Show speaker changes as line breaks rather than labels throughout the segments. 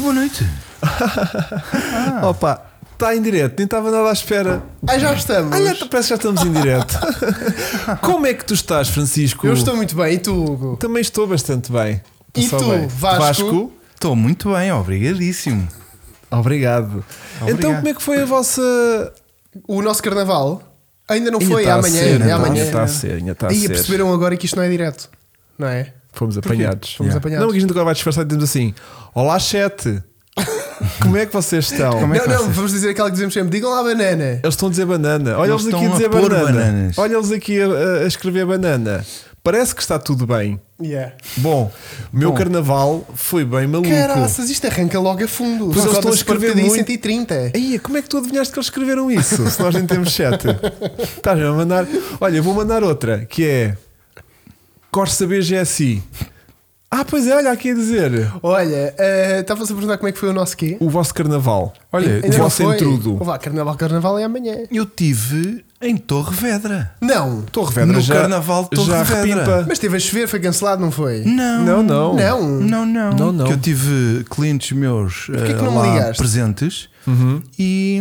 boa noite.
Ah.
Opa, está em direto, nem estava nada à espera.
Ah, já estamos.
Olha, então parece que já estamos em direto. Como é que tu estás, Francisco?
Eu estou muito bem. E tu, Hugo?
Também estou bastante bem.
E
Passou
tu,
bem.
Vasco?
Estou muito bem, obrigadíssimo.
Obrigado. Então,
Obrigado.
como é que foi a vossa.
O nosso carnaval ainda não foi, é
Ainda está a
amanhã.
ser,
é
ainda
amanhã.
Está a ser, ainda está a
E
ser.
perceberam agora que isto não é direto, não é?
Fomos apanhados.
Fomos apanhados.
Não, porque a gente agora vai disfarçar e dizemos assim: Olá, chat. Como é que vocês estão?
Como é
Não,
que vai
não,
ser?
vamos dizer aquela que dizemos sempre: digam lá banana.
Eles estão a dizer banana. Olha
Eles
eles aqui a
estão a
dizer
pôr
banana.
bananas.
Olha eles aqui a, a escrever banana. Parece que está tudo bem.
Yeah.
Bom, o meu
Bom.
carnaval foi bem maluco.
Caraças, isto arranca logo a fundo.
Pois eles estão a escrever
em
muito.
130.
Aí, como é que tu adivinhaste que eles escreveram isso? se nós nem temos chat. Estás a mandar. Olha, vou mandar outra que é Corsa BGSI. Ah, pois é, olha aqui a dizer
Olha, eh, estavas a perguntar como é que foi o nosso quê?
o vosso carnaval.
Olha,
o
Ainda não
Eh, vosso
foi?
entrudo.
Vá, carnaval, carnaval é amanhã.
Eu tive em Torrevedra.
Não,
Torre Vedra
No
já,
carnaval de Torre
já
Vedra.
repimpa.
mas teve a chover, foi cancelado, não foi?
Não.
Não, não.
Não.
Não, não.
Não, não.
Que eu tive clientes meus
um. que
eh,
que não me
lá
ligaste?
presentes e,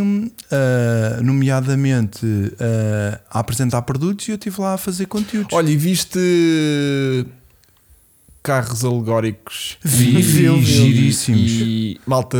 eh, nomeadamente, eh, a apresentar produtos e eu estive lá a fazer conteúdos.
Olha, e viste carros alegóricos
Vi,
e-
vi,
e-
giríssimos.
e malta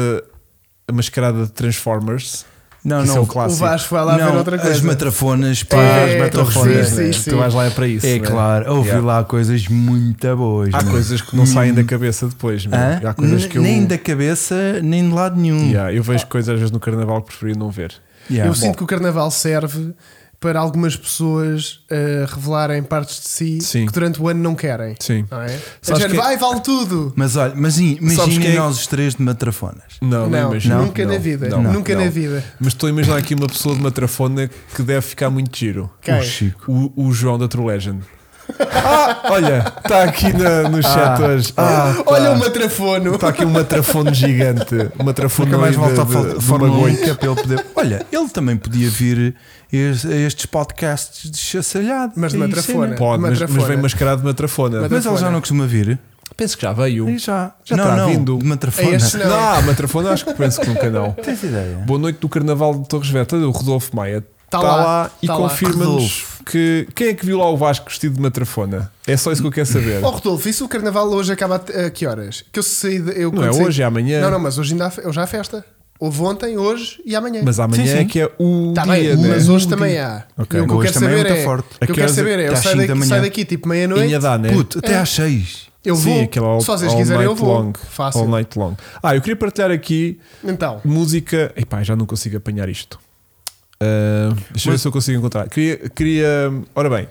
a mascarada de Transformers.
não,
Isso é
não.
um clássico.
O Vasco vai lá
não,
ver outra
As
coisa.
matrafonas, pá,
É,
as
torres,
matrafonas.
sim,
né?
sim.
Tu vais lá é para isso.
É
né?
claro, ouvi
Yeah.
lá coisas muito boas.
Há
meu.
coisas que não saem da cabeça depois. meu.
Hã?
Há coisas
N-
que eu.
Nem da hum. cabeça, nem de lado nenhum.
Yeah, eu vejo coisas às vezes no carnaval que preferi não ver.
Yeah.
Eu sinto que o carnaval serve para algumas pessoas eh, revelarem partes de si
Sim.
que durante o ano não querem.
Sim.
Não é? É
Sabes
género,
que-
vai, vale tudo.
Mas olha, mas i-
Sabes
imaginem
quem é-
nós os três de matrafonas.
Não, não,
Não,
imagino.
nunca
Não,
na vida.
não,
nunca
não.
na vida.
Mas estou a imaginar aqui uma pessoa de matrafona que deve ficar muito giro.
Quem?
O Chico.
O, o João da True Legend. Ah, olha, está aqui na- no chat hoje. Ah, pá.
Olha o matrafono.
Está aqui um matrafone gigante. Um matrafone
Nunca mais
de-
volta a
de-
falar de
de
Fórmula 1
magoito.
que é para ele poder. Olha, ele também podia vir a es- a estes podcasts de chassalhado.
Mas de
E isso é,
matrafona.
né?
Pode, mas, mas
Matrafona.
vem mascarado de matrafona.
Matrafona.
Mas ele já não costuma vir.
Penso que já veio.
Aí já.
Já
não,
está
não,
vindo.
de matrafona.
É este-
Não, não matrafona acho que penso que nunca não.
Tens ideia?
Boa noite do Carnaval de Torres Veta, o Rodolfo Maia.
Tá
Está
lá,
lá, e
tá lá.
confirma-nos
Rodolfo.
que quem é que viu lá o Vasco vestido de matrafona? É só isso que eu quero saber.
Oh, Rodolfo, isso o carnaval hoje acaba a a que horas? Que eu saí de, eu
não
quando
é
saí-
hoje, é amanhã.
Não, não, mas hoje ainda há, fe- hoje há festa. Houve ontem, hoje e amanhã.
Mas amanhã
Sim,
é
sim.
que é o
Tá
dia,
bem,
né?
mas hoje também há.
Ok.
E o que eu
Hoje
quero
também é
saber
muito
é.
forte.
O que eu
Aquelas-
quero saber é, eu
das
saio
cinco da
daqui,
manhã.
saio daqui tipo
Inha
meia-noite.
dá, né?
Puto, até
É.
às seis.
Eu
Sim,
vou.
aquela all,
se vocês
all
quiserem, eu
night
vou.
Long,
Fácil.
All night long. Ah, eu queria partilhar aqui
Então,
música. Epá, já não consigo apanhar isto. Ah, deixa eu ver
Mas-
se eu consigo encontrar. Queria. queria ora bem,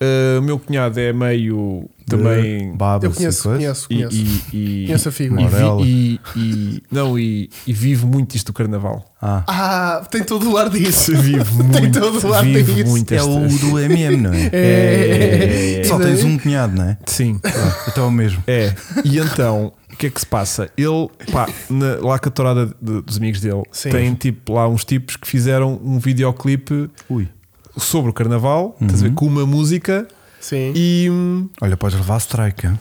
ah, o meu cunhado é meio também.
Baba,
eu
essa
conheço,
coisa.
conheço,
E,
conheço.
e, e,
Conheço a figura.
e vi-
Morela.
e- e- não, e, e vivo muito isto do carnaval.
Ah.
Ah, tem todo o ar disso.
Vivo
Tem
muito.
todo o ar
vivo
disso.
muito
É
este-
o do MM, não é?
É.
Só tens um cunhado, não é?
Sim.
Até o mesmo.
É, e então, o que é que se passa? Ele, pá, na- lá com a torada de- dos amigos dele,
Sim.
tem tipo lá uns tipos que fizeram um videoclipe
Ui.
sobre o carnaval, estás a ver, com uma música
Sim.
e. hum,
Olha, podes levar a strike, hein?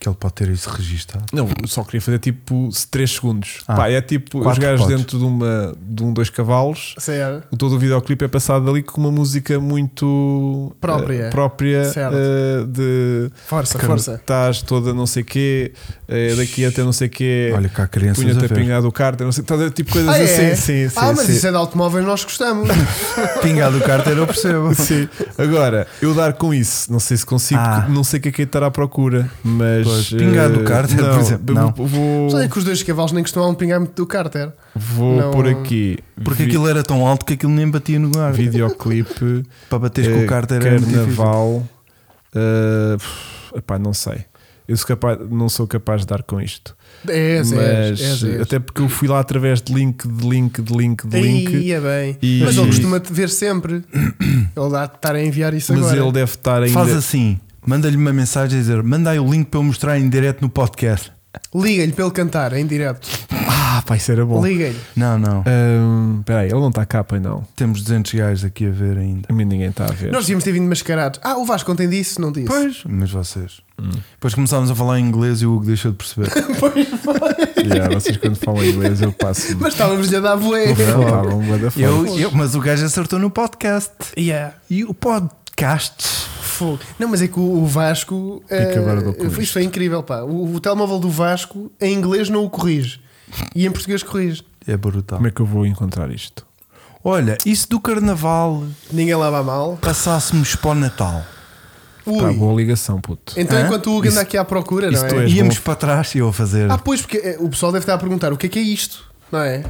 que ele pode ter isso registado.
Não, eu só queria fazer tipo 3 segundos.
Ah.
Pá, é tipo os
Quatro
gajos
potes.
dentro de, uma, de um, dois cavalos.
Certo.
O todo o videoclipe é passado ali com uma música muito
Própria.
eh, própria
Certo.
eh, de
Força, força.
estás toda não sei quê, eh, daqui até não sei quê.
Olha cá, crianças a
É. Punha-te a
ver.
pingar do carter, não sei, estás a ver, tipo coisas
Ah,
assim.
é?
Sim, sim,
ah, mas
sim.
isso é de automóveis, nós gostamos.
Pingado o carteiro, eu percebo.
Sim. Agora, eu dar com isso, não sei se consigo,
Ah.
porque não sei o que é que é estar à procura, mas.
Pois, pingar do
eh,
Carter, por
não,
exemplo, não.
Vou, vou,
Só é que os dois cavalos nem costumavam pingar muito do cárter.
vou
Não.
por aqui.
Porque
Vi-
aquilo era tão alto que aquilo nem batia no ar.
Videoclipe.
Para bateres com
eh,
o carteiro era muito difícil.
Carnaval. eh, pff, epá, não sei. Eu sou capaz- não sou capaz de dar com isto.
É, é,
mas
é, é.
até porque eu fui lá através de link, de link, de link, de link.
Aí é bem.
E-
Mas ele costuma-te ver sempre. Ele dá de estar a enviar isso
mas
agora.
ele deve estar ainda.
Faz assim, manda-lhe uma mensagem a dizer: manda aí o link para eu mostrar em direto no podcast.
Liga-lhe para ele cantar em direto.
Ah,
Ah, pá, isso era bom.
Liguem-lhe.
Não, não.
É. Ahm, Peraí, ele não está cá, pai, não.
Temos 200 gajos aqui a ver ainda.
A mim ninguém está a ver.
Nós devíamos ter vindo mascarados. Ah, o Vasco ontem disse, não disse.
Pois, mas vocês.
Hum.
Depois começámos a falar em inglês e o Hugo deixou de perceber.
Yeah, vocês quando falam inglês eu passo.
Mas estávamos a dar bué.
Não, tá bom, what the fuck.
eu, eu- mas o gajo acertou no podcast.
Yeah.
E o podcast.
Fogo. Não, mas é que o o Vasco. eh,
agora eu dou com
foi- isto foi incrível, pá. O, o telemóvel do Vasco em inglês não o corrige. E em português corrige.
É brutal.
Como é que eu vou encontrar isto?
Olha, e se do carnaval
Ninguém lava mal.
passássemos para o Natal?
Ui.
Pá, Tá boa ligação, puto.
Então,
Hã?
enquanto o Hugo anda aqui à procura,
isso tu
não é?
és
Íamos
bom.
para trás e eu a fazer.
Ah, pois, porque eh, o pessoal deve estar a perguntar o que é que é isto, não é?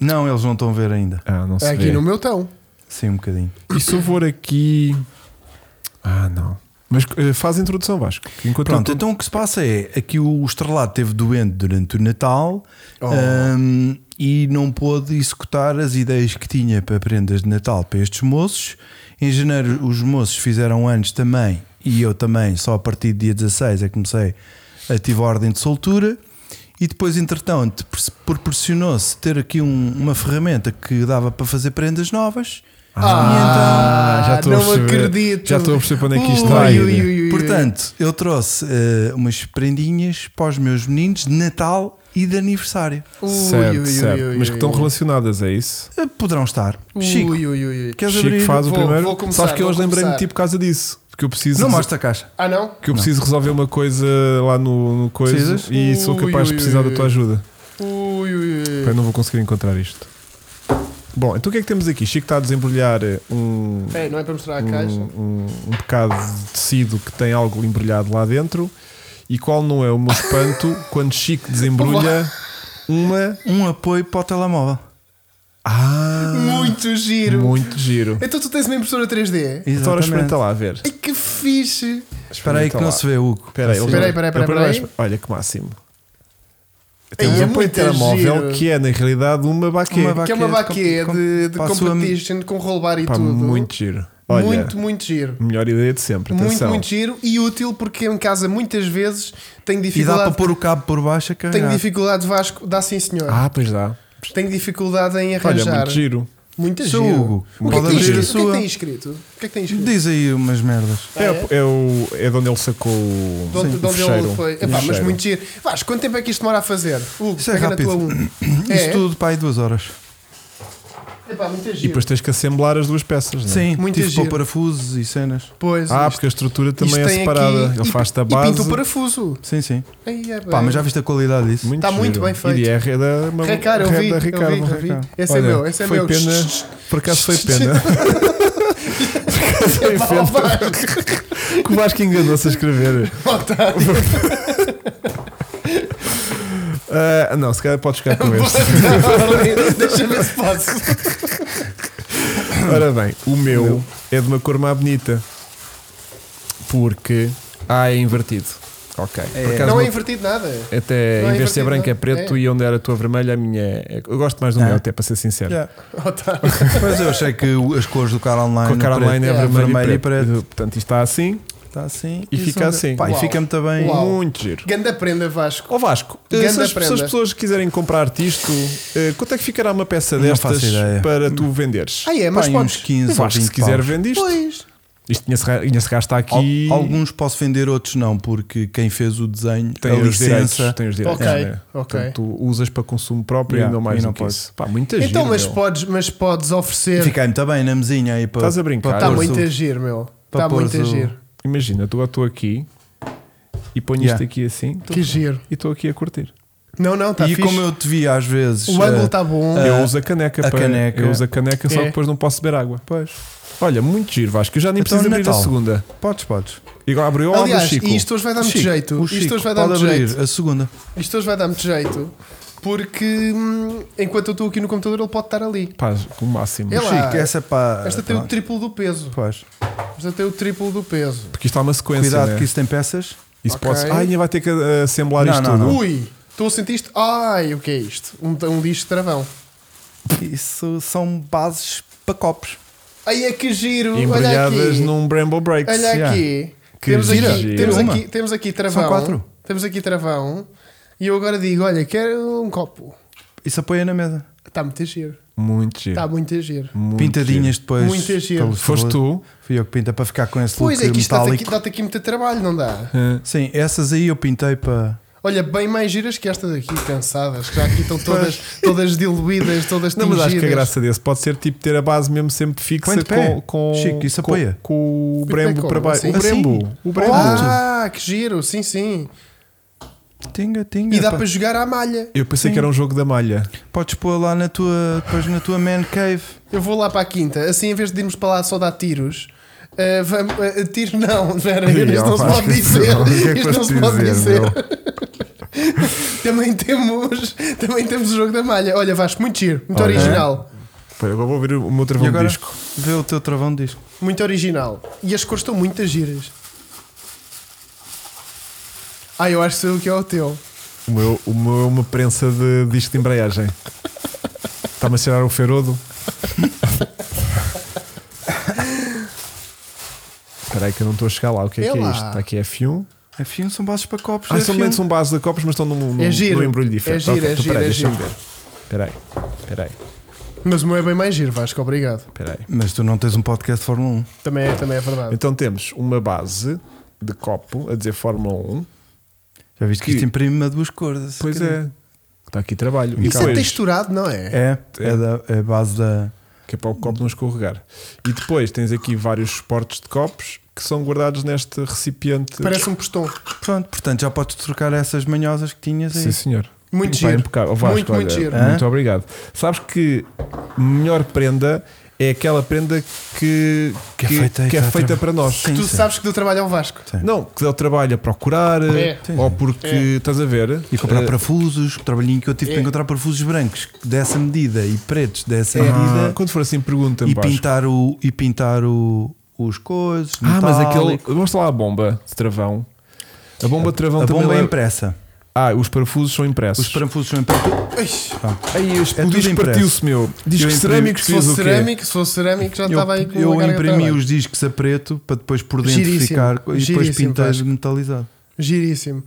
Não, eles não estão a ver ainda.
Ah, não
É
sei.
aqui no meu tão.
Sim, um bocadinho.
E se eu for aqui. Ah, não. Mas eh, faz a introdução, Vasco. que Enquanto
Pronto,
eu-
então o que se passa é aqui o estrelado teve doente durante o Natal hum, e não pôde executar as ideias que tinha para prendas de Natal para estes moços. Em janeiro, os moços fizeram anos também e eu também, só a partir do dia 16 é que comecei a tive a ordem de soltura. E depois, entretanto, pers- proporcionou-se ter aqui um- uma ferramenta que dava para fazer prendas novas. então
Ah,
já estou a
não
perceber.
acredito.
Já estou a perceber para onde é que isto
Ui,
vai.
ui, ui, ui, ui.
Portanto, eu trouxe eh, umas prendinhas para os meus meninos de Natal e de aniversário.
Ui,
certo,
ui, ui,
certo.
ui,
Mas que
ui,
estão
ui.
relacionadas, é isso?
Eh, Poderão estar.
Ui,
Chico,
ui, ui, ui.
queres
Chico
abrir?
faz o
Vou-
primeiro.
vou começar,
Sabes que
vou
hoje lembrei-me
começar.
de ti por causa disso. Porque eu preciso.
Não
de-
mostra a caixa.
Ah, não?
Que eu preciso resolver uma coisa lá no, no coisa
Precisas?
e sou
Ui,
capaz de
ui,
precisar
ui,
da tua
ui.
ajuda.
Ui, ui, ui.
Eu não vou conseguir encontrar isto. Bom, então o que é que temos aqui? Chico está a desembrulhar eh, um,
Espera aí, não é para mostrar a caixa?
um, um, um bocado de tecido que tem algo embrulhado lá dentro. E qual não é o meu espanto quando Chico desembrulha uma.
Um apoio para o telemóvel.
Ah!
Muito giro.
Muito giro.
Então tu tens uma impressora 3D?
Exatamente.
Então, ora, experimenta lá a ver.
Ai, que fixe.
Espera aí que não se vê, Assim. Hugo.
Então Espera aí, ele-
Espera aí, espera aí,
ele
espera
vai-
aí.
Olha que máximo.
Ei,
Temos
é
um apoio
muito
telemóvel
giro.
que é, na realidade, uma baqueta.
Uma ba-
que é uma
Baquete
baquê
com-
de, de
para a sua-
competition com rollbar e
Pá,
tudo.
muito giro. Olha,
muito, muito giro.
melhor ideia de sempre.
Muito,
Atenção.
muito giro e útil porque em casa muitas vezes tenho
E dá para
dificuldade.
pôr o cabo por baixo a
Tenho
carregar.
dificuldade, Vasco. Dá sim, senhor.
Ah, pois dá.
Tenho dificuldade em
Olha,
arranjar.
muito giro.
Muito
Seu
giro.
Hugo,
o que é
pode
que tem
abrir a
escrito? O que é que
sua.
tem escrito? O que é que tem escrito?
Diz aí umas merdas.
Ah,
É, é o, é de onde ele sacou o,
De onde,
sim,
de
o
onde
fecheiro.
ele foi?
O
Epá, mas
fecheiro.
muito giro. Vasco, quanto tempo é que isto demora a fazer? Hugo,
Isso é
pega
rápido.
na tua 1.
É?
Isto tudo para aí duas horas.
Epá, muito
E
giro.
depois tens que assemblar as duas peças, não é?
Sim,
Muito
tive
giro.
para parafusos e cenas.
Pois,
Ah,
isto-
porque a estrutura também
isto
é
tem
separada.
aqui-
ele
e-
faz-te a
E
base.
pinta o parafuso.
Sim, sim.
Aí é bem.
Pá, mas já viste a qualidade disso?
Muito
Está
giro.
muito bem feito.
E é ré da, uma,
Ricardo, eu
ré
vi,
da
eu vi,
Ricardo.
eu vi.
Ricardo.
Esse é
Olha,
meu, esse é
foi
meu.
Pena, por acaso foi pena.
É pá,
feito.
Vasco,
que o Vasco enganou-se a escrever.
otário.
Ah, não, se calhar podes ficar com este.
Deixa ver se posso.
Ora bem, o meu é de uma cor mais bonita. Porque A é invertido. Ok. Por acaso
Não é
meu-
invertido nada.
até
não é
em vez de ser
invertido,
branco é
não.
preto
É.
e onde era a tua vermelha a minha é. Eu gosto mais do
Ah.
meu, até para ser sincero.
Yeah.
Otário.
Pois eu achei que o- as cores do cara online.
Com a cara
no preto-
online é
Yeah.
vermelho,
Vermelho
e
e
preto. Portanto, isto está assim.
Está assim.
E fica
são-
assim.
Pá, e
Uau.
fica muito bem.
Uau.
Muito giro.
Ganda prenda, Vasco.
Ó Vasco,
Ganda
eh, se as, se as
prenda.
pessoas quiserem comprar-te isto, eh, quanto é que ficará uma peça
Não
destas
faço ideia.
para tu venderes?
Ah, é,
Pá,
mas
e uns
podes.
15
Eu
ou
acho que
20
se quiser
paus.
vende isto.
Pois.
Isto tinha-se ra- tinha-se gasta
Al-
aqui.
Alguns posso vender, outros não, porque quem fez o desenho,
tem
a
os direitos,
licença.
tem os direitos.
Ok,
né?
ok.
Portanto, tu usas para consumo próprio
Yeah,
e não mais
e não
do que
pode.
isso. Pá, muita gente.
Então, mas podes, mas podes oferecer.
Fiquei muito tá bem na mesinha aí para.
Estás a brincar?
para
Está
pôres
pôr-se
muito
o-
a Tá giro, meu.
para
Está muito a
pôres o-
giro.
Imagina, tu- eu estou aqui e ponho isto
Yeah.
aqui assim tô-
Que giro.
e estou aqui a curtir.
Não, não, está
Tá E
tá fixe.
como eu te vi às vezes.
O ângulo tá-
eh,
está bom.
Ah,
eu uso a caneca
a
para.
caneca.
Eu uso a caneca, só
É.
que depois não posso beber água. Pois. Olha, muito giro, Vasco. Eu já nem
Então,
preciso abrir
Natal.
a segunda.
Podes, podes.
E agora abriu a do
Aliás,
Chico.
isto hoje vai dar muito
Chico,
jeito.
o
isto
Chico
hoje vai dar
pode
muito
abrir
jeito.
a segunda.
Isto hoje vai dar muito jeito. Porque hum, enquanto eu estou aqui no computador, ele pode estar ali.
Pá, o máximo.
É lá.
Chico, essa é para.
Esta tem um tipo- o triplo do peso.
Pois.
Esta tem o triplo do peso.
Porque isto há uma sequência.
Cuidado
é.
né?
que isso tem peças.
Isso
Ok.
pode. Ah, ainda vai ter que eh, assemblar
Não,
isto
não,
tudo.
não.
Ui! Estou a sentir isto. Ai, o que é isto? Um, um disco de travão.
Isso são bases para copos.
Ai, é que giro! Olha
Embrulhadas
aqui.
num Bramble Breaks.
Olha
yeah.
aqui.
Que
Temos
gira.
aqui,
Gira.
temos,
Uma.
aqui, temos aqui travão.
quatro.
Temos aqui travão. E eu agora digo: olha, quero um copo.
Isso apoia na mesa.
Está muito a giro.
Muito giro.
Está muito a giro.
muito
Pintadinhas depois.
Muito giro.
pelo
giro. Foste
sabor.
tu?
Fui eu que pinta para ficar com esse
Pois
look
é, que isto dá-te aqui,
metálico.
dá-te aqui muito trabalho, não dá?
Ah,
Sim, essas aí eu pintei para.
Olha, bem mais giras que esta daqui, cansadas, que já aqui estão todas, todas diluídas, todas
Não,
tingidas.
mas acho que a graça desse pode ser tipo ter a base mesmo sempre
Põe
fixa
de pé.
com, com,
Chico, isso
com-
apoia.
com o brembo
como?
para baixo.
Assim?
O brembo.
Assim?
O é brembo.
Ah, que giro, sim, sim.
Tinga, tinga.
E dá
pá.
para jogar à malha.
Eu pensei
Sim.
que era um jogo da malha.
Podes pôr lá na tua, depois na tua man cave.
Eu vou lá para a quinta, assim em vez de irmos para lá só dar tiros. ah, vamos, ah, tiros não, não era,
Ih,
isto não se
rapaz,
pode
que
dizer.
isso, o que é que
Isto
foste
não se pode
dizer,
dizer.
meu?
Também temos, também temos o jogo da malha. Olha, Vasco, muito giro, muito
Olha.
original.
Espera, agora vou ouvir o meu
E
travão de
agora
disco.
vê o teu travão de disco.
Muito original. E as cores estão muito giras. Ah, eu acho que sei o que é o teu.
O meu, o meu é uma prensa de disco de embreagem. Está-me a cheirar o ferodo. Espera aí que eu não estou a chegar lá. O que é,
É
que é
lá.
isto? Está aqui F1.
F1 são bases para copos.
Ah, são,
F1.
são bases de copos, mas estão num, num,
É giro.
num embrulho diferente.
É giro,
Ok,
é
então,
giro,
peraí,
é
deixa-me
giro.
ver. Espera aí, espera aí,
Mas o meu é bem mais giro, Vasco, obrigado.
espera aí.
Mas tu não tens um podcast de Fórmula 1.
Também é, também é verdade.
Então temos uma base de copo a dizer Fórmula 1.
Já viste que,
Que-
isto imprime a duas cordas.
Pois
quer
é.
dizer.
Está aqui trabalho. E
Isso é
depois-
texturado, não é?
É, é, da, é a base da.
que é para o copo não escorregar. E depois tens aqui vários suportes de copos que são guardados neste recipiente.
Parece um postão.
Pronto, portanto já podes trocar essas manhosas que tinhas aí.
Sim, senhor.
Muito
Pá,
giro.
impecável. Vasco,
Muito, muito
olha,
giro.
Muito
Hã?
obrigado. Sabes que melhor prenda é aquela prenda que,
Que é feita-
que
que
é
dá
feita
trabalho.
para nós.
Sim,
Tu
sim.
sabes que deu trabalho ao Vasco.
Não, que dá o trabalho a procurar
É.
ou porque estás a ver.
E comprar
eh,
parafusos, o trabalhinho que eu tive
É.
para encontrar parafusos brancos dessa medida e pretos dessa
ah,
medida
quando for assim, pergunta-me.
e
Vasco.
pintar, o, e pintar o, os coisas.
Ah, mas aquele.
metálico.
Mostra lá a bomba de travão. A bomba de travão
A
também.
bomba é
leva-
impressa.
Ah, os parafusos são impressos.
Os parafusos são impressos.
Ixi,
Aí
tudo
explodiu,
impresso.
partiu-se meu. Diz
Eu
que
imprimi-
cerâmicos
se
fez
fosse
o quê?
cerâmico, se fosse cerâmico, já estava aí com
Eu,
uma
eu
carga de
imprimi
trabalho.
os discos a preto para depois por dentro
Giríssimo.
ficar e depois
Giríssimo,
pintar
Vasco.
metalizado.
Giríssimo.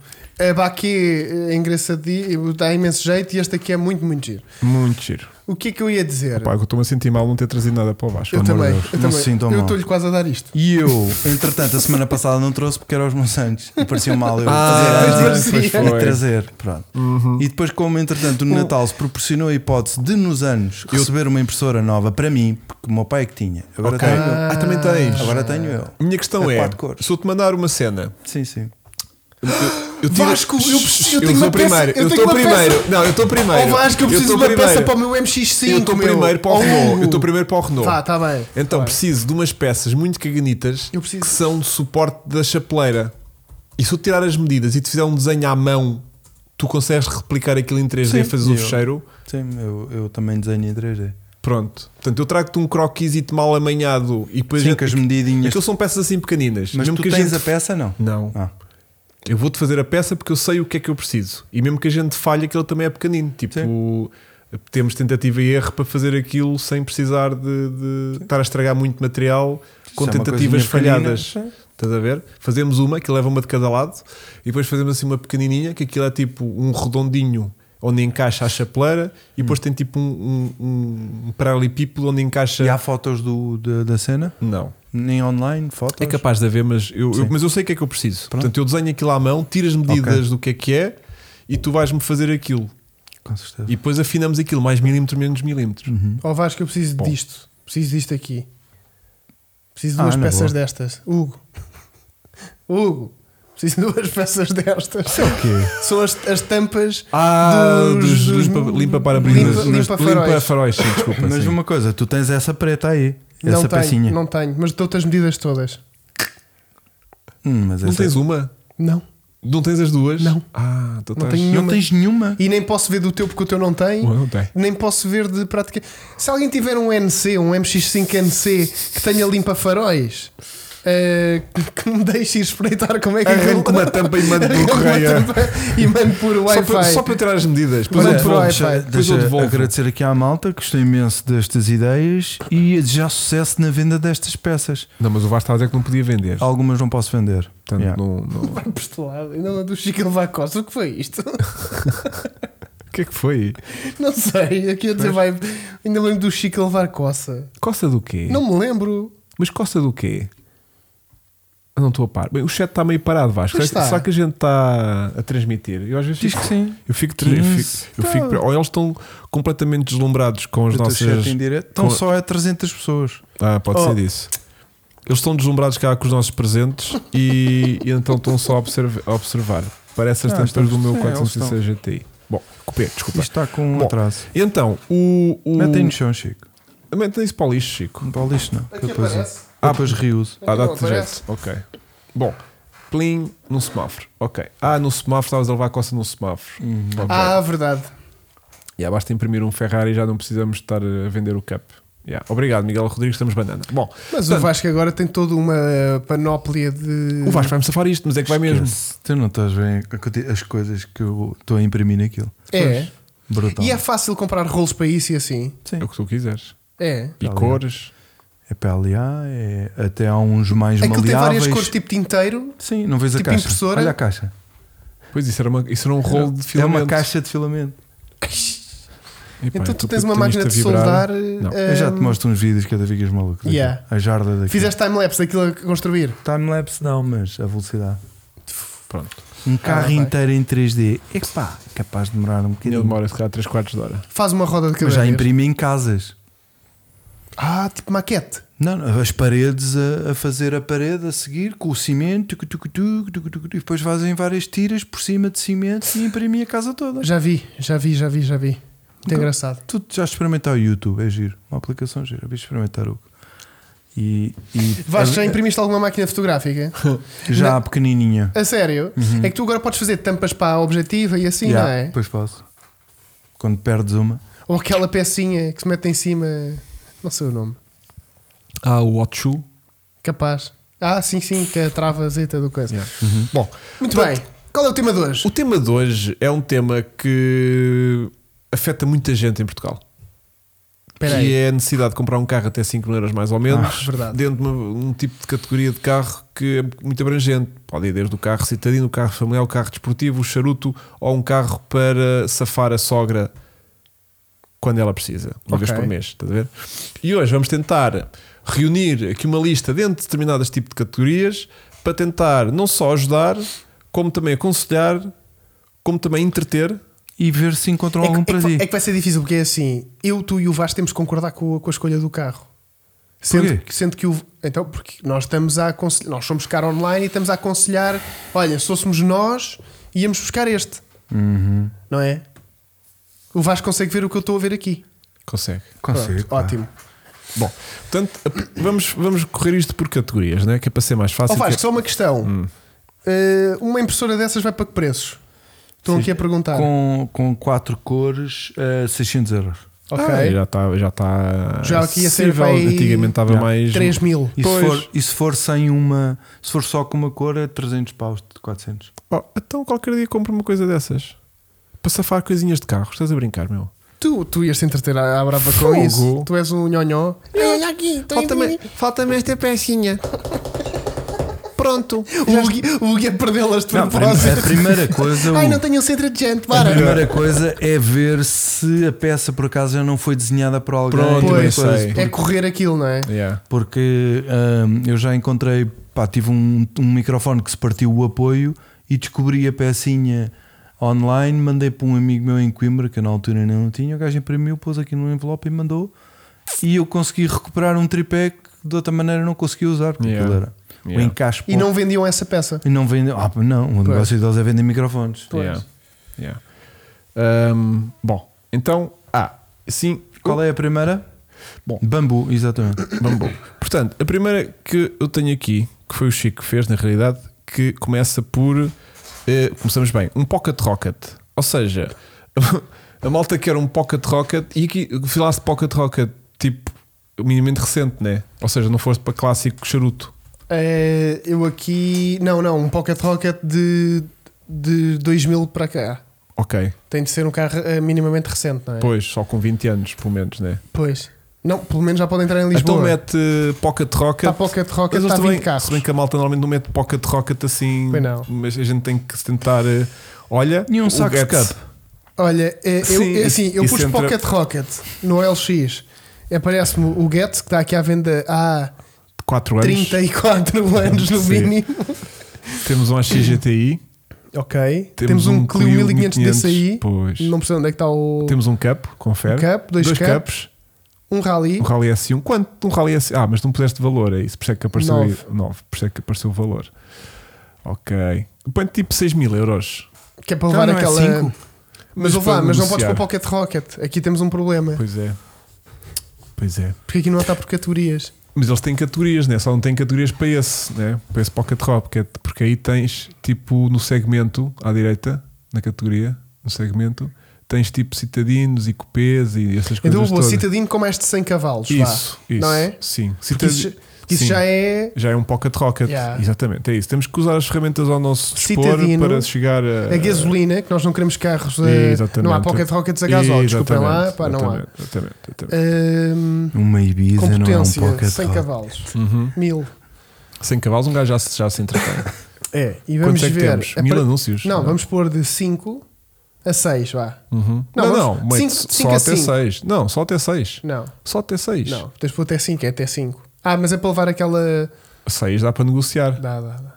A Baquê é engraçadinho, dá imenso jeito e este aqui é muito, muito giro.
Muito giro.
O que é que eu ia dizer?
Pá, eu estou-me a sentir mal não ter trazido nada para o Vasco.
eu
pelo
também,
amor de
eu
Deus.
Não
também.
se sintam
eu
mal.
estou-lhe quase a dar isto.
E eu, entretanto, a semana passada não trouxe porque era os Monsantos e parecia mal eu
Ah,
fazer
pois
anos e
parecia.
trazer. Pronto.
Uhum.
E depois, como entretanto o Natal se proporcionou a hipótese de nos anos receber uma impressora nova para mim, porque o meu pai é que tinha. Agora
Ok.
tenho eu.
Ah, também tens.
Agora tenho eu.
A minha questão
A
é:
quatro cores.
se eu te mandar uma cena.
Sim, sim.
Eu, eu tiro-
Vasco, eu preciso- eu
Eu
tenho uma
sou
peça-
primeiro.
eu
Eu
tenho
estou
uma peça-
primeiro. Não, eu estou primeiro.
Ó Oh, Vasco, eu preciso
tô
de uma peça
primeiro.
para o meu MX5.
Eu estou primeiro para o Renault. Eu estou primeiro para o Renault.
Tá, tá bem.
Então
Tá bem.
preciso de umas peças muito caganitas
Eu preciso.
que são de suporte da chapeleira. E se eu tirar as medidas e te fizer um desenho à mão, tu consegues replicar aquilo em 3D e
Sim.
fazes o
Eu.
fecheiro?
Sim, eu, eu também desenho em 3D.
Pronto. Portanto, eu trago-te um croquisito mal amanhado e depois.
Sim,
gente-
com as medidinhas.
Aquilo são peças assim pequeninas.
Mas
mesmo
tu
que
tens
a
a
gente.
peça, não?
Não.
Ah.
Eu vou-te fazer a peça porque eu sei o que é que eu preciso. E mesmo que a gente falhe, aquilo também é pequenino. Tipo, temos tentativa e erro para fazer aquilo sem precisar de, de estar a estragar muito material com
Isso é uma
tentativas
coisinha pequenina,
falhadas.
sim.
Estás a ver? Fazemos uma, que leva uma de cada lado, e depois fazemos assim uma pequenininha, que aquilo é tipo um redondinho onde encaixa a chapeleira,
Hum.
e depois tem tipo um, um, um paralelepípedo onde encaixa.
E há fotos do, da- da cena?
Não.
Nem online, fotos?
É capaz de haver, mas eu, eu-
Sim.
mas eu sei o que é que eu preciso.
Pronto.
Portanto, eu desenho aquilo à mão, tiro as medidas do que é que é e tu vais-me fazer aquilo.
Com certeza.
E depois afinamos aquilo, mais milímetro, menos milímetro.
Ó Vasco, eu preciso disto. Preciso disto aqui. Preciso de
Ah,
duas
na
é
peças
boa.
destas. Hugo. Hugo. Preciso de duas peças destas. São
o quê?
São as, as tampas
Ah,
dos,
dos,
dos-
limpa, limpa para brisas.
Limpa, limpa faróis.
faróis, sim, desculpa.
Mas
sim.
uma coisa, tu tens essa preta aí.
Não
essa
tenho,
pecinha.
não tenho, mas dou-te as medidas todas.
Hum, mas
Não
essa-
tens uma?
Não.
Não tens as duas?
Não.
Ah, tu
Não
estás...
tenho
Não
nenhuma.
tens nenhuma.
E nem posso ver do teu porque o teu não tem.
Ué, não tem.
Nem posso ver de prática. Se alguém tiver um NC, um MX5NC que tenha limpa faróis, eh, que me deixe ir espreitar como é que aquilo-
Arranco uma tampa e mando pelo
Arranco uma
correio.
tampa E mando por
Só para, só
Wi-Fi.
para eu tirar as medidas. Pois
Mas
eu
é,
devolvo.
deixa-
Depois eu
Deixa
devolvo.
agradecer aqui à malta, gostei imenso destas ideias e desejar sucesso na venda destas peças.
Não, mas o Vasco está a dizer que não podia vender.
Algumas não posso vender.
Portanto,
Yeah.
não, não-
Vai postulado. Não, do Chico Levar Costa. O que foi isto?
que é que foi?
Não sei, aqui a dizer vai. Ainda lembro do Chico a levar coça.
Costa do quê?
Não me lembro.
Mas costa do quê? Eu não estou a par. Bem, o chat está meio parado, Vasco.
Pois
Será,
está.
será que a gente está a transmitir? Eu às vezes
Diz
fico-
que sim.
Eu fico, eu fico, eu
Tá.
fico- Ou eles estão completamente deslumbrados com as
O teu
nossas.
chat em direto. Então
com-
só é 300 pessoas.
Ah, pode
Oh.
ser disso. Eles estão deslumbrados cá com os nossos presentes e, e então estão só a observ- a observar. Parece as
Ah,
tampas do meu
estamos- sim, eles
406 GTI. Bom, copé, desculpa.
Isto está com um
Bom,
atraso.
E então, o. o...
Metem no chão, Chico.
Metem isso para o lixo, Chico.
Não para o lixo, não.
Aqui
depois,
aparece.
Ah, depois reúso.
Ah,
Então,
dá-te
aparece.
jeito. Ok. Bom, plim no semáforo. Ok. Ah, no semáforo, estavas a levar a coça no semáforo. Ok.
Ah, verdade.
Yeah, basta imprimir um Ferrari e já não precisamos estar a vender o Cup. Yeah. Obrigado, Miguel Rodrigues, estamos banana. Bom,
Mas o
Portanto,
Vasco agora tem toda uma eh, panóplia de.
o Vasco vai-me safar isto, mas é que vai mesmo.
Esquece. Tu não estás bem a conti- as coisas que eu estou a imprimir naquilo.
É.
Brutal.
E é fácil comprar rolos para isso e assim.
Sim.
É o que tu quiseres.
É.
E
Tá
cores.
É PLA, é... até há uns mais
Aquilo tem
maleáveis.
várias cores tipo tinteiro.
Sim, não vês a
tipo
caixa.
impressora.
Olha a caixa.
Pois isso era, uma, isso era um rolo de
É
filamento.
uma caixa de filamento.
E pá,
Então
eu
tu
tô-
tens
tenho
uma
isto
máquina
a
de
vibrar.
soldar.
Não.
eh,
Eu já te mostro uns vídeos que eu ficas maluco. daquilo.
Yeah.
A jarda daqui.
Fizeste timelapse daquilo a construir.
Timelapse não, mas a velocidade.
Pronto.
Um carro
Ah, vai.
inteiro em 3D. Epá, é capaz de demorar um
Ele
bocadinho.
demora se calhar 3 quartos de hora.
Faz uma roda de
mas
cabeça.
já imprimi em casas.
Ah, tipo maquete.
Não, não, as paredes a, a fazer a parede a seguir com o cimento, tucu, tucu, tucu, tucu, tucu, e depois fazem várias tiras por cima de cimento e imprimi a casa toda.
Já vi, já vi, já vi, já vi. Muito engraçado.
Tu já experimentar o YouTube, é giro. Uma aplicação gira, vais experimentar o. E, e
Vasco, já
a-
imprimiste alguma máquina fotográfica?
já
na-
a pequenininha.
A sério?
Uhum.
É que tu agora podes fazer tampas para a objetiva e assim,
Já,
não é?
Depois posso. Quando perdes uma.
Ou aquela pecinha que se mete em cima. Não sei o nome.
Ah, o Ochu.
Capaz. Ah, sim, sim, que é a trava zeta do coisa.
Bom,
Muito bem. Qual é o tema de hoje?
o tema de hoje é um tema que afeta muita gente em Portugal.
Espera
que
aí.
é a necessidade de comprar um carro até 5 mil euros mais ou menos,
Ah, verdade.
dentro de uma- um tipo de categoria de carro que é muito abrangente. Pode ir desde o carro citadino, o carro familiar, o carro desportivo, o charuto ou um carro para safar a sogra quando ela precisa, uma vez
Ok.
por mês. estás a ver? E hoje vamos tentar reunir aqui uma lista dentro de determinadas tipos de categorias para tentar não só ajudar, como também aconselhar, como também entreter.
E ver se encontram
É que,
algum
é que
para
vai-
um ti.
é que vai ser difícil, porque é assim: eu, tu e o Vasco temos que concordar com, a- com a escolha do carro. Sendo,
Porquê?
que- sendo que o. Então, porque nós estamos a aconselhar. Nós somos buscar online e estamos a aconselhar. Olha, se fôssemos nós, íamos buscar este. Não é? O Vasco consegue ver o que eu estou a ver aqui.
Consegue.
Consigo.
Pronto,
pá.
ótimo.
Bom, portanto, a- vamos, vamos correr isto por categorias, né? que é para ser mais
Ó
fácil.
Vasco,
que-
só uma questão: Eh, uma impressora dessas vai para que preços? Estão
Sim.
aqui a perguntar.
Com, com quatro cores, eh, 600 euros.
Ok.
Ah, já está. Já, está
Já aqui ia ser
acessível.
para aí
Antigamente estava
Já.
mais.
3 mil.
E se,
Pois.
for, e se for sem uma, se for só com uma cor, é 300 paus, 400.
Oh, então qualquer dia compro uma coisa dessas. Para safar coisinhas de carro. Estás a brincar, meu?
Tu, tu ias te entreter à à brava com
Fogo.
isso. Tu és um nhonhó. Oh, Olha aqui,
Falta-me esta pecinha. Pronto.
O Gui- O Gui a perdê-las de
Não, a
é
propósito.
primeira coisa.
Ai,
o-
não tenho um centro adiante,
a
para.
primeira coisa é ver se a peça por acaso já não foi desenhada por alguém. Tipo, assim.
Pronto,
Pois,
bem sei.
É correr aquilo, não é?
Yeah.
Porque hum, eu já encontrei, pá, tive um, um microfone que se partiu o apoio e descobri a pecinha online, mandei para um amigo meu em Coimbra, que eu na altura ainda não tinha, o gajo imprimiu, pôs aqui num envelope e mandou. E eu consegui recuperar um tripé que de outra maneira não conseguia usar, porque
Yeah.
aquilo era
Yeah.
o encaixe.
E não vendiam essa peça.
e não vendeu. Ah, não, o negócio deles é vender microfones.
Pois.
Yeah. Yeah. Ahm, bom, então. Ah, sim.
Qual é a primeira?
Bom.
Bambu, exatamente.
Bambu. Portanto, a primeira que eu tenho aqui, que foi o Chico que fez, na realidade, que começa por. eh, começamos bem, um pocket rocket. Ou seja, a malta quer um pocket rocket e aqui falaste pocket rocket tipo minimamente recente, né? Ou seja, não foste para clássico charuto.
Eh, eu aqui. Não, não, um Pocket Rocket de, de 2000 para cá.
Ok,
Tem de ser um carro eh, minimamente recente, não é?
pois, só com 20 anos, pelo menos, né?
Pois. Não, pelo menos já pode entrar em
Então
Lisboa.
mete pocket rocket.
Está Pocket
Mas
Rocket,
eles
está
também-
20 carros.
Se bem que a malta normalmente não mete pocket rocket assim,
Pois não.
mas a gente tem que se tentar. eh, Olha,
E um
o
saco de
Guts-
cup?
Olha, é, eu,
Sim,
é assim,
isso-
eu
isso
pus
entra-
Pocket Rocket no LX. Aparece-me o Get, que está aqui à venda há
4 anos.
34 anos no
Sim.
mínimo.
Temos um AX GTI.
Ok.
Temos,
Temos, um Clio 1500 DCI.
Pois.
Não precisa onde é que está o.
Temos um cup, confere.
Um cup, dois cup.
cups.
Um Rally.
Um Rally S1. Quanto? Um Rally S1. Ah, mas não puseste valor, é isso. Por isso é que apareceu
Nove.
9. Por isso é que apareceu o valor. Ok. Põe tipo 6 mil euros.
Que é para levar
Então, não é
aquela.
cinco?
Mas,
Mas
vá,
pode
mas não podes
negociar.
pôr Pocket Rocket. Aqui temos um problema.
Pois é. Pois é.
Porque aqui não está por categorias.
Mas eles têm categorias, né? Só não têm categorias para esse, né? Para esse Pocket Rocket. Porque aí tens, tipo, no segmento, à direita, na categoria, no segmento, tens tipo citadinos e cupês e essas coisas.
Então eu vou
todas.
citadino com mais de 100 cavalos. vá.
Isso, isso.
Não é?
Sim.
Porque
Citadi-
Isso, isso
Sim.
já é.
Já é um pocket rocket.
Yeah.
Exatamente, é isso. Temos que usar as ferramentas ao nosso dispor
Citadino,
para chegar a.
A gasolina, que nós não queremos carros.
É,
A...
exatamente.
Não há pocket rockets a gasóleo, desculpem lá.
Exatamente,
Pá, não há.
Exatamente, exatamente, exatamente.
Ahm,
Uma
com
Ibiza não é um
potência,
pocket
100
rock.
cavalos.
Uhum.
Mil.
Sem cavalos, um gajo já se, já se entretém.
É, e vamos
Quantos é que
ver.
temos?
a
Mil
par-
anúncios.
Não, vamos pôr de 5 a 6, vá.
Uhum.
Não,
Não, não,
vamos-
mas
cinco-
só
cinco a
até
cinco.
6. Não, só até 6.
Não,
Só até 6.
não, tens de pôr até 5, é até 5. Ah, mas é para levar aquela.
6 dá para negociar.
Dá, dá, dá.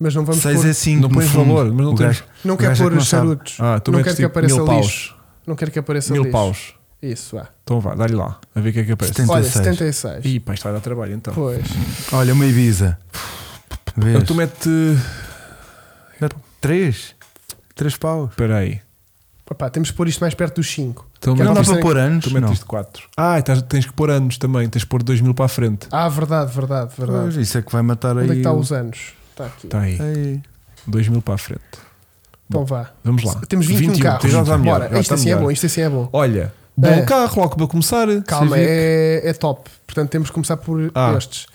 Mas não vamos
6
pôr.
é 5.
Não pões valor, mas não tens-
Não quero pôr os charutos.
Ah, tu
não
metes
quero que
tipo
apareça
mil
lixo.
paus.
Não quero que apareça
Mil
lixo.
paus.
Isso, vá.
Então vá, dá-lhe lá, a ver o que é que aparece.
Setenta. 76.
Olha, 76.
Ih, pá, isto vai dar trabalho então.
Pois.
Olha, uma Ibiza. Vês?
Então tu mete.
3. 3 paus.
Espera aí.
Papá, temos de pôr isto mais perto dos 5.
Então
Não,
Não,
dá
isto
para
é-
pôr anos.
Tu
não.
metes 4. Ah, e tás- tens que pôr anos também, tens que pôr 2000 para a frente.
Ah, verdade, verdade,
Pois,
verdade.
isso é que vai matar
Onde é
aí.
que está
o-
os anos? Está aqui.
Está Tá aí,
Aí.
2000 para a frente.
Então vá.
Vamos lá. um,
Temos 21, carros.
Já está melhor. já
Bora, isto
está
assim é
melhor.
bom, isto assim é bom.
Olha, bom
É.
carro logo para começar.
Calma,
Civic.
é, é top. Portanto, temos que começar por
Ah.
estes.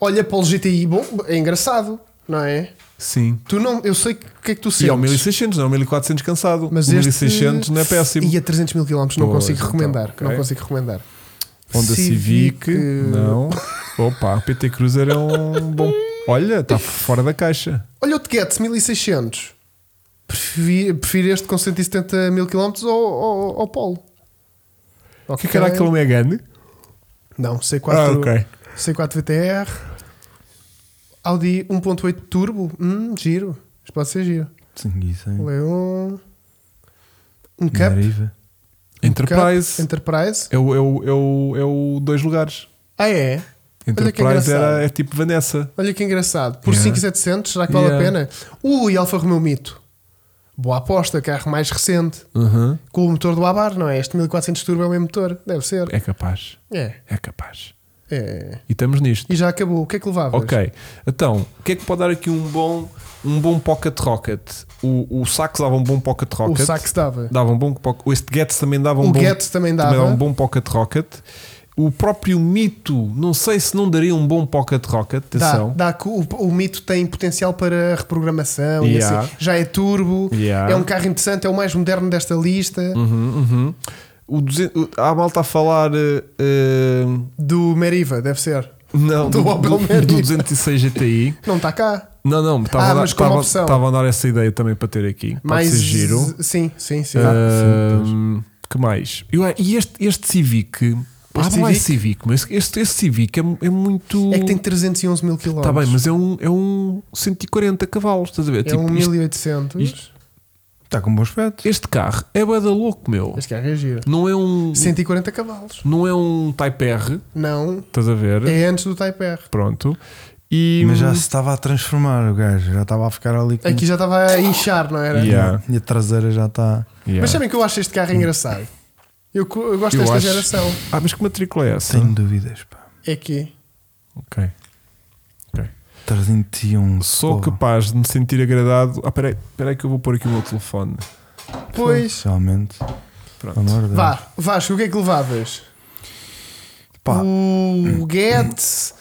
Olha para o GTI, bom, é engraçado, não é?
Sim.
Tu não, eu sei que- o que é que tu
E é o
sentes.
1600, não é o 1400 cansado.
mas
o
este
1600 não é péssimo.
E a 300 mil km não
Pois,
consigo
então,
recomendar.
ok.
Não consigo recomendar.
Honda Civic,
Civic, eh,
não. Opa, o PT Cruiser é um bom. Olha, está fora da caixa.
Olha o Teguet 1600. Prefi- Prefiro este com 170 mil km ao, ao, ao Polo.
O que é que era aquele Megane?
Não, C4,
Ah, ok.
C4 VTR. Audi 1.8 Turbo. Hum, giro. Isto pode ser giro.
Isso aí.
Leon. Um cup.
Mariva.
Enterprise.
Cup, Enterprise.
É o, é, o, é, o, é o dois lugares.
Ah, é? Olha que
Enterprise
engraçado.
era, é tipo Vanessa.
Olha que engraçado. Por
Yeah.
5,700, será que vale a
Yeah.
pena? Ui, Alfa Romeo Mito. Boa aposta, carro mais recente. Com o motor do Abar, não é? Este 1400 Turbo é o mesmo motor. Deve ser.
É capaz.
É.
É capaz.
é.
E estamos nisto.
E já acabou. O que é que levavas?
Ok. Então, o que é que pode dar aqui um bom, um bom pocket rocket? O, o Sax dava um bom pocket
O
rocket.
saco se dava.
dava um bom pocket. Este Getz também dava um
o
bom
Getz também dava.
também dá um bom pocket rocket. O próprio mito, não sei se não daria um bom pocket rocket,
Dá, É um
atenção.
dá que o, o mito tem potencial para reprogramação
Yeah.
e assim. Já é turbo,
Yeah.
é um carro interessante, é o mais moderno desta lista.
Uhum, uhum. O 200 o- há malta a falar eh, eh,
Do Meriva, deve ser.
não,
Do
do,
Opel
do,
Meriva.
do 206 GTI.
Não está cá.
Não, não,
Ah,
estava
mas como
a,
opção.
estava a dar essa ideia também para ter aqui. Pode
mais
ser giro. Ah.
Sim, sim, sim. Ah,
Ahm, que mais? Eu- e este, este Civic. Ah, não é Civic, mas este, este Civic é, é muito.
É que tem 311 mil km.
Está bem, mas é um, é um 140 cavalos, estás a ver?
É
Tipo,
um
isto-
1800.
isto-
Está Tá com bom aspecto.
Este carro é bada louco, meu.
Este carro é giro.
Não é um.
140 cavalos.
Não é um Type R,
Não,
estás a ver?
é antes do Type R.
Hum. Pronto. E. um
Mas já se estava a transformar o gajo. Já estava a ficar ali com.
um- Aqui é. já estava a inchar, não era?
Yeah.
E a traseira já tá- está.
Yeah.
Mas sabem que eu acho este carro engraçado. Eu, co- eu gosto
Eu
desta
acho-
geração.
Ah, mas que matrícula é essa?
Tenho dúvidas, pá.
É que
Ok. Ok.
301.
Sou
porra.
capaz de me sentir agradado. Ah, peraí, peraí que eu vou pôr aqui o meu telefone.
Pois.
Realmente.
Pronto.
Pelo amor de Deus.
Vá, Vasco, o que é que levavas?
é. Pá, Hum.
O Getz,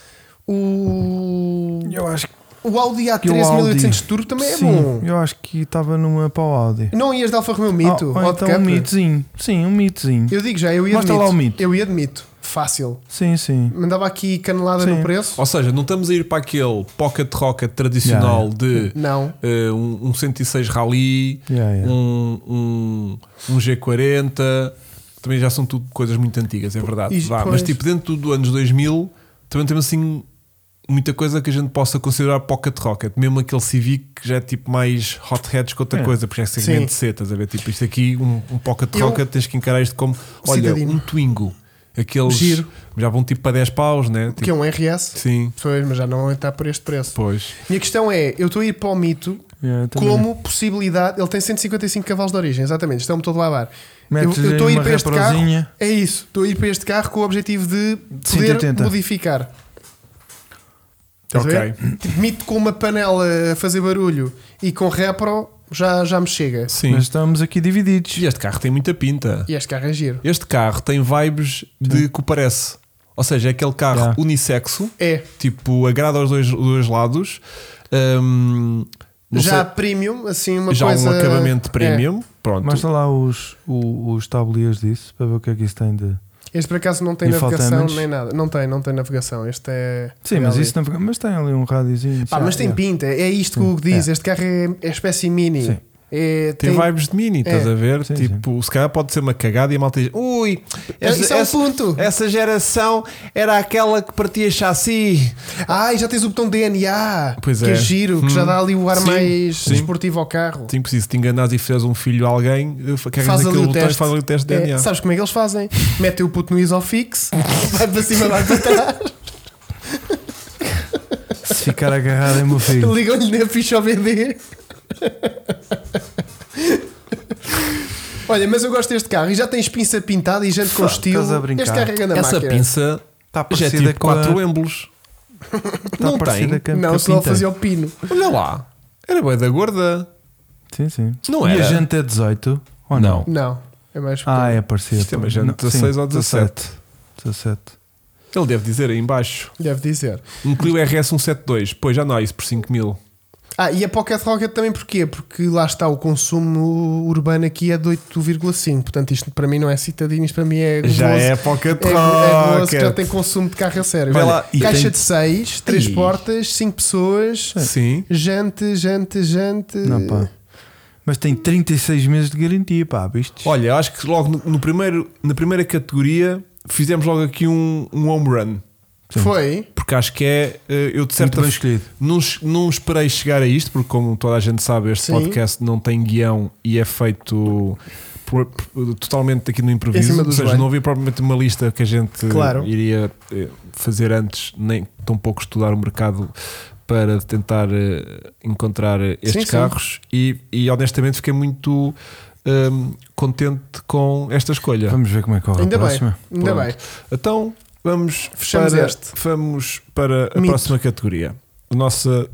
o.
eu acho que.
O Audi
E o
A13800
Audi?
Turbo Hum. também é
Sim,
bom.
Eu acho que estava numa para o Audi.
Não ias de Alfa Romeo Mito?
Ah, ou
Hot
então
Cup?
um mitozinho. Sim, um mitozinho.
Eu digo já, eu ia
Mostra
admito.
lá o mito.
Eu ia admito. Fácil.
Sim, sim.
Mandava aqui canelada
Sim.
no preço?
Ou seja, não estamos a ir para aquele pocket rocket tradicional de
Não.
eh, um, um 106 Rally,
Yeah,
É.
yeah.
Um, um, um G40. Também já são tudo coisas muito antigas, é verdade.
E-
Vá,
pois.
mas tipo, dentro do anos 2000, também temos assim muita coisa que a gente possa considerar pocket rocket. Mesmo aquele Civic que já é tipo mais hot heads que outra
É.
coisa, porque é segmento
Sim.
C, estás a ver? Tipo, isto aqui, um, um pocket
Eu-
rocket, tens que encarar isto como, olha,
Cidadino.
um Twingo. Aqueles
Giro.
já vão tipo para 10 paus, né? Tipo,
Que é um RS?
Sim,
Pois, mas já não está por este preço.
pois.
Minha questão é: eu estou a ir para o mito
Yeah, também.
como possibilidade. Ele tem 155 cavalos de origem, exatamente. Isto é um motor de lavar. Eu
Metes-lhe
eu estou a ir
uma
para este carro.
reprozinha.
É isso. Estou a ir para este carro com o objetivo de poder
180.
modificar. Estás a
Ok.
ver? Tipo, mito com uma panela a fazer barulho e com repro já, já me chega.
Sim.
Mas estamos aqui divididos.
E este carro tem muita pinta.
E este carro é giro.
Este carro tem vibes de que parece. Ou seja, é aquele carro
Yeah.
unissexo,
É.
tipo, agrada aos dois, dois lados. Hum, não
já
sei,
premium, assim, uma
já
coisa. É.
um acabamento premium. Pronto.
Mostra lá os, o- os tabuleiros disso para ver o que é que isso tem de.
É. Este por acaso não tem
E
navegação
faltamentos?
nem nada. Não tem, não tem navegação. Este é.
Sim, mas isso não. Mas tem ali um radiozinho.
Pá,
sei
mas
lá,
tem
é.
pinta. É isto que o Hugo diz.
É.
Este carro é, é espécie mini.
Sim.
É,
tem, vibes de mini, estás a ver?
Sim,
tipo, se calhar pode ser uma cagada e a malta diz: Ui,
Isso é um ponto.
essa geração era aquela que partia chassi.
Ah, e já tens o botão DNA.
Pois
que
é.
giro, que já
Hum.
dá ali o ar
Sim,
mais
sim.
desportivo ao carro.
Sim, preciso. Se te enganares e fizeres um filho a alguém, carregas
Faz ali
aquele
o
botão e
teste.
faz ali o teste de
É,
DNA.
sabes como é que eles fazem? Metem o puto no isofix, vai para cima, vai para trás,
Se ficar agarrado é meu filho.
ligam-lhe na ficha OBD. Olha, mas eu gosto deste carro e já tens pinça pintada e gente com
Fá,
estilo.
estás a brincar.
Este carro é grande
Essa
máquina. Tá
pinça
Está
já é
parecida
tipo
com a.
4 emblos.
Está
Não tem.
parecida com a- com
Não,
a
se não
pinta.
fazia o pino.
Olha lá. Era boa da gorda.
Sim, sim.
Não
e
era.
a gente é 18? Ou
Não.
não?
Não, é mais
Ah, é parecida.
Isto é uma
pois.
gente
Não,
16 ou
17. 17.
Ele deve dizer aí embaixo.
Deve dizer.
Um Clio RS 172. Pois já não há isso por 5 mil.
Ah, e a Pocket Rocket também porquê? Porque lá está o consumo urbano aqui é de 8,5. Portanto, isto para mim não é citadinho, isto para mim é
Já
guloso.
é pocket
É, é gozo que já
rocket.
tem consumo de carro a sério.
Vai
Olha,
lá, e
caixa
tem-
de 6, 3
Ih. É.
portas, 5 pessoas,
Sim.
gente, gente, gente.
Não, pá. Mas tem 36 meses de garantia, pá, viste?
Olha, acho que logo no, no primeiro, na primeira categoria fizemos logo aqui um, um home run.
Foi?
Porque acho que é. eh, Eu de certa
Muito bem escolhido.
Não, ch- não esperei chegar a isto, porque como toda a gente sabe, este
Sim.
podcast não tem guião e é feito por- por- totalmente aqui no
Em cima
improviso.
do
Ou seja,
joelho.
não havia propriamente uma lista que a gente
Claro.
iria eh, fazer antes, nem tão pouco estudar o mercado para tentar eh, encontrar eh, estes
Sim, sim.
carros. E, e honestamente fiquei muito ehm, contente com esta escolha.
Vamos ver como é que corre
Ainda
a
bem,
próxima.
ainda
Pronto.
bem.
Então vamos
Fechamos
para,
este.
Vamos para a
Mito.
próxima categoria. A nossa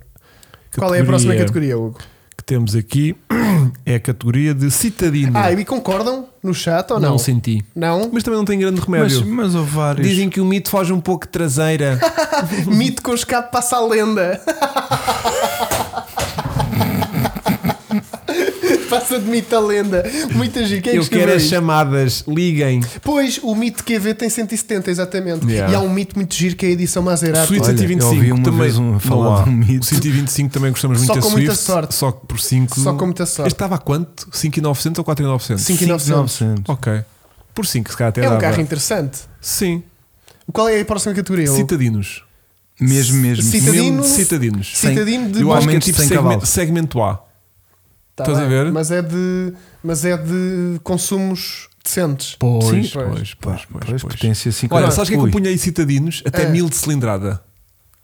Qual é a próxima categoria, Hugo?
que temos aqui é a categoria de citadino.
Ah, e concordam no chat ou não?
senti.
Não?
Mas também não tem grande
Mas,
remédio.
mas houve vários.
Dizem que o mito faz um pouco de traseira.
Mito com escape passa a lenda. passa de mito a lenda. Muita gente. Quem é que
Eu quero
escreveu
as
isto?
chamadas, liguem.
Pois, o mito QV tem 170, exatamente.
Yeah.
E há um mito muito giro que é a edição Maserati.
Suíte
Olha,
125
eu ouvi uma
também.
vez um- falar
não há.
de um mito.
O 125 também gostamos muito
Só
da
com muita
Swift,
sorte.
Só que por 5.
Só com muita sorte.
Este estava a quanto? 5.900 ou 4.900?
5.900.
5.900.
Ok. Por 5, se calhar até
É um
dava.
carro interessante.
Sim.
Qual é a próxima categoria? Hugo?
Citadinos.
Mesmo, mesmo.
Cita- Citadino-
Mesmo de citadinos.
Cem- Citadino de-
Eu
Ao
acho que é
menos
tipo
cem
segmento,
cavalos.
segmento A.
Tá
Estás a
bem,
ver?
Mas é de, mas é de consumos decentes.
Pois,
Sim,
pois, pois, pois,
Pois, assim
pois.
potência 5.
Olha, sabes o que é que eu
Ui,
punhei citadinos? Até
Ah.
mil de cilindrada.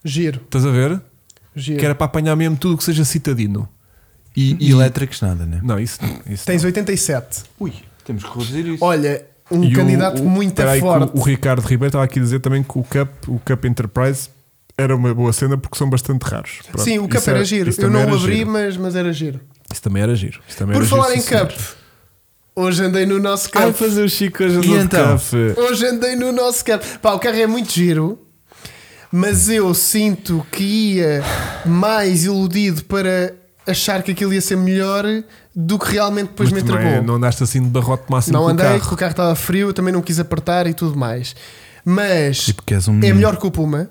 Giro,
Estás a ver?
giro.
Que era para apanhar mesmo tudo o que seja citadino. E, é-
E elétricos nada, né?
Não, isso, isso
Tens 87.
Ui, temos que reduzir isso.
Olha, um
não. E o-
candidato
o-
muito
peraí, que o-
forte.
O, Ricardo Ribeiro estava aqui a dizer também que o Cup, o Cup Enterprise era uma boa cena porque são bastante raros. Pronto,
Sim, o
isso é-
Cup era, giro.
isso
Eu
também
não o
era
abri,
giro.
mas, mas era giro.
Isso também era giro. Isso também
Por
era
falar
giro,
em
sim, senhor.
Cup, hoje andei no nosso Cup.
Ai, fazer o Chico hoje
E
andou de
então?
Cup.
Hoje andei no nosso carro. Pá, o carro é muito giro, mas eu sinto que ia mais iludido para achar que aquilo ia ser melhor do que realmente depois
Mas
me
também
entregou.
Não andaste assim de barrote máximo
Não
com o
andei,
carro.
porque o carro estava frio, eu também não quis apertar e tudo mais. Mas
Tipo, que és um
é
hum.
menino.
melhor que o Puma.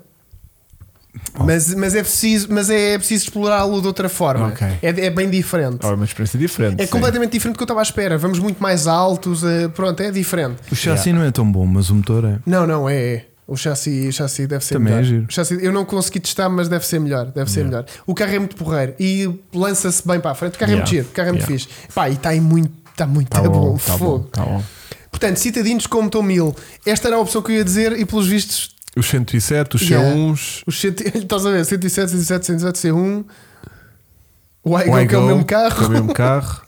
Mas, mas é preciso, mas é preciso explorá-lo de outra forma.
Ok.
É, é bem diferente.
É uma experiência diferente.
É
sim.
completamente diferente do que eu estava à espera. Vamos muito mais altos, eh, pronto, é diferente.
O chassi não é tão bom, mas o motor é.
Não, não, é. é. O chassi, o chassi deve ser
Também é
melhor.
giro.
O chassi- eu não consegui testar, mas deve ser melhor. Deve ser melhor. O carro é muito porreiro e lança-se bem para a frente. O carro
Yeah.
é muito giro, o carro é muito
Yeah.
fixe. Pá, e está aí muito, está muito
Tá
bom.
tá
Fogo.
tá bom.
Portanto, citadinos como Tom Mil. Esta era a opção que eu ia dizer e pelos vistos,
Os 107, os
Yeah.
C1s.
os cento- estás a ver, 107, 107, 107, C1. O
o
Igo, que é o
iGo,
mesmo
que é o
carro.
mesmo carro.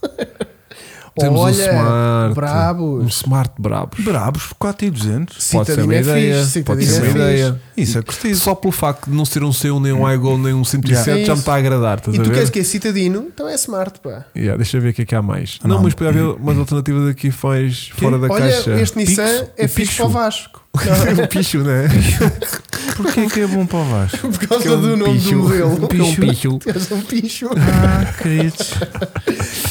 Temos um
Olha,
Smart.
brabos.
Um Smart brabos.
Brabos, 4 e 200.
Pode ser uma
Citadino é
ideia.
fixe,
Pode
citadino
ser
é
uma
fixe.
ideia.
Isso é curtido.
Só pelo facto de não ser um C1, nem um iGo, nem um 107,
Yeah.
já me está a agradar. Estás
E
a
tu
ver?
queres que é citadino? Então é smart, pá.
Yeah, deixa eu ver o que é que há mais. Não,
não.
mas pode haver umas alternativas aqui faz fora da
Olha,
caixa.
este Nissan
Pixo,
é
o
fixe
Pixo.
para o Vasco.
um picho, né?
Porquê que é bom para o Vasco?
Por causa
Que é um
do nome
picho.
do modelo.
Que é um picho.
És um picho.
Ah, queridos.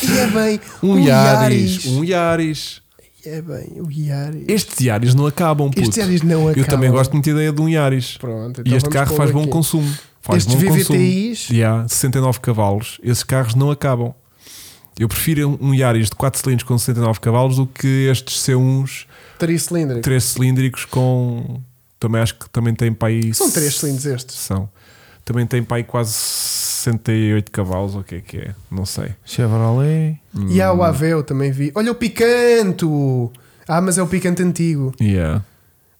E é bem.
Um,
o
Yaris. Um Yaris.
E é bem. O Iaris.
Estes Yaris não acabam, é um puto.
Estes Iaris não acabam.
Eu também gosto muito da ideia de um Yaris.
Pronto,
e
então
este
vamos
carro
pôr
faz bom
aqui.
consumo. Faz
Estes
bom
VVTIs?
consumo. Yeah, 69 cavalos. Esses carros não acabam. Eu prefiro um Yaris de 4 cilindros com 69 cavalos do que estes C1s
Tricilíndrico.
3 cilíndricos com. Também acho que também tem para aí.
São três cilindros estes.
São. Também tem para aí quase 68 cavalos, ou o que é que é? Não sei.
Chevrolet.
Hum.
E há o AV, eu também vi. Olha o Picanto! Ah, mas é o Picanto antigo.
Yeah.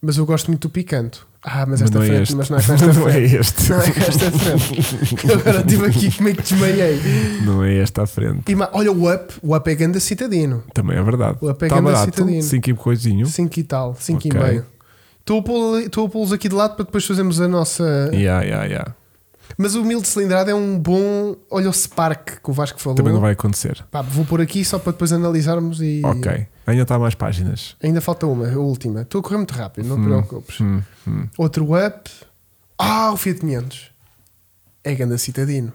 Mas eu gosto muito do Picanto. Ah, mas
Mas
esta
não é
frente,
este.
mas não é com esta
Não é
frente.
este.
Não é com esta frente. Agora estive aqui, como é que desmaiei?
Não é esta à frente.
E, ma- olha o Up, o Up é ganda citadino.
Também é verdade.
O apego
Está
anda
barato.
citadino.
5 e coisinho.
5 e tal, 5
Ok.
e meio. Estou a pô- estou a pô-los aqui de lado para depois fazermos a nossa.
Yeah, yeah, yeah.
Mas o humilde cilindrada é um bom. Olha o Spark que o Vasco falou.
Também não vai acontecer.
Pá, vou pôr aqui só para depois analisarmos e.
Ok. Ainda está mais páginas.
Ainda falta uma, a última. Estou a correr muito rápido, não te preocupes.
Hum, hum.
Outro up. Ah, o Fiat 500. É ganda citadino.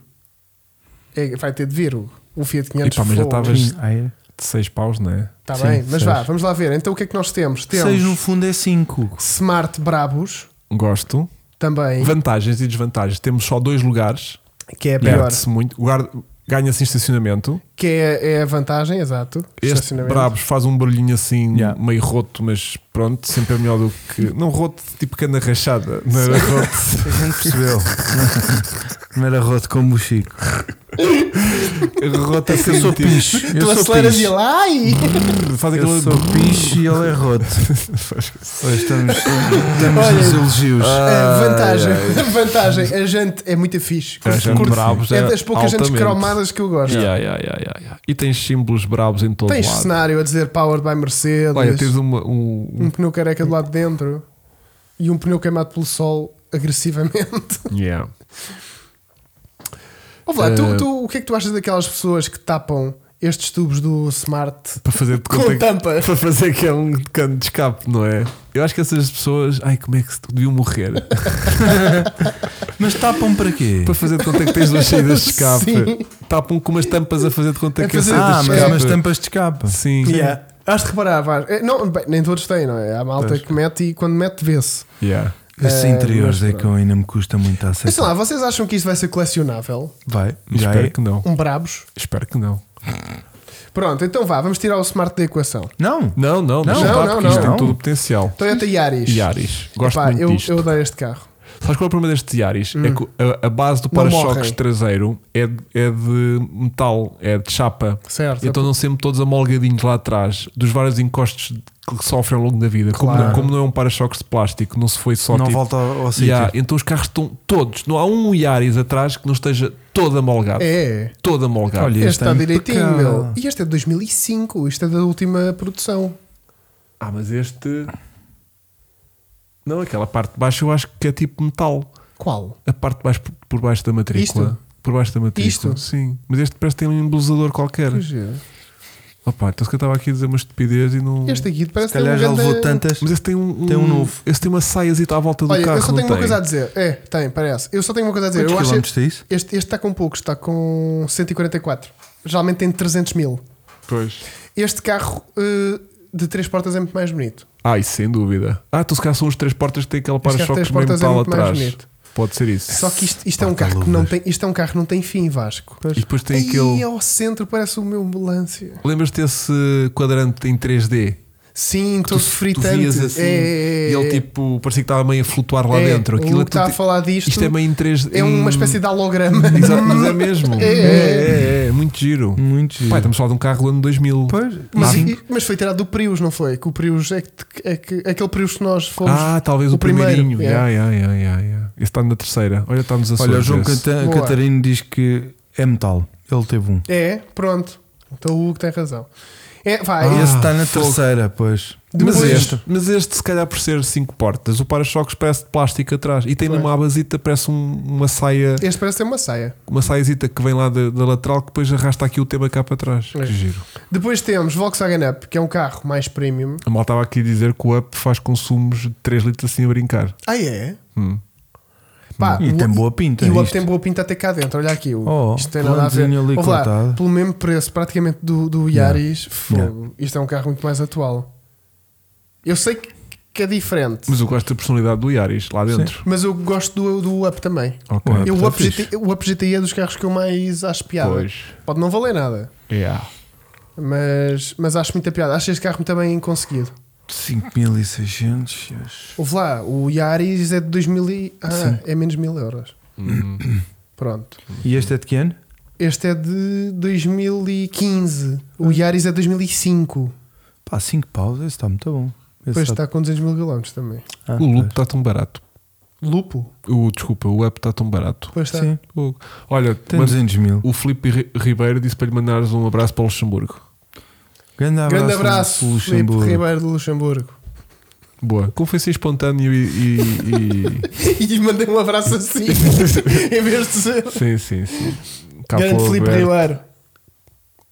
É- vai ter de vir o, o Fiat 500.
Epá, mas já
Fogo.
estavas-
Sim, ah, é.
De 6 paus, não é?
Tá
Sim,
bem, mas
seis.
vá, vamos lá ver. Então o que é que nós temos? Temos
Seis no fundo é 5.
Smart Brabus
Gosto.
também,
Vantagens e desvantagens. Temos só dois lugares.
que é a pior.
Perde-se muito. Guarda- Ganha-se em estacionamento.
Que é, é a vantagem, exato.
Este
Estacionamento.
Brabos faz um barulhinho assim,
Yeah.
meio roto, mas pronto, sempre é melhor do que. Não roto, tipo cana rachada. Não era roto.
A gente percebeu. Não era roto como o Chico.
roto
Eu
assim,
sou
tipo,
picho.
Tu
Eu sou
aceleras e
picho.
lá e.
faz
Eu
aquele.
sou picho e ele é roto. Hoje estamos, estamos
Olha.
nos elogios.
Ah,
A É, vantagem, a vantagem, a gente é muito fixe.
A jante
Curto-
Brabus
é
é
das poucas jantes
altamente.
cromadas que eu gosto.
Yeah, yeah, yeah, yeah, yeah. E tens símbolos brabos em todo
Tens
lado.
cenário a dizer Powered by Mercedes,
Olha, tens uma- um.
um pneu careca do lado de dentro e um pneu queimado pelo sol agressivamente.
um- yeah.
Ouve lá,
Eh.
tu, tu- o que é que tu achas daquelas pessoas que tapam estes tubos do Smart
Para fazer de
com
conta que-
tampa?
para fazer que é um cano de escape, não é? Eu acho que essas pessoas. Ai, como é que se deviam morrer?
Mas tapam para quê?
para fazer de conta que tens duas saídas de escape.
Sim.
Tapam com umas tampas a fazer de conta
É
que é
fazer-
saídas
Ah,
de
mas
escape.
umas tampas de escapa.
Sim.
Yeah. Has de reparar, Vasco. Eh, Não, bem, nem todos têm, não é? Há malta
Pois.
que mete e quando mete vê-se.
Yeah.
Esses
Eh,
interiores
mas
é que eu ainda me custa muito a
Mas sei
aceitar.
lá, vocês acham que isto vai ser colecionável?
Vai, já
Espero
é.
que não.
Um Brabos?
Espero que não.
Pronto, então vá, vamos tirar o Smart da equação.
Não,
Não,
Não,
não, deixa estar,
não,
porque
não,
isto tem
não.
todo o potencial.
Toyota Yaris.
Yaris. Gosto
Epá,
muito
eu,
disto.
eu adoro este carro.
Sabes qual é o problema destes Yaris? É que a, a base do
Não
para-choques
morrem.
traseiro é, de- é de metal, é de chapa.
Certo.
Então não sempre todos amolgadinhos lá atrás, dos vários encostos que sofrem ao longo da vida. Como
Claro.
não- Como, não é um para-choques de plástico, não se foi só
não
tipo,
volta ao ao sítio.
Yeah, então os carros estão todos. Não há um Iaris atrás que não esteja todo amolgado.
É.
Todo amolgado.
Olha,
Este,
Este
está
é
direitinho,
impecável.
meu. E este é de 2005. Isto é da última produção.
Ah, mas este. Não, aquela parte de baixo eu acho que é tipo metal.
Qual?
A parte de baixo por, por baixo da matrícula.
Isto?
Por baixo da matrícula.
Isto?
Sim. Mas este parece que tem um embelezador qualquer.
Que giro.
Opa, então se calhar estava aqui a dizer uma estupidez e não.
é. Este aqui
Se
parece que
calhar já
um grande-
levou tantas.
Mas este tem um,
Tem um novo.
Este tem uma saiazita à volta do
Olha,
carro.
eu só
não
tenho uma
tem?
coisa a dizer. É, tem, parece. Eu só tenho uma coisa a dizer.
Quantos
eu acho
quilómetros
este,
tem isso?
este está com poucos, está com 144. Geralmente tem 300 mil.
Pois.
Este carro eh, de três portas é muito mais bonito.
Ah, isso sem dúvida. Ah, tu se calhar são os três portas que têm aquele
calhar
para-choque
três
meio
portas é
metal
muito mais
atrás.
bonito.
Pode ser isso.
Só que isto, isto é um
Pá,
carro que não
luvas.
tem, isto é um carro que não tem fim, Vasco.
E depois tem
Aí
aquele.
ao centro parece o meu ambulância.
Lembras-te desse quadrante em 3D?
Sim,
Tu,
todo
tu
fritante.
vias assim
É, é, é,
e ele
é.
tipo parecia que estava meio a flutuar lá
É,
dentro.
o
Aquilo
Hugo está a
tudo-
falar disto.
Isto é meio em 3D.
É uma espécie de holograma.
de. Exato, mas é mesmo.
É,
É,
é.
é, é, muito giro.
Muito giro.
Pai, estamos a falar de um carro do ano 2000.
Pois,
Mas,
Sim.
mas foi tirado do Prius, não foi? Que o Prius é, que, é que, aquele Prius que nós fomos.
Ah, talvez
o
o,
primeiro,
primeirinho.
é.
Yeah, yeah, yeah, yeah, yeah. Esse está na terceira. Olha, está nos Açores.
Olha, o João
esse.
Cata-
Boa.
Catarino diz que é metal. Ele teve um.
É, pronto. Então o Hugo tem razão. É, vai.
Ah,
Esse está na
fogo.
terceira, pois.
Depois-
mas, este, mas este, se calhar, por ser 5 portas, o para-choques parece de plástico atrás e tem
Pois.
numa abasita, parece um- uma saia,
Este parece ter uma saia.
uma saiazita que vem lá da, da lateral que depois arrasta aqui o tema cá para trás.
É.
Que giro.
Depois temos Volkswagen Up, que é um carro mais premium.
A malta estava aqui a dizer que o up faz consumos de 3 litros assim a brincar.
Ah, é?
Hum.
Pá,
E
Ah, o-
tem boa pinta.
E o Up
isto.
tem boa pinta até cá dentro, olha aqui. o-
Oh,
isto tem nada a ver.
plantezinho ali
Ouve lá,
cortado.
pelo mesmo preço praticamente do, do Yaris, fogo. Isto é um carro muito mais atual. Eu sei que, que é diferente, mas,
Mas eu gosto da personalidade do Yaris lá dentro.
eu gosto do, do Up também.
Ok.
Ué,
Eu, o,
tá
Up
fixe.
GT, o Up GTI é dos carros que eu mais acho piada.
Pois.
Pode não valer nada,
Yeah.
mas, mas acho muita piada. Acho este carro muito bem conseguido.
5600.
Ouve lá, o Yaris é de 2000 e... Ah,
Sim.
é menos mil euros. Pronto.
E este é de que ano?
Este é de 2015. O Yaris é de 2005.
Pá, 5 paus, esse está muito bom. Esse
Pois está com 200 mil quilómetros também.
Ah,
O loop
pois.
está tão barato.
Lupo?
O, desculpa, o up está tão barato.
Pois está.
Sim,
Fogo. Olha,
tem
mas
200 mil.
o Filipe Ri- Ribeiro disse para lhe mandares um abraço para o Luxemburgo.
Grande abraço,
Grande abraço, Filipe
Luxemburgo.
Ribeiro do Luxemburgo.
Boa. Como foi assim espontâneo e. e- e-
e lhe mandei um abraço assim, em vez de ser.
Sim, sim, sim. Cá
Grande
pelo
Filipe
aberto.
Ribeiro.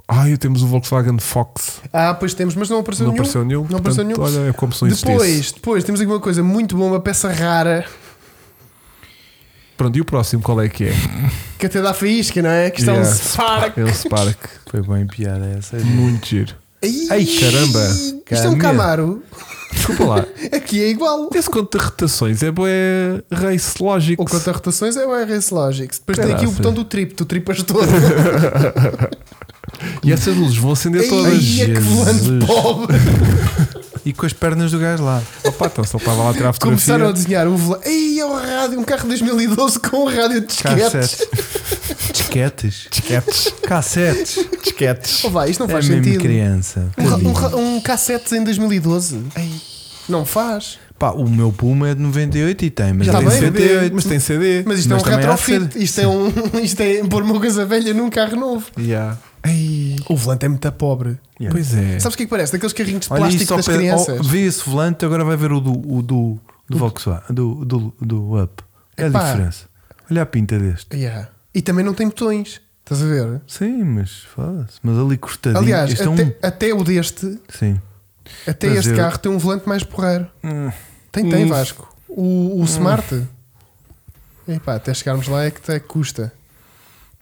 Ai, temos o Volkswagen Fox.
Ah, pois temos, mas não apareceu
Não
nenhum.
apareceu nenhum.
Não apareceu
portanto,
nenhum.
Olha, é como se não existisse.
Depois, depois, temos aqui uma coisa muito boa, uma peça rara,
Pronto, e o próximo qual é que é?
que até dá faísca, não é? Que está um
Yeah.
Spark.
É o Spark.
Foi bem piada essa.
Muito giro.
Ai,
Ai, caramba.
Isto é um
Caramba.
Camaro.
Desculpa lá.
Aqui é igual.
Esse conta de rotações é boé race logic.
O conta rotações é o RS Logics. Depois tem aqui o
Caraca.
botão do trip, tu tripas todo.
E essas luzes vão acender todas.
Ai, é que volante
Jesus.
pobre.
E com as pernas do gajo lá.
Opa, então só estava lá a tirar a fotografia.
Começaram a desenhar o volante. Ei, é um rádio, um carro de 2012 com um rádio de disquetes.
Cassetes. Disquetes.
Disquetes.
Cassetes.
Disquetes.
Oh, vai, isto não
É
faz
mesmo
sentido.
criança.
Um, ra- um,
Tadinho.
ra- um cassete em 2012. Ei, não faz.
Pá, o meu Puma é de 98 e tem, mas
Já
tem
bem.
Tem CD,
78.
mas tem CD.
Mas isto
Mas
é um
também há
retrofit.
de
Isto é, um, isto é pôr uma coisa velha num carro novo.
Yeah. Ai,
O volante é muito pobre.
Yeah.
Pois é.
Sabes o que é que parece? Daqueles carrinhos de
Olha
plástico
isso,
das
pe-
crianças.
oh, vê esse volante, agora vai ver o do, o do, do Volkswagen, do, do, do Up. É a
Epá.
diferença. Olha a pinta deste.
Yeah. E também não tem botões. Estás a ver?
Sim, mas foda-se. Mas ali cortadinho.
Aliás,
este é um-
até, até o deste,
Sim.
até
Mas
este
eu-
carro tem um volante mais porreiro.
Hum.
Tem, tem,
Hum.
Vasco. O, o Smart. Epá, até chegarmos lá é que até custa.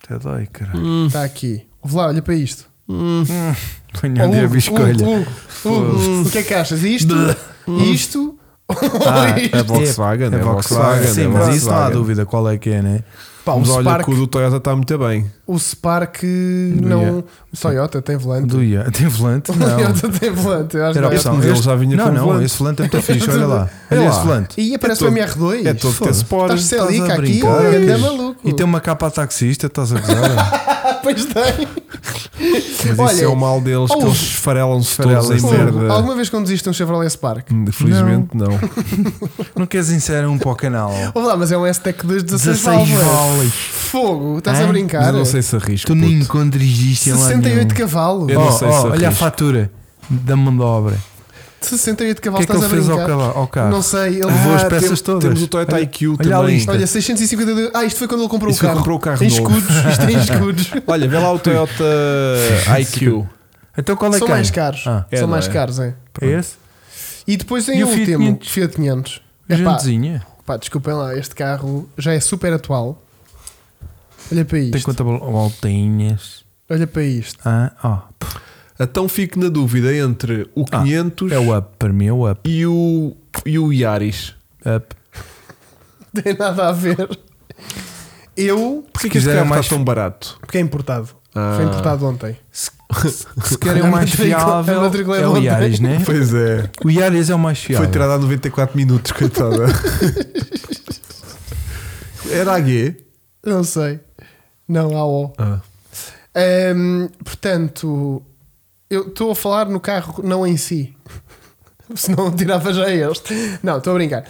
Até dói, caralho.
Está aqui. Ouve lá, olha para isto.
Tenho
Oh,
onde é
Hugo,
a escolha.
Hugo, Hugo, Hugo, o que é que achas? Isto? isto?
Ah,
Isto?
é Volkswagen, é Volkswagen,
Sim,
é
né? mas isso não há
Volkswagen.
dúvida qual é que é, né?
Pá, o,
Mas olha
Spark,
que o do Toyota está muito bem.
o Spark não. O Toyota tem volante.
Do Ian. Tem volante?
O
Não.
Toyota tem volante. eu acho
Era
que- é.
Este modelo já vinha
não,
com
não,
volante.
esse volante é muito fixe, olha lá. tá Olha
É lá.
esse volante.
E aparece
É
o
todo-
MR2.
É todo ter
Foda-se.
sport.
Estás
Estás
Celica
a
aqui,
brincar?
é maluco.
E tem uma capa a taxista, estás a gozar?
Ah, pois tem.
Mas isso
Olha,
é o mal deles,
oh,
que eles farelam-se todos em
esfarelam-se.
Hugo,
merda.
alguma vez conduziste um Chevrolet Spark?
Infelizmente não.
não queres inserir um para o canal?
Ouve lá, mas é um STEC 2 16
16
válvulas.
valas.
Fogo, estás
Hã?
a
Mas
brincar?
eu não sei se arrisco.
Tu
puto.
nem com dirigiste em lá
68
nenhum.
cavalos.
Eu não
Oh,
sei
oh,
se
olha a
arrisco.
fatura da mão de obra. O
68
que
cavalos,
é que
estás
ele
a
fez ao
brincar?
cavalo- ao carro?
Não sei, ele
Levou as
Ah,
peças
temos-
todas.
temos o Toyota IQ
olha a
também.
lista.
Olha, 652. Ah, isto foi quando ele comprou
Isso
o
foi
carro.
quando comprou o carro
Tem
novo.
escudos, isto tem escudos.
Olha, vê lá o Toyota IQ.
Então qual é
São
que é?
mais caros.
Ah,
é,
São
não
mais
é?
caros, é.
é esse?
E depois tem
E
o
o Fiat
último,
500?
Fiat 500. Epá,
Gentezinha.
pá, desculpem lá, este carro já é super atual. Olha para
Tem
isto.
quantas voltinhas?
Olha para isto.
Ah, ó. Pff,
Então fico na dúvida entre o
Ah,
500
É o up, para mim é o up.
e o e o Yaris.
up.
Tem nada a ver. Eu,
Porquê
Se
É que este
quiser
carro
mais-
está tão barato?
porque é importado.
Ah.
Foi importado ontem.
Se querem
A
o mais
matrícula- a
fiável,
matrícula é
é o
ontem.
Iaris, né?
Pois é.
O Iaris é o mais
Foi
fiável.
tirado há 94 minutos, coitada. Era a G.
Não sei. Não, há O.
Ah.
Ahm, portanto, eu estou a falar no carro, não em si. Senão tirava já este. Não, estou a brincar.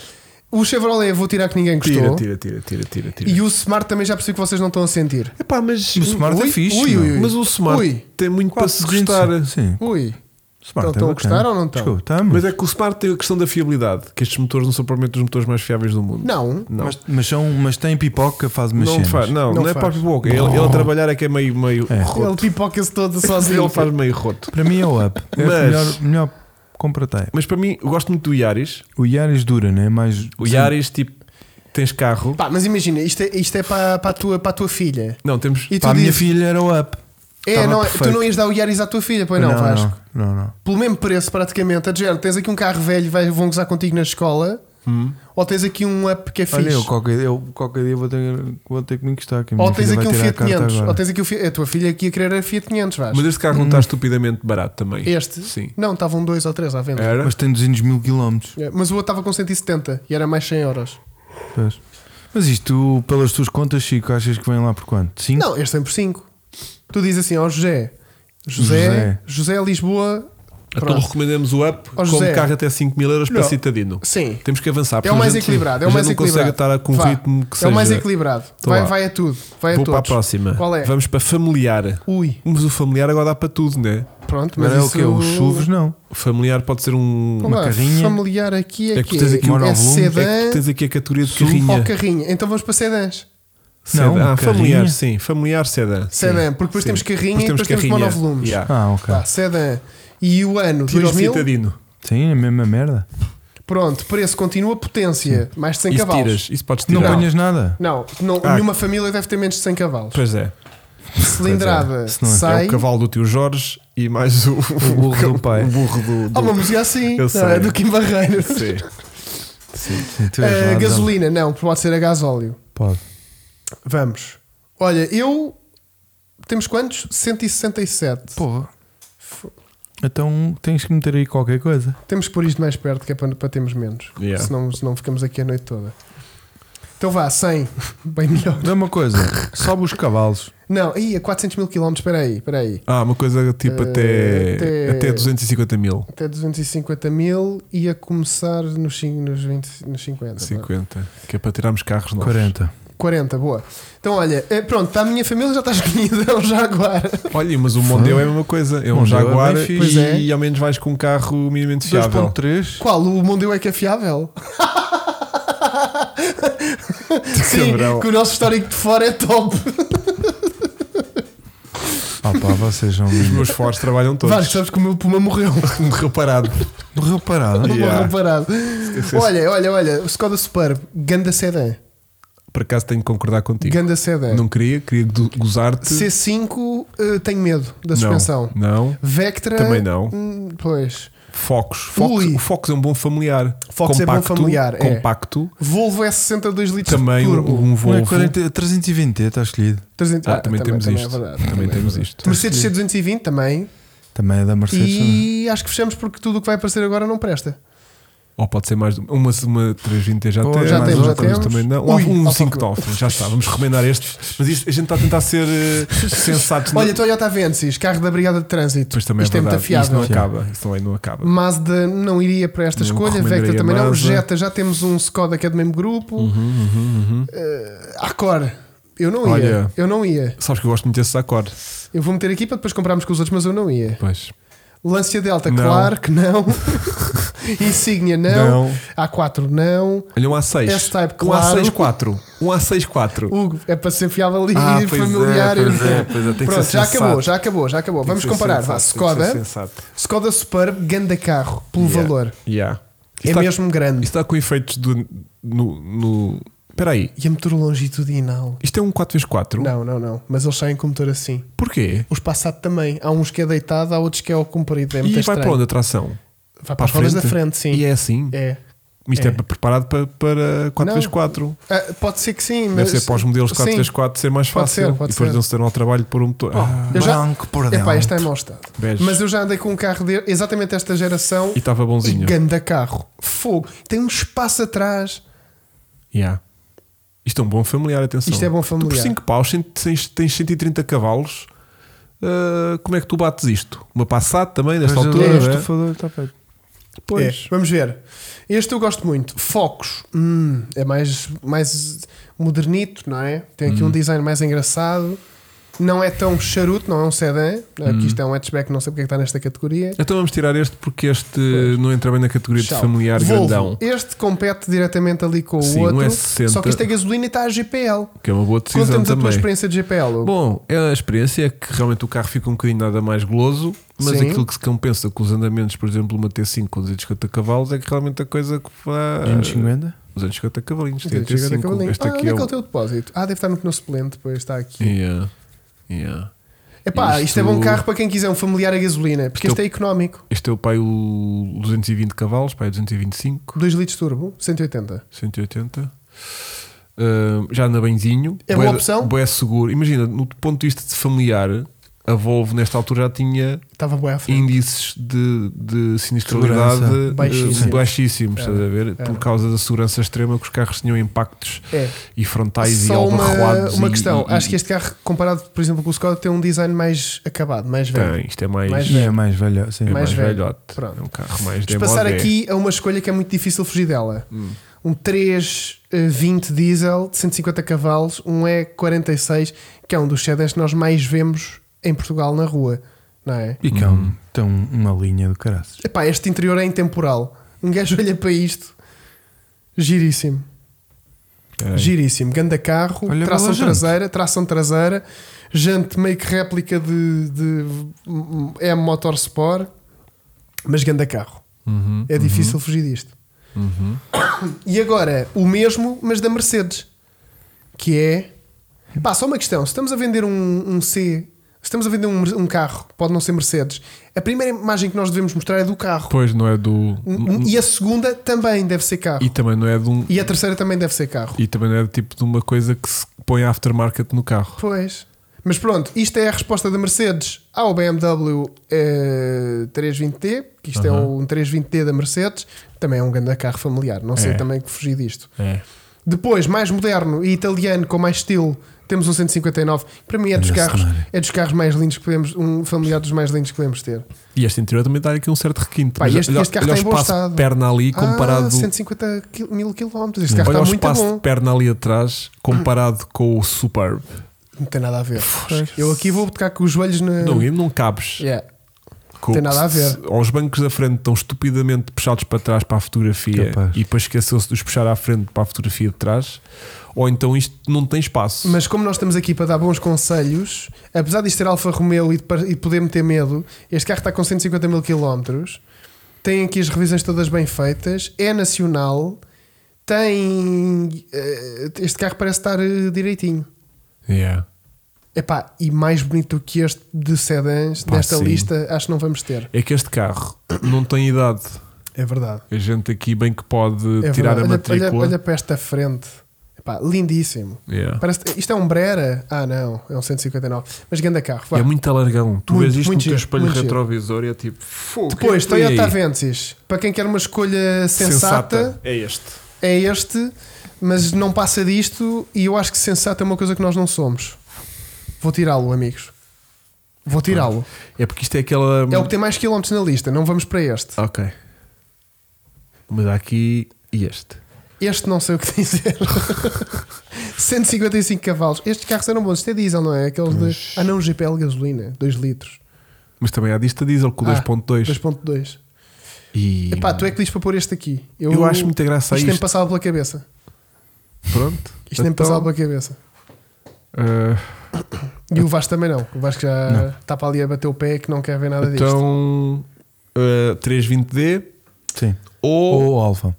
O Chevrolet eu vou tirar que ninguém
Tira,
gostou.
tira, tira, tira, tira, tira.
E o Smart também já percebi que vocês não estão a sentir.
Epá, mas
O Smart é fixe,
ui,
meu.
ui.
Mas o Smart
Ui.
tem muito para se gostar.
Sim.
Ui,
Smart é
Estão- estão a
bacana.
gostar ou não estão?
Desculpa, tá, estamos.
Mas é que o Smart tem a questão da fiabilidade, que estes motores não são propriamente os motores mais fiáveis do mundo.
não.
Não.
Mas, mas são, mas tem pipoca, faz umas
não,
cenas.
faz, não,
Não
não, é
faz.
para pipoca. Ele, ele a trabalhar é que é meio, meio
É.
Ele
roto.
pipoca-se todo sozinho.
Ele faz meio roto.
Para mim é o up. É
Mas-
a melhor, melhor compra até.
Mas para mim, eu gosto muito do Yaris.
O Iaris dura, né? Mais
O Yaris, tipo, tens carro.
Pá, mas imagina, isto é, isto é para, para, a tua, para a tua filha.
Não, temos.
E tu
Para a minha
dizes-
filha era o up.
É,
Estava
não, tu
perfeito.
não ias dar o Iaris à tua filha, pois não, Vasco?
Não, não, não.
Pelo mesmo preço, praticamente. A de género, tens aqui um carro velho, vai, vão gozar contigo na escola. Ou tens aqui um up que é
Hum. Olha,
fixe.
eu qualquer, eu qualquer dia vou ter, vou ter que me encostar. Que a
Ou
minha
tens
filha
aqui um
vai tirar a
Fiat
carta
500. Ou
agora.
tens aqui o Fiat... A tua filha aqui a querer era Fiat 500, Vasco.
Mas este carro
Hum.
não está estupidamente barato também.
Este?
Sim.
Não, estavam dois ou três à venda.
Era.
Mas tem 200 mil quilómetros.
É, Mas o outro estava com 170 e era mais 100 euros.
Pois. Mas isto, pelas tuas contas, Chico, achas que vem lá por quanto? 5?
Não, este tem por 5. Tu dizes assim, ó José... José... José Lisboa...
então
Pronto.
recomendamos o up
Ó, José.
como carro até 5 mil euros para
Não.
citadino.
Sim.
Temos que avançar.
É o
porque
mais
a gente-
equilibrado. É
a
o
gente
mais
não
equilibrado.
consegue estar com um
Vá.
ritmo que
É o mais
seja-
equilibrado.
Então
vai,
vá.
vai a tudo. Vai
Vou
a todos.
para a próxima.
Qual é?
Vamos para familiar.
Ui.
Mas o familiar agora dá para tudo, né?
Pronto, mas
Agora é o
isso-
que? Os chuvos, não.
O familiar pode ser um.
Vamos lá,
carrinha.
familiar aqui é,
É que
que
tu tens aqui um
é
monovolume,
É que
sedã
tens aqui a categoria de
ou
carrinha.
carrinha. Então vamos para sedãs.
Sedã.
Não,
ah,
carrinha.
familiar, sim. Familiar, sedã.
Sedã, porque depois
Sim.
temos carrinha e depois temos
carrinha.
monovolumes.
Yeah.
Ah, ok.
Pá, sedã. E o ano
Tira o
2000,
citadino.
Sim, é a mesma merda.
pronto, preço continua, potência, mais de 100
Isso
cavalos.
tiras. Isso podes
Não
tirar.
apanhas nada.
Não, não
Ah.
nenhuma família deve ter menos de 100 cavalos.
Pois é.
Cilindrada
Se não é, é o
sai.
É o cavalo do tio Jorge e mais o, o
burro do pai.
O burro do.
Há
do...
uma música assim,
Eu
não, é
sei.
do Kim Barreiros.
Sim.
Tu és
Ah,
lá,
gasolina, não, pode ser a gasóleo.
dá- Pode.
Vamos. Olha, eu. Temos quantos? 167.
Porra. Então tens que meter aí qualquer coisa.
Temos que pôr isto mais perto, que é para, para termos menos.
Yeah.
Senão, senão ficamos aqui a noite toda. Então vá, 100. Bem melhor.
Dá uma coisa, sobe os cavalos.
Não, aí a 400 mil quilómetros, espera aí, espera aí.
Ah, uma coisa tipo
Eh,
até,
até-
até... 250 mil.
Até 250 mil e a começar nos, cin- nos, 20, nos 50. vá.
50. Que é para tirarmos carros novos.
40.
40, boa. Então olha, eh, pronto, está a minha família já está escolhida, é um Jaguar.
Olha, mas o Mondeo é a mesma coisa. É um
Mondeo é bem
Jaguar
fixe.
Pois é.
e ao menos vais com um carro minimamente fiável.
2.3.
Qual? O Mondeu é que é fiável? Sim,
Cabrão.
que o nosso histórico de fora é top.
Ah pá, vocês são
Os meus Fords trabalham todos.
Vasco, sabes que o meu Puma morreu.
Morreu parado.
Morreu parado.
Yeah.
Morreu parado. Olha, olha, olha, o Skoda Superb, ganda sedã.
Por acaso tenho que concordar contigo.
Ganda sedã.
Não queria, queria go- gozar-te.
C5 eh, tenho medo da suspensão.
Não. não.
Vectra
Também não.
hum, Pois.
Focos. Focos-
Ui.
o Focus é um bom familiar.
Focus é bom familiar, é.
Compacto.
Volvo S62 litros
Também
de
um,
turbo.
um
Não
Volvo.
é 40, 320, está escolhido.
300
Ah,
ah,
também, temos
também
isto.
é verdade,
também
também.
temos isto.
Mercedes C220 também.
Também é da Mercedes. também.
E acho que fechamos porque tudo o que vai aparecer agora não presta.
Ou pode ser mais de uma. Uma, uma 320 já
Pô,
temos.
já
mais
temos, já
outras
temos.
Também não.
Ui,
um
opa,
5 já está. Vamos remendar estes. Mas isto, a gente está a tentar ser eh, sensatos.
Olha,
não-
Toyota Avensis, carro da Brigada de Trânsito.
Pois também
Isto
é
é muito
verdade. Isto
afiável.
não acaba. Isto também não acaba.
Mazda não iria para esta
Não
escolha,
recomendaria é?
Vectra também não,
Mazda.
Jetta já temos um Skoda que é do mesmo grupo,
Uhum,
Eh, Accord, eu não ia,
Olha.
eu não ia,
Sabes que eu gosto muito desse acorde.
eu vou meter aqui para depois comprarmos com os outros, mas eu não ia.
Pois.
Lancia Delta,
Não.
claro que não, Insignia não.
Não.
A4 não,
Olha um A6.
S-Type,
Um
claro.
A6-4. Um A6-4.
Hugo, é para ser fiável e
Ah, pois é,
familiar. e-
pois é, pois é, tem que
Pronto,
ser
já
sensato.
acabou, já acabou, já acabou. Vamos comparar, vá, Skoda, Skoda Superb, ganda carro, pelo valor,
Yeah.
é
um Isto tá-
mesmo grande.
Isto está com efeitos do- no, no Espera aí,
E é motor longitudinal.
isto é um 4x4?
Não, não, não. Mas eles saem com motor assim.
Porquê?
Os Passat também. Há uns que é deitado, há outros que é ao comprido. É
e
muito
vai
estranho.
para onde a tração?
Vai para as rodas da frente, sim.
E é assim?
É.
Isto é,
é.
preparado para, para 4x4.
Ah, pode ser que sim,
Deve
mas.
ser para os modelos
sim.
4x4 ser mais
Pode
fácil.
ser, pode
e depois
ser. Oh.
não se deram ao trabalho de pôr um motor. Ah,
Eu já-
Branco por
Epá,
dentro.
este é em mau estado.
Beijo.
Mas eu já andei com um carro de exatamente esta geração
e estava
e
bonzinho.
ganda carro. Fogo. Tem um espaço atrás.
Yeah. Isto é um bom familiar, atenção.
Isto é bom familiar.
Tu por 5 paus cento- tens, tens 130 cavalos. ah, como é que tu bates isto? Uma Passat também, nesta
Mas o
altura? não é?
estufador está feito.
Pois.
É, vamos ver. Este eu gosto muito. Focos. Hum, é mais, mais modernito, não é? Tem
Hum.
aqui um design mais engraçado. Não é tão charuto, não é um sedã.
Hum.
Aqui isto é um hatchback, não sei porque é que está nesta categoria.
Então vamos tirar este porque este não entra bem na categoria
Tchau.
de familiar
Volvo.
grandão,
Este compete diretamente ali com o
Sim, um
outro.
S60.
Só que isto é gasolina e está a GPL.
que é uma boa decisão
Conta-nos a tua
também.
experiência de GPL. Hugo.
Bom, é a experiência é que realmente o carro fica um bocadinho nada mais goloso, mas
Sim.
aquilo que se compensa com os andamentos, por exemplo, uma T5 com 250 cavalos, é que realmente a coisa que vai.
250?
250 cavalinhos. Tem a
Chega da
T5.
Cavalinho.
Este
Ah, onde
aqui
é
é
que é o
o.
teu depósito? Ah, deve estar no pneu suplente, pois está aqui.
Yeah. Yeah.
Epá, isto...
Isto-
é bom carro para quem quiser um familiar a gasolina, porque
Isto-
este é económico.
Este é o pai o 220 cavalos, pai 225,
2 litros turbo, 180.
180. Ah, já anda benzinho.
É
Bué-
boa opção?
bué seguro. Imagina, no ponto de vista de familiar, a Volvo nesta altura já tinha
Estava boa à frente.
índices de, de sinistralidade
Segurança.
eh,
Baixíssimos.
baixíssimos, estás a ver?
era.
Por causa da segurança extrema que os carros tinham impactos
É.
e frontais e
Só uma,
albarroados.
uma
e-
questão.
e-
Acho
e-
que este carro, comparado, por exemplo, com o Skoda, tem um design mais acabado, mais velho.
tem, isto é mais,
Mais
mais,
E é mais velho. Sim.
é mais,
mais velho.
velhote.
Pronto.
É um carro mais
Vamos passar
demodé. Hum.
aqui a uma escolha que é muito difícil fugir dela. Um 320 diesel de 150 cavalos, um E46, que é um dos sedãs que nós mais vemos em Portugal na rua, não é?
E que é
Uhum.
um- tem uma linha do caraças.
Epá, este interior é intemporal. Um gajo olha para isto. Giríssimo.
É.
Giríssimo. Ganda carro,
Olha
tração
pela jante.
traseira, tração traseira, jante meio que réplica de, de hum, M Motorsport, mas ganda carro.
Uhum,
É difícil fugir disto.
uhum.
E agora, o mesmo, mas da Mercedes. Que é. Pá, só uma questão. Se estamos a vender um, um C, se estamos a vender um, um carro, pode não ser Mercedes, a primeira imagem que nós devemos mostrar é do carro.
Pois não é do.
Um- E a segunda também deve ser carro.
E também não é de um.
E a terceira também deve ser carro.
E também não é do tipo de uma coisa que se põe aftermarket no carro.
Pois. Mas pronto, isto é a resposta da Mercedes ao BMW eh, 320T, que isto é
Aham.
um 320T da Mercedes, também é um grande carro familiar, não sei
É.
também que fugir disto.
É.
Depois, mais moderno e italiano, com mais estilo, temos um 159, para mim é dos,
Olha esse
carros,
cenário.
é dos carros mais lindos que podemos, um familiar dos mais lindos que podemos ter.
E este interior também dá aqui um certo requinte.
Pá,
Mas
este-
olha-
este carro
olha o
tem bom
espaço de
estado.
perna ali
Ah,
comparado
150 quil- mil quilómetros, este carro
Olha
está
o
muito
espaço
bom.
de perna ali atrás comparado com o Superb.
Não tem nada a ver. Eu aqui vou tocar com os joelhos na.
Não, e não cabes.
Yeah.
Com-
É. tem nada a ver.
se- Aos bancos da frente estão estupidamente puxados para trás para a fotografia
Capaz.
e depois esqueceu-se de os puxar à frente para a fotografia de trás. Ou então isto não tem espaço.
Mas como nós estamos aqui para dar bons conselhos, apesar de ser Alfa Romeo e de, par- e de poder meter medo, este carro está com 150 mil quilómetros, tem aqui as revisões todas bem feitas, é nacional, tem. eh, Este carro parece estar eh, direitinho.
Yeah.
Epá, e mais bonito do que este de sedãs
Pá,
desta
sim.
lista, acho que não vamos ter.
É que este carro não tem idade.
É verdade.
A gente aqui bem que pode
É
tirar
verdade.
a
Olha-
matrícula.
Olha, olha para esta frente. Epá, lindíssimo.
Yeah.
Parece, isto é um Brera? Ah, não, é um 159. Mas ganda carro. vá.
É muito alargão. Tu
Muito,
vês isto
muito
no teu
giro,
espelho
muito giro.
retrovisor e é tipo. "Fô, o que
Depois,
é que tem
Toyota
aí?"
Avensis. Para quem quer uma escolha sensata,
É este.
é este, mas não passa disto. E eu acho que sensata é uma coisa que nós não somos. Vou tirá-lo, amigos. Vou tirá-lo.
É porque isto é aquela.
É o que tem mais quilómetros na lista, não vamos para este.
Ok. Mas há aqui e este.
Este não sei o que dizer. 155 cavalos. Estes carros eram bons. Isto é diesel, não é? Aqueles
Mas-
de... Ah, não, GPL gasolina, 2 litros.
Mas também há disto a diesel com o
Ah,
2.2.
2.2.
E
Epá, tu é que dizes para pôr este aqui.
eu, acho muita graça a
Isto
isto.
nem me passava pela cabeça.
Pronto.
Isto nem me
Então,
passava pela cabeça.
ah,
E o Vasco também não. O Vasco já está para ali a bater o pé que não quer ver nada disto.
então ah, 320D
Sim.
ou
Ou Alfa.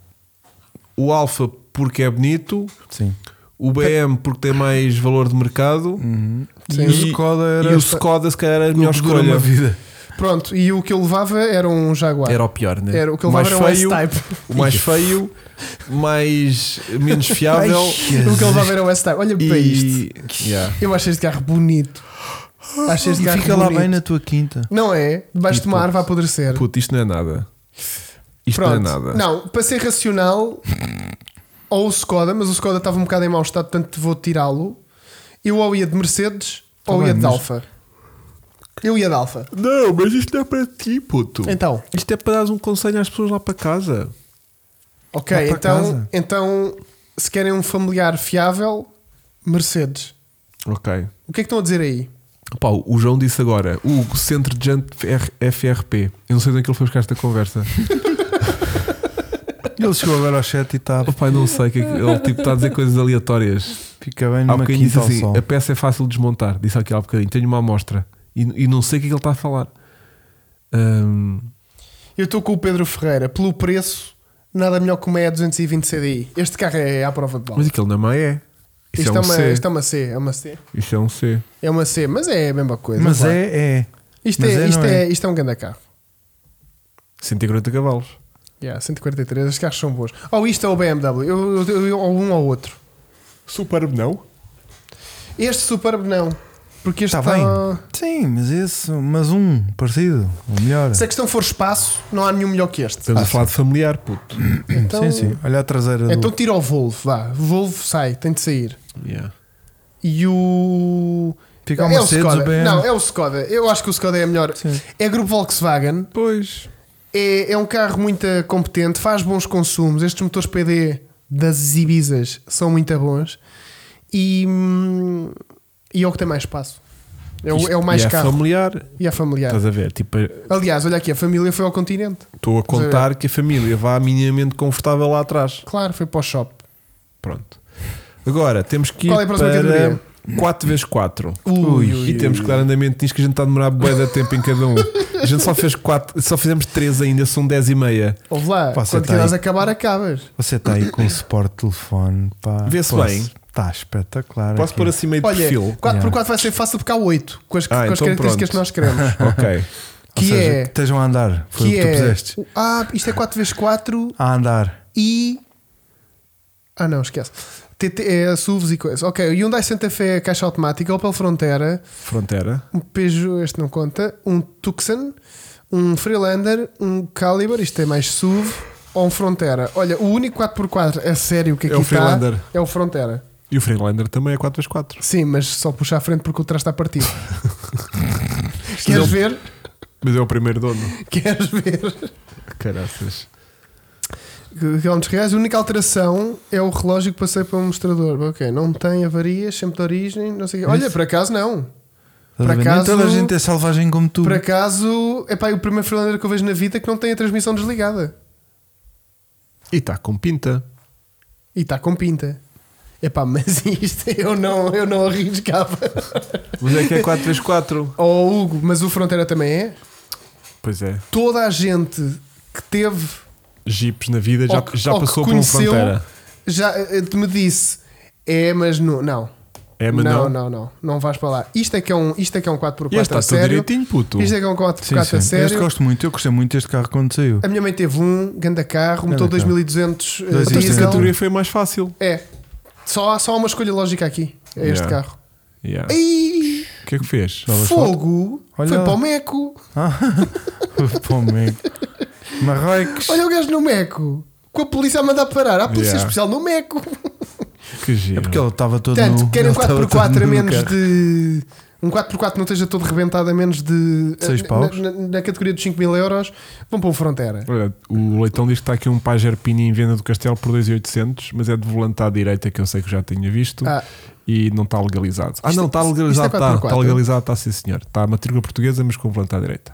o Alfa porque é bonito,
Sim.
o BM porque tem mais valor de mercado
Sim.
Uhum. e,
O
Skoda era-
e o Skoda se calhar era a melhor
Melhor escolha
escolha.
uma vida.
Pronto, e o que eu levava era um Jaguar.
Era o pior, né?
Era o que
O
ele
mais
levava era um
feio,
S-Type.
o mais feio, mais menos fiável.
O que ele levava era um S-Type. Olha para isto.
e yeah.
Eu acho este carro bonito. Acho este
E
carro
fica lá
bonito.
bem na tua quinta.
Não é? Debaixo de uma
Tipo,
árvore a apodrecer.
Puto, isto não é nada. Isto
Pronto.
não é nada.
Não, para ser racional, ou o Skoda, mas o Skoda estava um bocado em mau estado, portanto vou tirá-lo. Eu ou ia de Mercedes
Tá
ou ia
bem,
de
mas-
Alfa. Eu ia de Alfa.
Não, mas isto não é para ti, puto.
Então,
Isto é para dar um conselho às pessoas lá para casa.
ok,
Vá para
então,
casa.
então se querem um familiar fiável, Mercedes.
Ok.
O que é que estão a dizer aí?
Pá, o João disse agora, o Centro de Jante FR- FRP. Eu não sei onde é que ele foi buscar esta conversa.
Ele chegou agora ao chat e está.
O pai não sei, o que é que- ele tipo, está a dizer coisas aleatórias.
Fica bem
Há
numa
bocadinho disse
quinta ao
assim,
sol.
a peça é fácil de desmontar. Disse aqui há bocadinho, tenho uma amostra. E, e não sei o que é que ele está a falar. Ahm,
Eu estou com o Pedro Ferreira. Pelo preço, nada melhor que uma E220 CDI. Este carro é à prova de bola.
mas aquilo na mãe é. Isso
Isto
é um
é, uma,
C.
isto é uma C, é uma C.
Isso é um C.
É uma C, mas é a mesma coisa.
Mas
claro.
é, é.
Isto,
mas
é,
é,
isto,
não
é.
é?
isto é um grande carro.
140 cavalos.
Yeah, 143, os carros são bons. Ou isto ou o BMW, eu, eu, eu- eu- ou um ou outro.
Superb não?
Este Superb não, porque este
Está
está...
Tá bem. Sim, mas esse, mas um parecido, o melhor.
Se a questão for espaço, não há nenhum melhor que este.
Estamos a falar de familiar, puto.
Então,
Sim, sim. Olha a traseira
então
do.
tira o Volvo, vá. Volvo sai, tem de sair.
Yeah.
E o...
Fica o
é o
Mercedes,
Skoda.
o BM.
Não, é o Skoda. Eu acho que o Skoda é a melhor.
Sim.
É grupo Volkswagen.
Pois.
É, é um carro muito competente, faz bons consumos. Estes motores PD das Ibizas são muito bons e, hum, e é o que tem mais espaço. É o,
Isto-
é o mais
e é
caro
familiar.
e é familiar.
Estás a ver? Tipo,
Tá
Aliás, olha aqui, a família foi ao continente.
estou a contar que a família vá minimamente confortável lá atrás.
Claro, foi para o shop.
Pronto. Agora, temos que ir
Qual é a próxima
para
categoria?
4x4.
Ui,
e temos que dar andamento nisto que a gente está a demorar bué de tempo em cada um. A gente só fez 4, só fizemos 3 ainda, são 10 e meia.
Ouve lá,
Pá, você
quando
tá
quiseres
aí.
acabar, acabas.
Você está aí com o suporte de telefone. pá.
Vê-se
Posso-
bem.
Está espetacular.
Posso
aqui.
pôr assim meio de
Olha,
perfil?
4x4 vai ser fácil porque há 8 com as,
Ah,
com as
então pronto.
características que nós queremos.
Ok.
Ou
que
seja,
é-
que estejam a andar. Foi o
que
que tu
é.
puseste.
Ah, isto é 4x4
A andar.
e. Ah, não, esquece. TT, é, SUVs e coisas. Ok, o Hyundai Santa Fé, caixa automática, Opel Frontera,
Fronteira.
um Peugeot, este não conta, um Tucson, um Freelander, um Caliber, isto é mais SUV, ou um Frontera. Olha, o único 4x4, é sério, que
É
aqui
o
está,
Freelander.
é o Frontera.
E o Freelander também é 4x4.
Sim, mas só puxa à frente porque o trás está partido.
não-
Queres ver?
Mas é o primeiro dono.
Queres ver?
Caraças.
Quilómetros reais, a única alteração é o relógio que passei para o mostrador. Ok, não tem avarias, sempre de origem, não sei o quê. Olha, por acaso não.
Estás
Por
a ver? Nem
acaso-
toda a gente é selvagem como tu.
Por acaso, é pá, o primeiro Freelander que eu vejo na vida que não tem a transmissão desligada.
E está com pinta.
E está com pinta. É pá, mas isto eu não, eu não arriscava.
Mas é que é 4x4.
Oh Hugo, mas o Fronteira também é.
Pois é.
Toda a gente que teve
Jeeps na vida já,
Ou que-
já
ou que
passou por um
conheceu-
fronteira.
já eh, me disse é, mas não. Não,
É, mas
não,
não.
não, não, não vais para lá. Isto é que é um, isto é que é um 4x4
E este
a
está tudo
sério.
direitinho, puto.
Isto é que é um 4x4
Sim, sim.
a
Este
sério.
gosto muito. Eu gostei muito deste carro quando saiu.
A minha mãe teve um, ganda carro, motor
Ganda carro.
2200 eh,
Dois
Então esta
Diesel.
categoria foi mais fácil.
É. Só, há- só há uma escolha lógica aqui. É este
Yeah.
carro.
Yeah.
Ai,
O que é que fez?
Novas
fogo!
Olha.
Foi para o Meco.
Pô, amigo. Marrocos.
Olha o gajo no Meco. Com a polícia a mandar parar. Há polícia
Yeah.
especial no Meco.
Que giro.
É porque ele estava todo
Portanto,
nu.
querem um
Ele estava
4x4
todo
a
nu no
menos
carro.
de. Um 4x4 não esteja todo rebentado a menos de.
Seis
na-
paus.
Na, na categoria dos 5 mil euros, vão para o Frontera.
Olha, o Leitão diz que está aqui um Pajero Pini em venda do Castelo por 2,800, mas é de volante à direita que eu sei que eu já tinha visto
Ah.
e não está legalizado. Ah,
Isto-
não, está
isto é
legalizado, está,
4x4?
está legalizado, está sim senhor. Está a matrícula portuguesa, mas com volante à direita.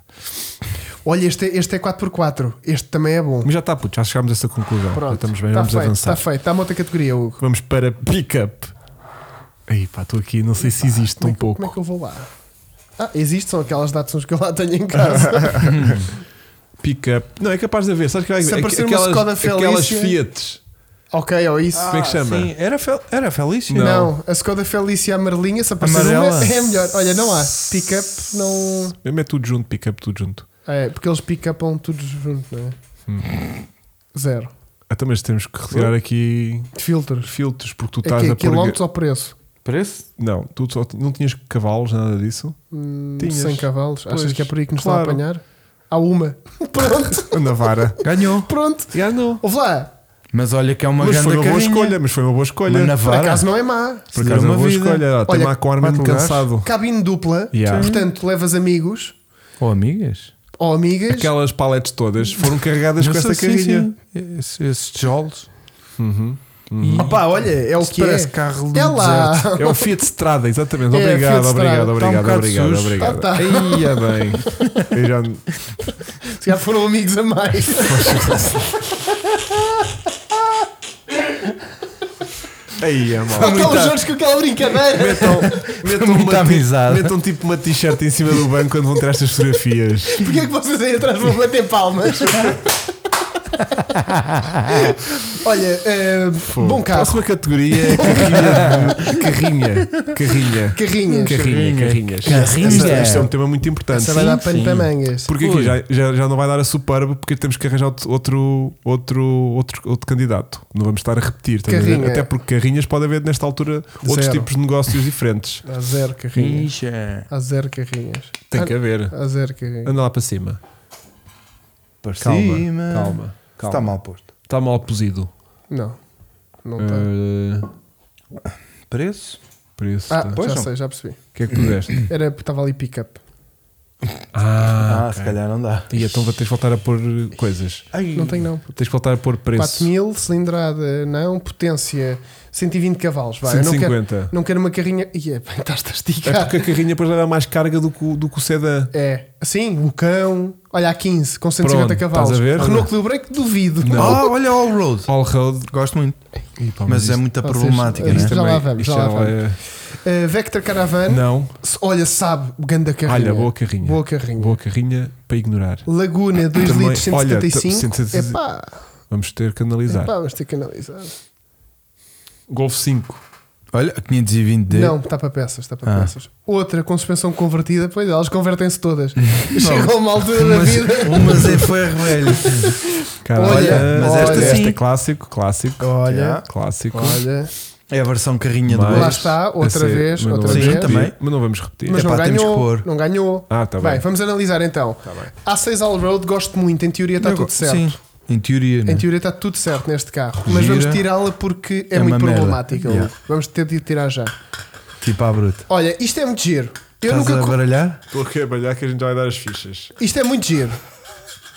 Olha, este, é- este é 4x4. Este também é bom.
Mas já está, puto, já chegámos a essa conclusão. Já
Pronto,
estamos bem,
está
vamos
feito, tá
avançar.
está feito. Está uma outra categoria, Hugo.
Vamos para pick-up. Aí pá, estou aqui, não sei se existe
Como
tão
é que-
pouco.
Como é que eu vou lá? Ah, existe, são aquelas datas que eu lá tenho em casa.
Pick-up. Não, é capaz de haver. Sabes que vai
Se
haver?
aparecer uma
aquelas,
Skoda
aquelas
Felicia-
Fiats.
Ok, ou isso.
Ah.
Como é que chama?
Sim, era, fel era Felício.
não.
não.
a Skoda Felicia amarelinha, se aparecer
Amarela?
uma, é melhor. Olha, não há. Pick-up não.
Eu meto é tudo junto, pick-up tudo junto.
É, porque eles pick-upam tudo junto, não é?
Hum.
Zero.
Até Ah, então, mas temos que retirar aqui
De filtros.
filtros, porque tu
É
estás
que é
a pôr.
quilómetros ao preço?
Parece?
Não, tu só não tinhas cavalos, nada disso.
Hum,
Tinhas.
100 cavalos. Achas
Pois,
que é por aí que nos
claro.
estão a apanhar? Há uma. Pronto,
Na vara.
Ganhou.
pronto.
Já não.
Ouve lá.
Mas olha que é uma
Mas
grande
foi uma boa
carrinha.
escolha, mas foi uma boa escolha.
Mas na
Por
vara.
acaso não é má.
Por acaso é uma
Uma
boa
vida.
escolha. Está
Olha,
má com o Armin
quatro lugares.
cansado.
Cabine dupla.
Yeah.
Portanto, levas amigos
Ou amigas.
ou amigas.
Aquelas paletes todas foram carregadas com
Mas
esta
sim,
carrinha. Uhum,
sim. é Esse- Esses tijolos.
Opa, olha, é o
Isso
que é.
Ah, parece carro do
É lá.
É o Fiat Strada, exatamente.
É,
Obrigado,
Fiat
obrigado,
Strada.
Tá um
obrigado,
bocado
obrigado,
sujo.
obrigado.
Ah, tá.
Aí, é bem. Eu já-
Se já foram amigos a mais.
Aí, é mal.
Faltam os outros com aquela brincadeira.
Metam, metam,
muita
uma,
amizade.
metam tipo uma t-shirt em cima do banco quando vão tirar estas fotografias.
Porquê é que vocês aí atrás vão bater palmas? Olha, eh, bom
A
carro.
próxima categoria é carrinha. de- Carrinha. Carrinha.
Carrinhas.
Carrinha, carrinhas. Esta- Este é um tema muito importante.
Essa vai dar
Sim,
pano
sim.
para mangas.
Porque aqui já, já, já não vai dar a superba porque temos que arranjar outro, outro, outro, outro, outro candidato. Não vamos estar a repetir. estás a ver?
Carrinha.
Até porque carrinhas pode haver nesta altura outros
Zero.
tipos de negócios diferentes.
Há zero carrinhas.
Rixa.
Há zero carrinhas.
Tem que haver.
Há zero carrinhas.
Anda lá para cima.
Para
Calma,
cima.
calma, calma.
Está mal posto.
Está mal posido.
Não. Não está.
Uh,
Preço?
preço.
ah,
tá.
pois
já
não.
sei, já percebi.
O que é que puseste?
Era porque estava ali pick-up.
ah,
Ah, se calhar não dá.
e então tens de voltar a pôr coisas.
Ai.
Não tem não.
Tens de voltar a pôr preço.
4000, cilindrada, não, potência 120 cavalos, vai. Eu Não quero,
150.
não quero uma carrinha. Ih, é, bem, estás a
É
esticar.
porque a carrinha depois leva mais carga do que, o- do que o sedã.
É, assim, o cão. Olha, há 15 com 150
Pronto,
cavalos.
estás a ver?
Renault Clio que duvido.
Ah, olha All-Road.
All-road.
Gosto muito.
Ih, pá,
Mas é
isto-
muito
Vocês-
problemática, né?
isto Já
também-
lá vamos,
isto
já lá
é-
Uh, Vector Caravan.
Não.
S- Olha, sabe, ganda carrinha.
Olha, boa carrinha.
Boa carrinha.
Boa carrinha para ignorar.
Laguna 2
Também-
litros
olha,
175.
175.
Epá,
Vamos ter que analisar.
epá, vamos ter que analisar.
Golf 5.
Olha, 520D.
Não, está para peças, está para
Ah.
peças. Outra com suspensão convertida, pois elas convertem-se todas. Chegou uma altura da
Mas,
vida.
um
mas é ferro, velho.
Cara,
Olha,
mas
olha.
esta, esta
sim.
é clássico, clássico.
Olha.
Clássico.
Olha,
É a versão carrinha
Mas-
do
lá
Oeste.
está, outra
Essa é-
vez,
mas não
outra
vamos
vez.
Sim, também.
repetir, Mas não vamos repetir.
Mas não
Epá, temos que
ganhou,
pôr.
não ganhou.
Ah, tá bem.
vamos analisar então.
Tá
A6 All-Road, gosto muito, em teoria está
Eu
tá tudo
go-
certo.
Sim, em teoria. né?
Em teoria está tudo certo neste carro, mas
Gira.
vamos tirá-la porque é,
É
muito
uma merda.
problemática.
Yeah.
Vamos ter de tirar já.
Tipo à bruta.
Olha, isto é muito giro. Eu
Estás
nunca
a
co-
baralhar?
Estou aqui a balhar é que a gente vai dar as fichas.
Isto é muito giro.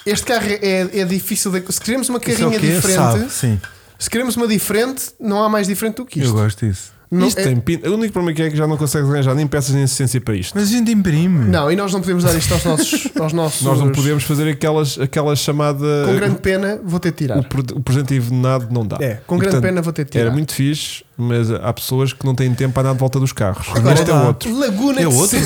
Este carro é, é difícil. De... Se queremos uma
Isso é o
carrinha
quê?
diferente,
Sabe, sim.
se queremos uma diferente, não há mais diferente do que
Eu
isto.
gosto disso.
Não,
isto
é-
tem pinta. O único problema que é que já não consegues arranjar nem peças nem assistência para isto.
Mas a gente imprime.
não, e nós não podemos dar isto aos nossos. Aos nossos
Nós não podemos fazer aquelas, aquela chamada.
Com grande pena, vou ter de tirar.
o, pre- o presente envenenado não dá.
É, com grande
Portanto,
pena vou ter de tirar.
Era muito fixe, mas há pessoas que não têm tempo para andar de volta dos carros.
Agora,
este é
dá.
outro.
Laguna
É
de
outro?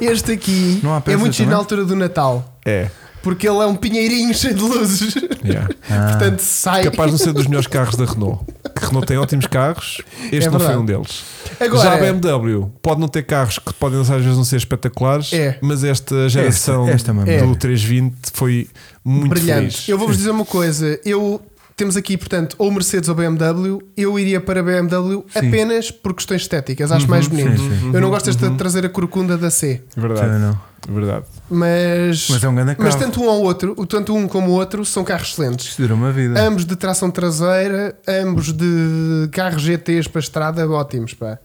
Este aqui
Não há
é
peças
muito giro na
também?
altura do Natal.
É.
Porque ele é um pinheirinho cheio de luzes.
Ah.
yeah.
Portanto, sai.
Capaz de não ser dos melhores carros da Renault. Que Renault tem ótimos carros, este
É
não foi
verdade.
um deles.
Agora,
Já a BMW pode não ter carros que podem às vezes não ser espetaculares,
É.
mas esta geração
Esta- esta mesmo.
do
É.
320 foi muito
brilhante.
feliz.
Eu vou-vos dizer uma coisa. Eu temos aqui, portanto, ou Mercedes ou BMW. Eu iria para a BMW
Sim. Uhum,
apenas por questões estéticas. Acho mais bonito. Uhum.
sim, uhum. sim.
Eu não gosto desta traseira corcunda da C.
Também
Verdade,
não.
verdade.
Mas,
Mas é um grande carro.
mas tanto um ao outro, o- tanto um como o outro, são carros excelentes.
Isto dura uma vida.
Ambos de tração traseira, ambos de carros GTs para estrada, ótimos, pá.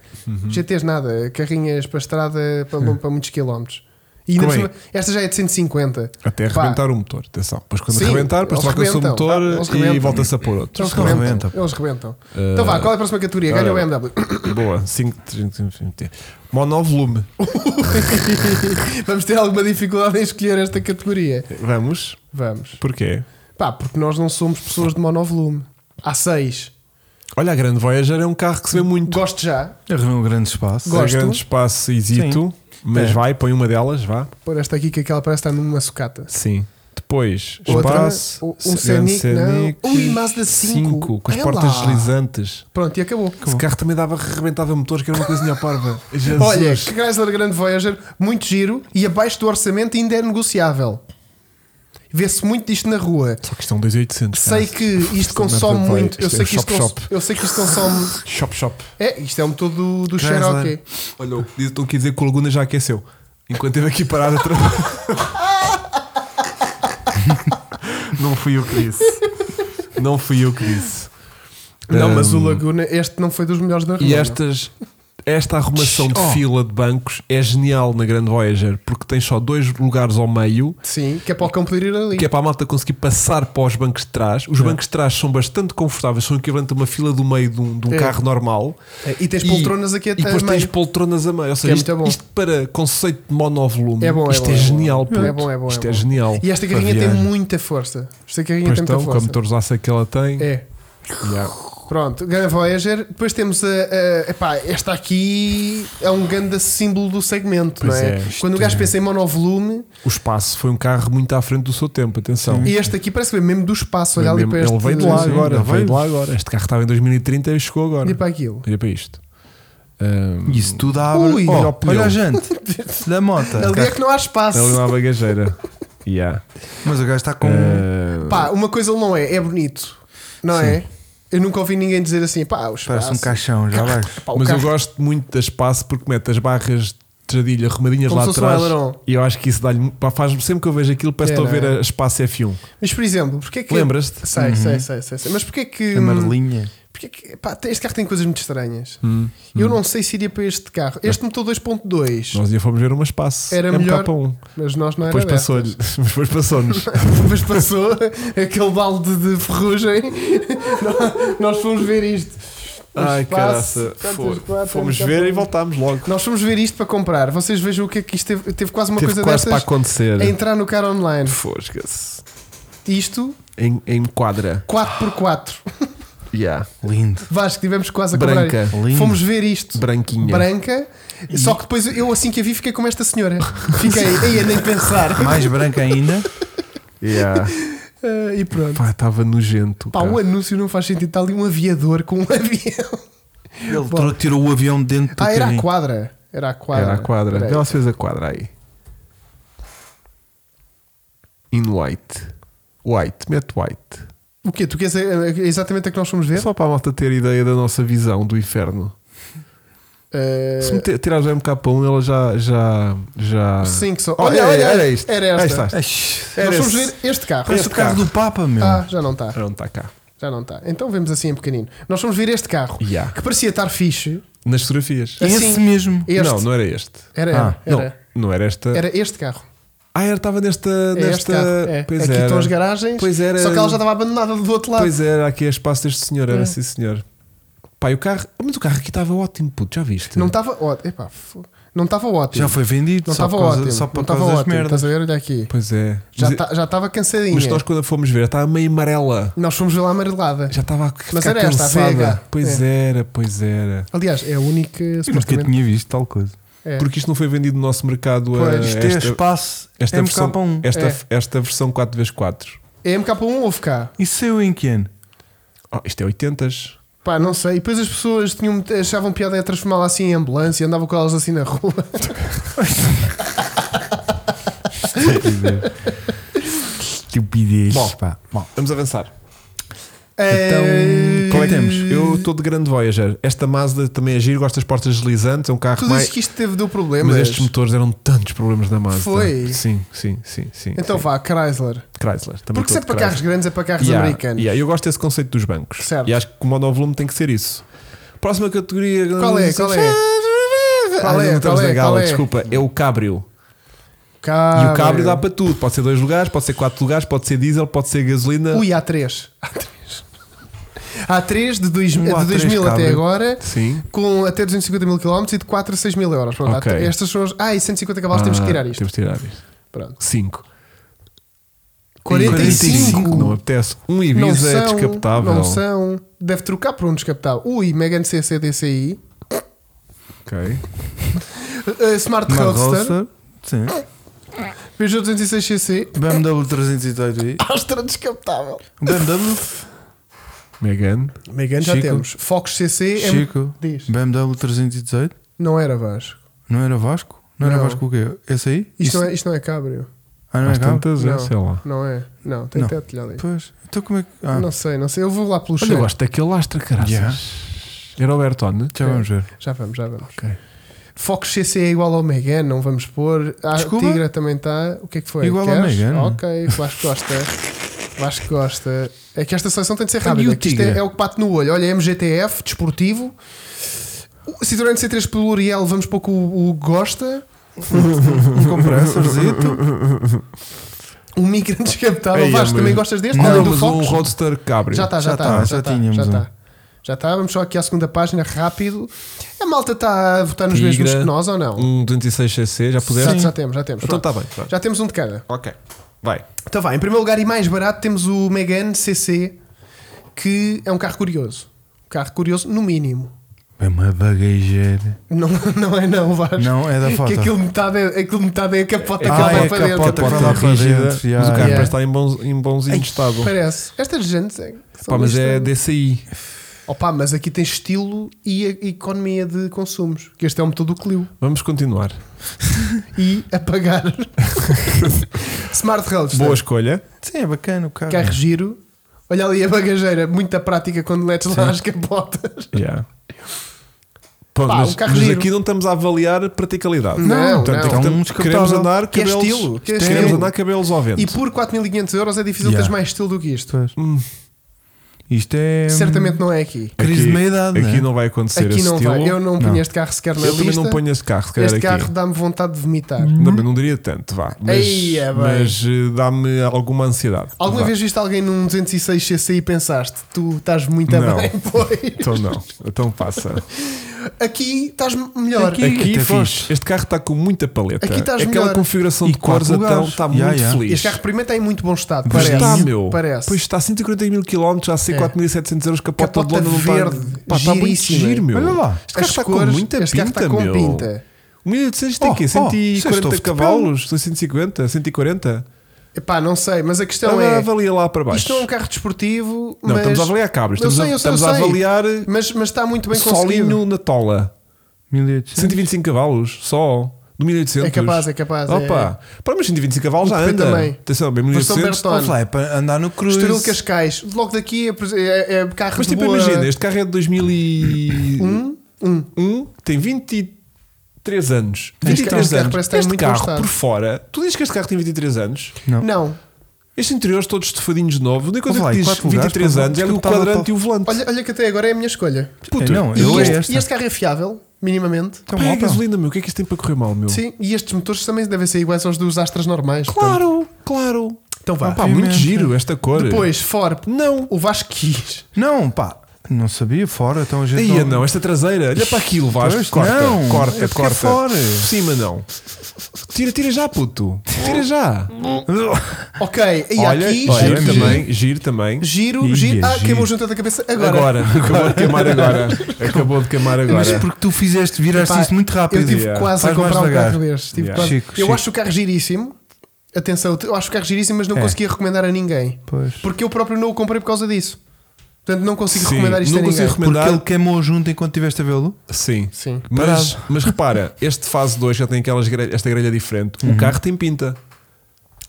GTs nada, carrinhas para estrada para, para muitos quilómetros. E ainda por
Como é?
cima, esta já é de 150.
Até
Pá.
arrebentar o motor, atenção. Depois quando
Sim,
arrebentar, depois
eles
troca se o
rebentam.
motor
Eles
e
rebentam.
volta-se a pôr outro.
Eles
Não
rebentam.
rebenta, pá.
Eles rebentam. Então vá, qual é a próxima categoria? Ganha o
ora,
BMW.
Boa, 5, 5, Monovolume.
Vamos ter alguma dificuldade em escolher esta categoria.
Vamos.
Vamos.
Porquê?
Pá, porque nós não somos pessoas de monovolume. Há seis.
Olha, a Grande Voyager é um carro que se vê muito.
Gosto já.
A Renault um grande espaço.
Gosto.
Tem grande espaço exito, mas
É.
vai, põe uma delas, vá.
Por esta aqui que aquela parece estar numa sucata.
Sim. Depois,
Outra,
espaço,
o- um Scenic, não. Ui, Mazda cinco.
cinco, com as
É
portas
lá.
deslizantes.
Pronto, e acabou.
Esse carro também dava arrebentava motores, que era uma coisinha parva. Jesus.
Olha, que Chrysler Grand Voyager, muito giro e abaixo do orçamento ainda é negociável. Vê-se muito disto na rua.
só que isto é um 2800.
Sei
caralho.
que isto consome
merda vai-
muito. Eu
isto é
sei que isto
shop,
cons-
shop.
eu sei que isto consome.
Shop shop.
É, isto é um motor do, do
Chrysler.
Cherokee.
Olha, o que diz- estão aqui a dizer que o Laguna já aqueceu. Enquanto esteve aqui parado atrás. Não fui eu que disse. Não fui eu que disse.
Não, mas o
Um,
Laguna, este não foi dos melhores da
E
România.
estas, esta arrumação de
Oh.
fila de bancos é genial na Grande Voyager, porque tem só dois lugares ao meio,
Sim, que é para o campo de ir ali.
que é para a malta conseguir passar para os bancos de trás.
É.
Os bancos de trás são bastante confortáveis, são o equivalente a uma fila do meio de um, de um
É.
carro normal.
E tens poltronas aqui
e
até
depois tens
meio.
poltronas a meio. Ou seja,
é
isto,
muito bom.
isto para conceito de monovolume,
É bom, é
isto
bom,
é,
é bom.
genial.
É
puto.
bom, é bom,
isto
é
é,
bom.
genial.
E esta carrinha tem
Paviano.
muita força. Esta carrinha
Pois
tem
então,
muita
com a
força.
motorzaça que ela tem,
É.
yeah.
Pronto, Grand Voyager. Depois temos a, a- epá, esta aqui é um grande símbolo do segmento,
Pois
não é?
é, isto
Quando o gajo
é.
pensa em monovolume,
o espaço foi um carro muito à frente do seu tempo. Atenção,
e este aqui parece que vem mesmo do espaço. Olha
Ele
ali
mesmo-
para este.
ele veio de lá
Sim,
agora.
olha
Veio de lá agora. Este carro estava em 2030 e chegou agora.
para aquilo.
Olha para isto. Ahm,
Isso tudo abre.
Ui,
Oh,
olha o
pneu.
olha a gente da moto.
Ali é que não há espaço.
ali uma bagageira. yeah.
Mas o gajo está com. um-
Ah,
Pá, uma coisa ele não é, é bonito, não
Sim.
é? Eu nunca ouvi ninguém dizer assim, pá, o espaço.
Parece um caixão, já vais.
Pá, o
mas eu
carro-
gosto muito da espaço porque mete as barras de tradilha arrumadinhas
Como
lá
se fosse um
atrás.
aileron.
e eu acho que isso dá-lhe. pá, Faz, sempre que eu vejo aquilo, parece
É,
que estou a ver
não é?
a espaço F1.
Mas por exemplo, porque é que.
Lembras-te?
Sei,
Uhum.
sei, sei, sei, sei. Mas porque é que.
A Marlinha.
Porque é que pá, este carro tem coisas muito estranhas.
Hum,
Eu não sei se iria para este carro.
É.
Este motor 2.2,
Nós já fomos ver uma espaço.
Era melhor-
MK1.
mas nós não era
Depois
dessas.
passou-lhe. Depois passou-nos.
Depois passou aquele balde de ferrugem. Nós- nós fomos ver isto.
Ai, caraça.
Espaço, tantas
Foi-
quatro, um.
Fomos
tantas
ver e
quatro.
voltámos logo.
Nós fomos ver isto para comprar. Vocês vejam o que é que isto teve. Teve quase uma
Teve
coisa
quase para
dessas
acontecer.
a entrar no carro online.
Fosca-se.
Isto
Em, em quadra.
4x4.
Yeah.
Lindo.
Vasco, tivemos quase a comprar.
Branca.
Lindo.
Fomos ver isto.
Branquinha.
Branca. Só que depois eu, assim que a vi, fiquei como esta senhora. Fiquei, aí a nem pensar.
Mais branca ainda.
Yeah.
Ah, e pronto.
Pá, estava nojento.
Pá,
cara.
um anúncio não faz sentido. Está ali um aviador com um avião.
Ele trou- tirou o avião de dentro do
Ah, era a
carrinho.
quadra. Era a quadra.
É Era É, a quadra.
Peraí.
Ela se fez a quadra aí. In white. White, mete white.
O quê? Tu queres eh, exatamente a que nós fomos
É
ver?
só para a malta ter ideia da nossa visão do inferno.
Eh,
Se meter, tirares o MK1, ela já. já, já...
sim, que só.
Olha,
Olha,
olha,
olha,
era isto.
Era
Aí
esta.
está.
Ai,
Era
nós fomos
esse.
ver este carro.
Parece o carro do Papa, meu.
Ah, já não está.
Ah, Não está cá.
Já não está. Então vemos assim em pequenino. Nós fomos ver este carro.
Yeah.
Que parecia estar fixe.
Nas fotografias.
assim,
É Esse mesmo.
Este.
Não, não era este.
Era,
Ah,
era, era.
Não, não era esta.
Era este carro.
Ah, era, estava nesta.
É este
nesta...
carro. É.
Pois
aqui
era.
estão as garagens.
Pois era.
Só que ela já estava abandonada do outro lado.
Pois era, aqui é espaço deste senhor, era
É.
sim senhor. Pá, e o carro. Mas o carro aqui estava ótimo, puto, já viste?
não estava ótimo. Epá, fo- não estava ótimo.
Já foi vendido.
Não
só
estava
por causa-
ótimo.
Só por
não estava
causa das
ótimo. tá
merdas.
Estás a ver? Olha aqui.
Pois é.
Já
mas, é,
tá- já estava cansadinha.
mas nós quando a fomos ver, estava meio amarela.
Nós fomos ver lá amarelada.
Já estava a ficar
Mas era esta, a É.
cansada.
VH.
Pois era, pois era.
Aliás, é a única.
Eu Nunca
Supostamente.
tinha visto tal coisa.
É.
Porque isto não foi vendido no nosso mercado a
Pois,
Isto é
Ah, esta,
espaço
esta versão,
MK1.
esta,
É.
esta versão 4x4.
É MK1 ou FK?
Isso saiu em que ano?
Oh, isto é 80
Pá, não sei. E depois as pessoas tinham, achavam piada a transformá-la assim em ambulância e andavam com elas assim na rua.
Estupidez.
Bom.
pá. Bom.
Vamos avançar. Então,
Eh,
qual é que temos?
Eu estou de grande Voyager. Esta Mazda também é giro, gosto das portas deslizantes, é um carro
Tu
mais.
dizes que isto teve deu problemas.
Mas estes motores eram tantos problemas na Mazda.
Foi?
Sim, sim, sim. sim
Então
sim.
vá, Chrysler.
Chrysler. Também
Porque se
tô
é
de
para
Chrysler.
carros grandes, é para carros
Yeah,
americanos.
yeah, Eu gosto desse conceito dos bancos.
Certo.
E acho que o monovolume tem que ser isso. Próxima categoria. eh,
Qual é? Qual é? Qual
Ah,
é?
não estamos
Qual é?
na gala,
Qual é? Ah,
desculpa. É o cabrio.
Cabrio.
e o cabrio dá para tudo. Pode ser dois lugares, pode ser quatro lugares, pode ser diesel, pode ser gasolina.
Ui, há três. Há três. Há três de, dois,
Um
de
A3
2000 até
cabrio.
agora.
Sim.
Com até 250 mil km e de 4 a 6 mil euros. Pronto, há
Ok.
tre- estas são as. Ah, e 150 cavalos temos que tirar
Ah,
isto.
Temos que tirar isto.
Pronto.
Cinco.
45.
Não apetece. Um
Não
Ibiza é
são,
descapotável.
Não são. Deve trocar por um descapotável. Ui, Megan CC DCI.
Ok.
Uh, Smart
Uma
Roadster. Ah.
roça. Sim.
Peugeot 206 cc,
BMW 308i.
Astra descapotável.
BMW.
Megan.
Megane já
Chico.
temos. Fox cc, é-
Chico.
diz.
BMW 318.
Não era Vasco.
Não era Vasco? Não, era
Não.
Vasco o quê? Esse aí?
Isto,
Isso-
Não, é, isto não é cabrio.
Ah, não é
Às
cá?
tantas, é,
Não.
sei lá.
Não é? Não, tem
Não.
teto telhado aí.
Pois. Então como é que. Ah,
Não sei, não sei. Eu vou lá pelo
Olha, eu
cheiro.
gosto daquele Astra, caraças.
Yeah.
Era o né? Bertone.
já vamos ver.
Já vamos, já vamos.
Ok.
Fox CC é igual ao Megane, não vamos pôr. A
Desculpa?
Tigra também está. O que é que foi?
Igual ao
Queres?
Megane.
Ok, Vasco gosta. Vasco gosta. É que esta seleção tem de ser rápida.
E Tá, o
que isto é,
Tigra?
é o que bate no olho. Olha, MGTF, desportivo. O Citroën C3 pelo Uriel, vamos pôr com o, o Gosta.
Um compressorzito.
O Migrant descapotável.
Ei,
Vasco,
mas-
também gostas deste?
Não,
Olha, é do
mas um
Fox.
Roadster Cabrio.
Já está, já
Já
está.
tá,
Já
já
está, já
tínhamos um.
está. Já está, vamos só aqui à segunda página, rápido. A malta está a votar nos
Tigra.
mesmos que nós ou não?
Um 206cc, já
Já,
puseste?
já temos, já temos.
Então
Pronto.
está bem. pronto.
Já temos um de cada.
Ok. Vai.
Então vai, em primeiro lugar e mais barato temos o Megane CC, que é um carro curioso. Um carro curioso, no mínimo.
É uma bagageira.
Não, não é não, Vasco.
Não, é da foto.
Que aquilo metade é, aquilo metade é a capota que
Ah,
ele vai
é
para
a capota
dentro.
que vai lá para
tá rígida,
dentro,
mas
já,
o carro
já.
parece estar em, bons, em bonzinho estado.
Parece. Estas gente é,
Pá,
são
mas é
isto.
DCI.
Opa, mas aqui tem estilo e a- economia de consumos. Que este é o motor do Clio.
Vamos continuar.
E apagar. Smart Roadster.
Boa escolha.
Sim, é bacana o carro.
Carro giro. Olha ali a bagageira, muita prática quando metes lá as capotas.
Já. Pronto,
Pá,
mas,
um carro
mas
giro.
aqui não estamos a avaliar praticalidade.
Não,
Portanto,
não.
é que
É um
tam- queremos
descapotável.
andar
Que é
cabelos,
estilo, que é
queremos
estilo.
andar cabelos ao vento.
E por 4.500 euros é difícil
Yeah.
teres mais estilo do que isto.
Pois. Isto é.
Certamente não é aqui.
Crise
aqui,
de meia-idade,
Aqui
né?
não vai acontecer
Aqui
Hum. esse
não
estilo.
vai. Eu não ponho
Não.
este carro sequer na
Eu também
lista.
não ponho esse carro, se calhar
este
aqui.
carro dá-me vontade de vomitar.
Também não diria tanto, vá. Mas,
Eia, Hum? é bem.
mas, eh, dá-me alguma ansiedade.
Alguma
Vá.
vez viste alguém num 206 CC e pensaste, tu estás muito a
Não.
bem, pois.
Então não, então passa.
Aqui estás melhor.
Aqui-
Aqui
até
fixe. Este carro está com muita paleta. É
Aqui estás
Aquela
melhor.
configuração
E
de cores
quatro
então
lugares.
está
Ya,
muito
ya.
feliz.
Este carro primeiro está em muito bom estado.
Pois
Parece.
está, meu.
Parece.
Pois está, 140 mil km, já sei
É.
4.700 euros, capota,
Capota
de lona não
verde,
está. Pá, está muito
giríssima.
giro, meu.
Olha lá.
Este carro
As
está com
cores-
muita
este carro
pinta,
está com
meu.
pinta.
1800 tem
Oh,
o quê?
oh,
140
sextou de
cavalos? 250? 140?
Epá, não sei, mas a questão
Então
é.
avalia lá para baixo.
Isto não é um carro desportivo,
Não,
mas.
estamos a avaliar cabos.
Eu
Estamos,
sei,
a,
eu sei, eu
estamos a
sei.
avaliar
Mas, mas está muito bem conseguido.
solinho na tola.
1800.
125 cavalos, só. Do 1800.
É capaz, é capaz, é.
Opa, para mas 125 cavalos já
O PP
anda.
também.
Atenção, bem
Versão
1800.
Bertone.
Vamos lá, é para andar no cruze.
Estoril Cascais. Logo daqui é, é, é carro
Mas
de
tipo,
boa...
imagina, este carro é de 2001, Um, tem 23 anos.
Este
23
carro- este carro
anos.
parece que está em
este
muito bom
carro,
estado.
por fora, tu dizes que este carro tem 23 anos.
Não.
Não.
Estes interiores todos estofadinhos de novo. A única coisa
Olha lá,
que
e
dizes
quatro lugares,
23
pá,
anos é o
desculpa,
quadrante
tava-
e o volante.
Olha, olha que até agora é a minha escolha.
Puta.
É, não,
E
eu é
este,
esta.
e este carro é fiável, minimamente.
Então,
Pá, é
opa.
gasolina, meu. O que é que isto tem para correr mal, meu?
Sim, e estes motores também devem ser iguais aos dos Astras normais. portanto.
Claro, claro.
Então vá.
Ah, pá, muito
Obviamente.
giro esta cor.
Depois, Ford.
Não.
O Vasco quis.
Não, pá. Não sabia, fora. Então a gente.
Aí, não, esta traseira, olha para aquilo, Vasco.
Pois,
Corta,
não.
corta,
É porque é
corta.
fora.
Por cima, não. Tira, tira já, puto. Tira já.
Ok, e
olha,
aqui
olha,
giro,
giro também, giro também.
giro,
Ih,
giro,
é
Ah,
giro.
queimou junto da cabeça agora.
Agora, acabou de queimar agora. Acabou de queimar agora.
Mas porque tu fizeste, viraste
Pá,
isso muito rápido.
Eu tive
Yeah.
quase
Faz
a comprar
mais
um carro
devagar.
destes. Tive
Yeah.
quase-
Chico,
eu
Chico.
acho o carro giríssimo. Atenção, eu acho o carro giríssimo, mas não
É.
conseguia recomendar a ninguém.
Pois.
Porque eu próprio não o comprei por causa disso. Portanto, não consigo
Sim,
recomendar isto
não
a ninguém.
consigo
Porque
Recomendar-
ele queimou junto enquanto estiveste a vê-lo.
Sim.
Sim.
Mas, mas repara, este fase 2 já tem aquelas grelha- esta grelha diferente.
Uhum.
O carro tem pinta.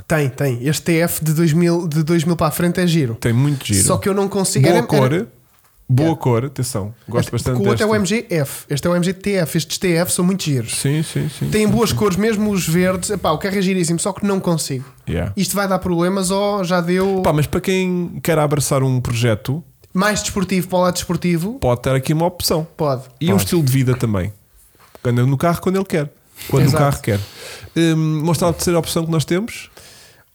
Tem, tem. Este TF de 2000, de 2000 para a frente é giro.
Tem muito giro.
Só que eu não consigo.
boa
era- era-
cor. Boa
Yeah.
cor, atenção. Gosto
porque
bastante
O outro é o
desta.
MGF. Este é o MGTF. Estes TF são muito giros.
Sim, sim, sim.
Têm boas cores, mesmo os verdes. Epá, o carro é giríssimo, só que não consigo.
Yeah.
Isto vai dar problemas ou já deu
Pá, mas para quem quer abraçar um projeto,
mais desportivo para o lado desportivo?
pode ter aqui uma opção.
Pode.
E um estilo de vida também. Anda no carro quando ele quer. Quando
Exato.
o carro quer. Hum, mostrar a terceira opção que nós temos?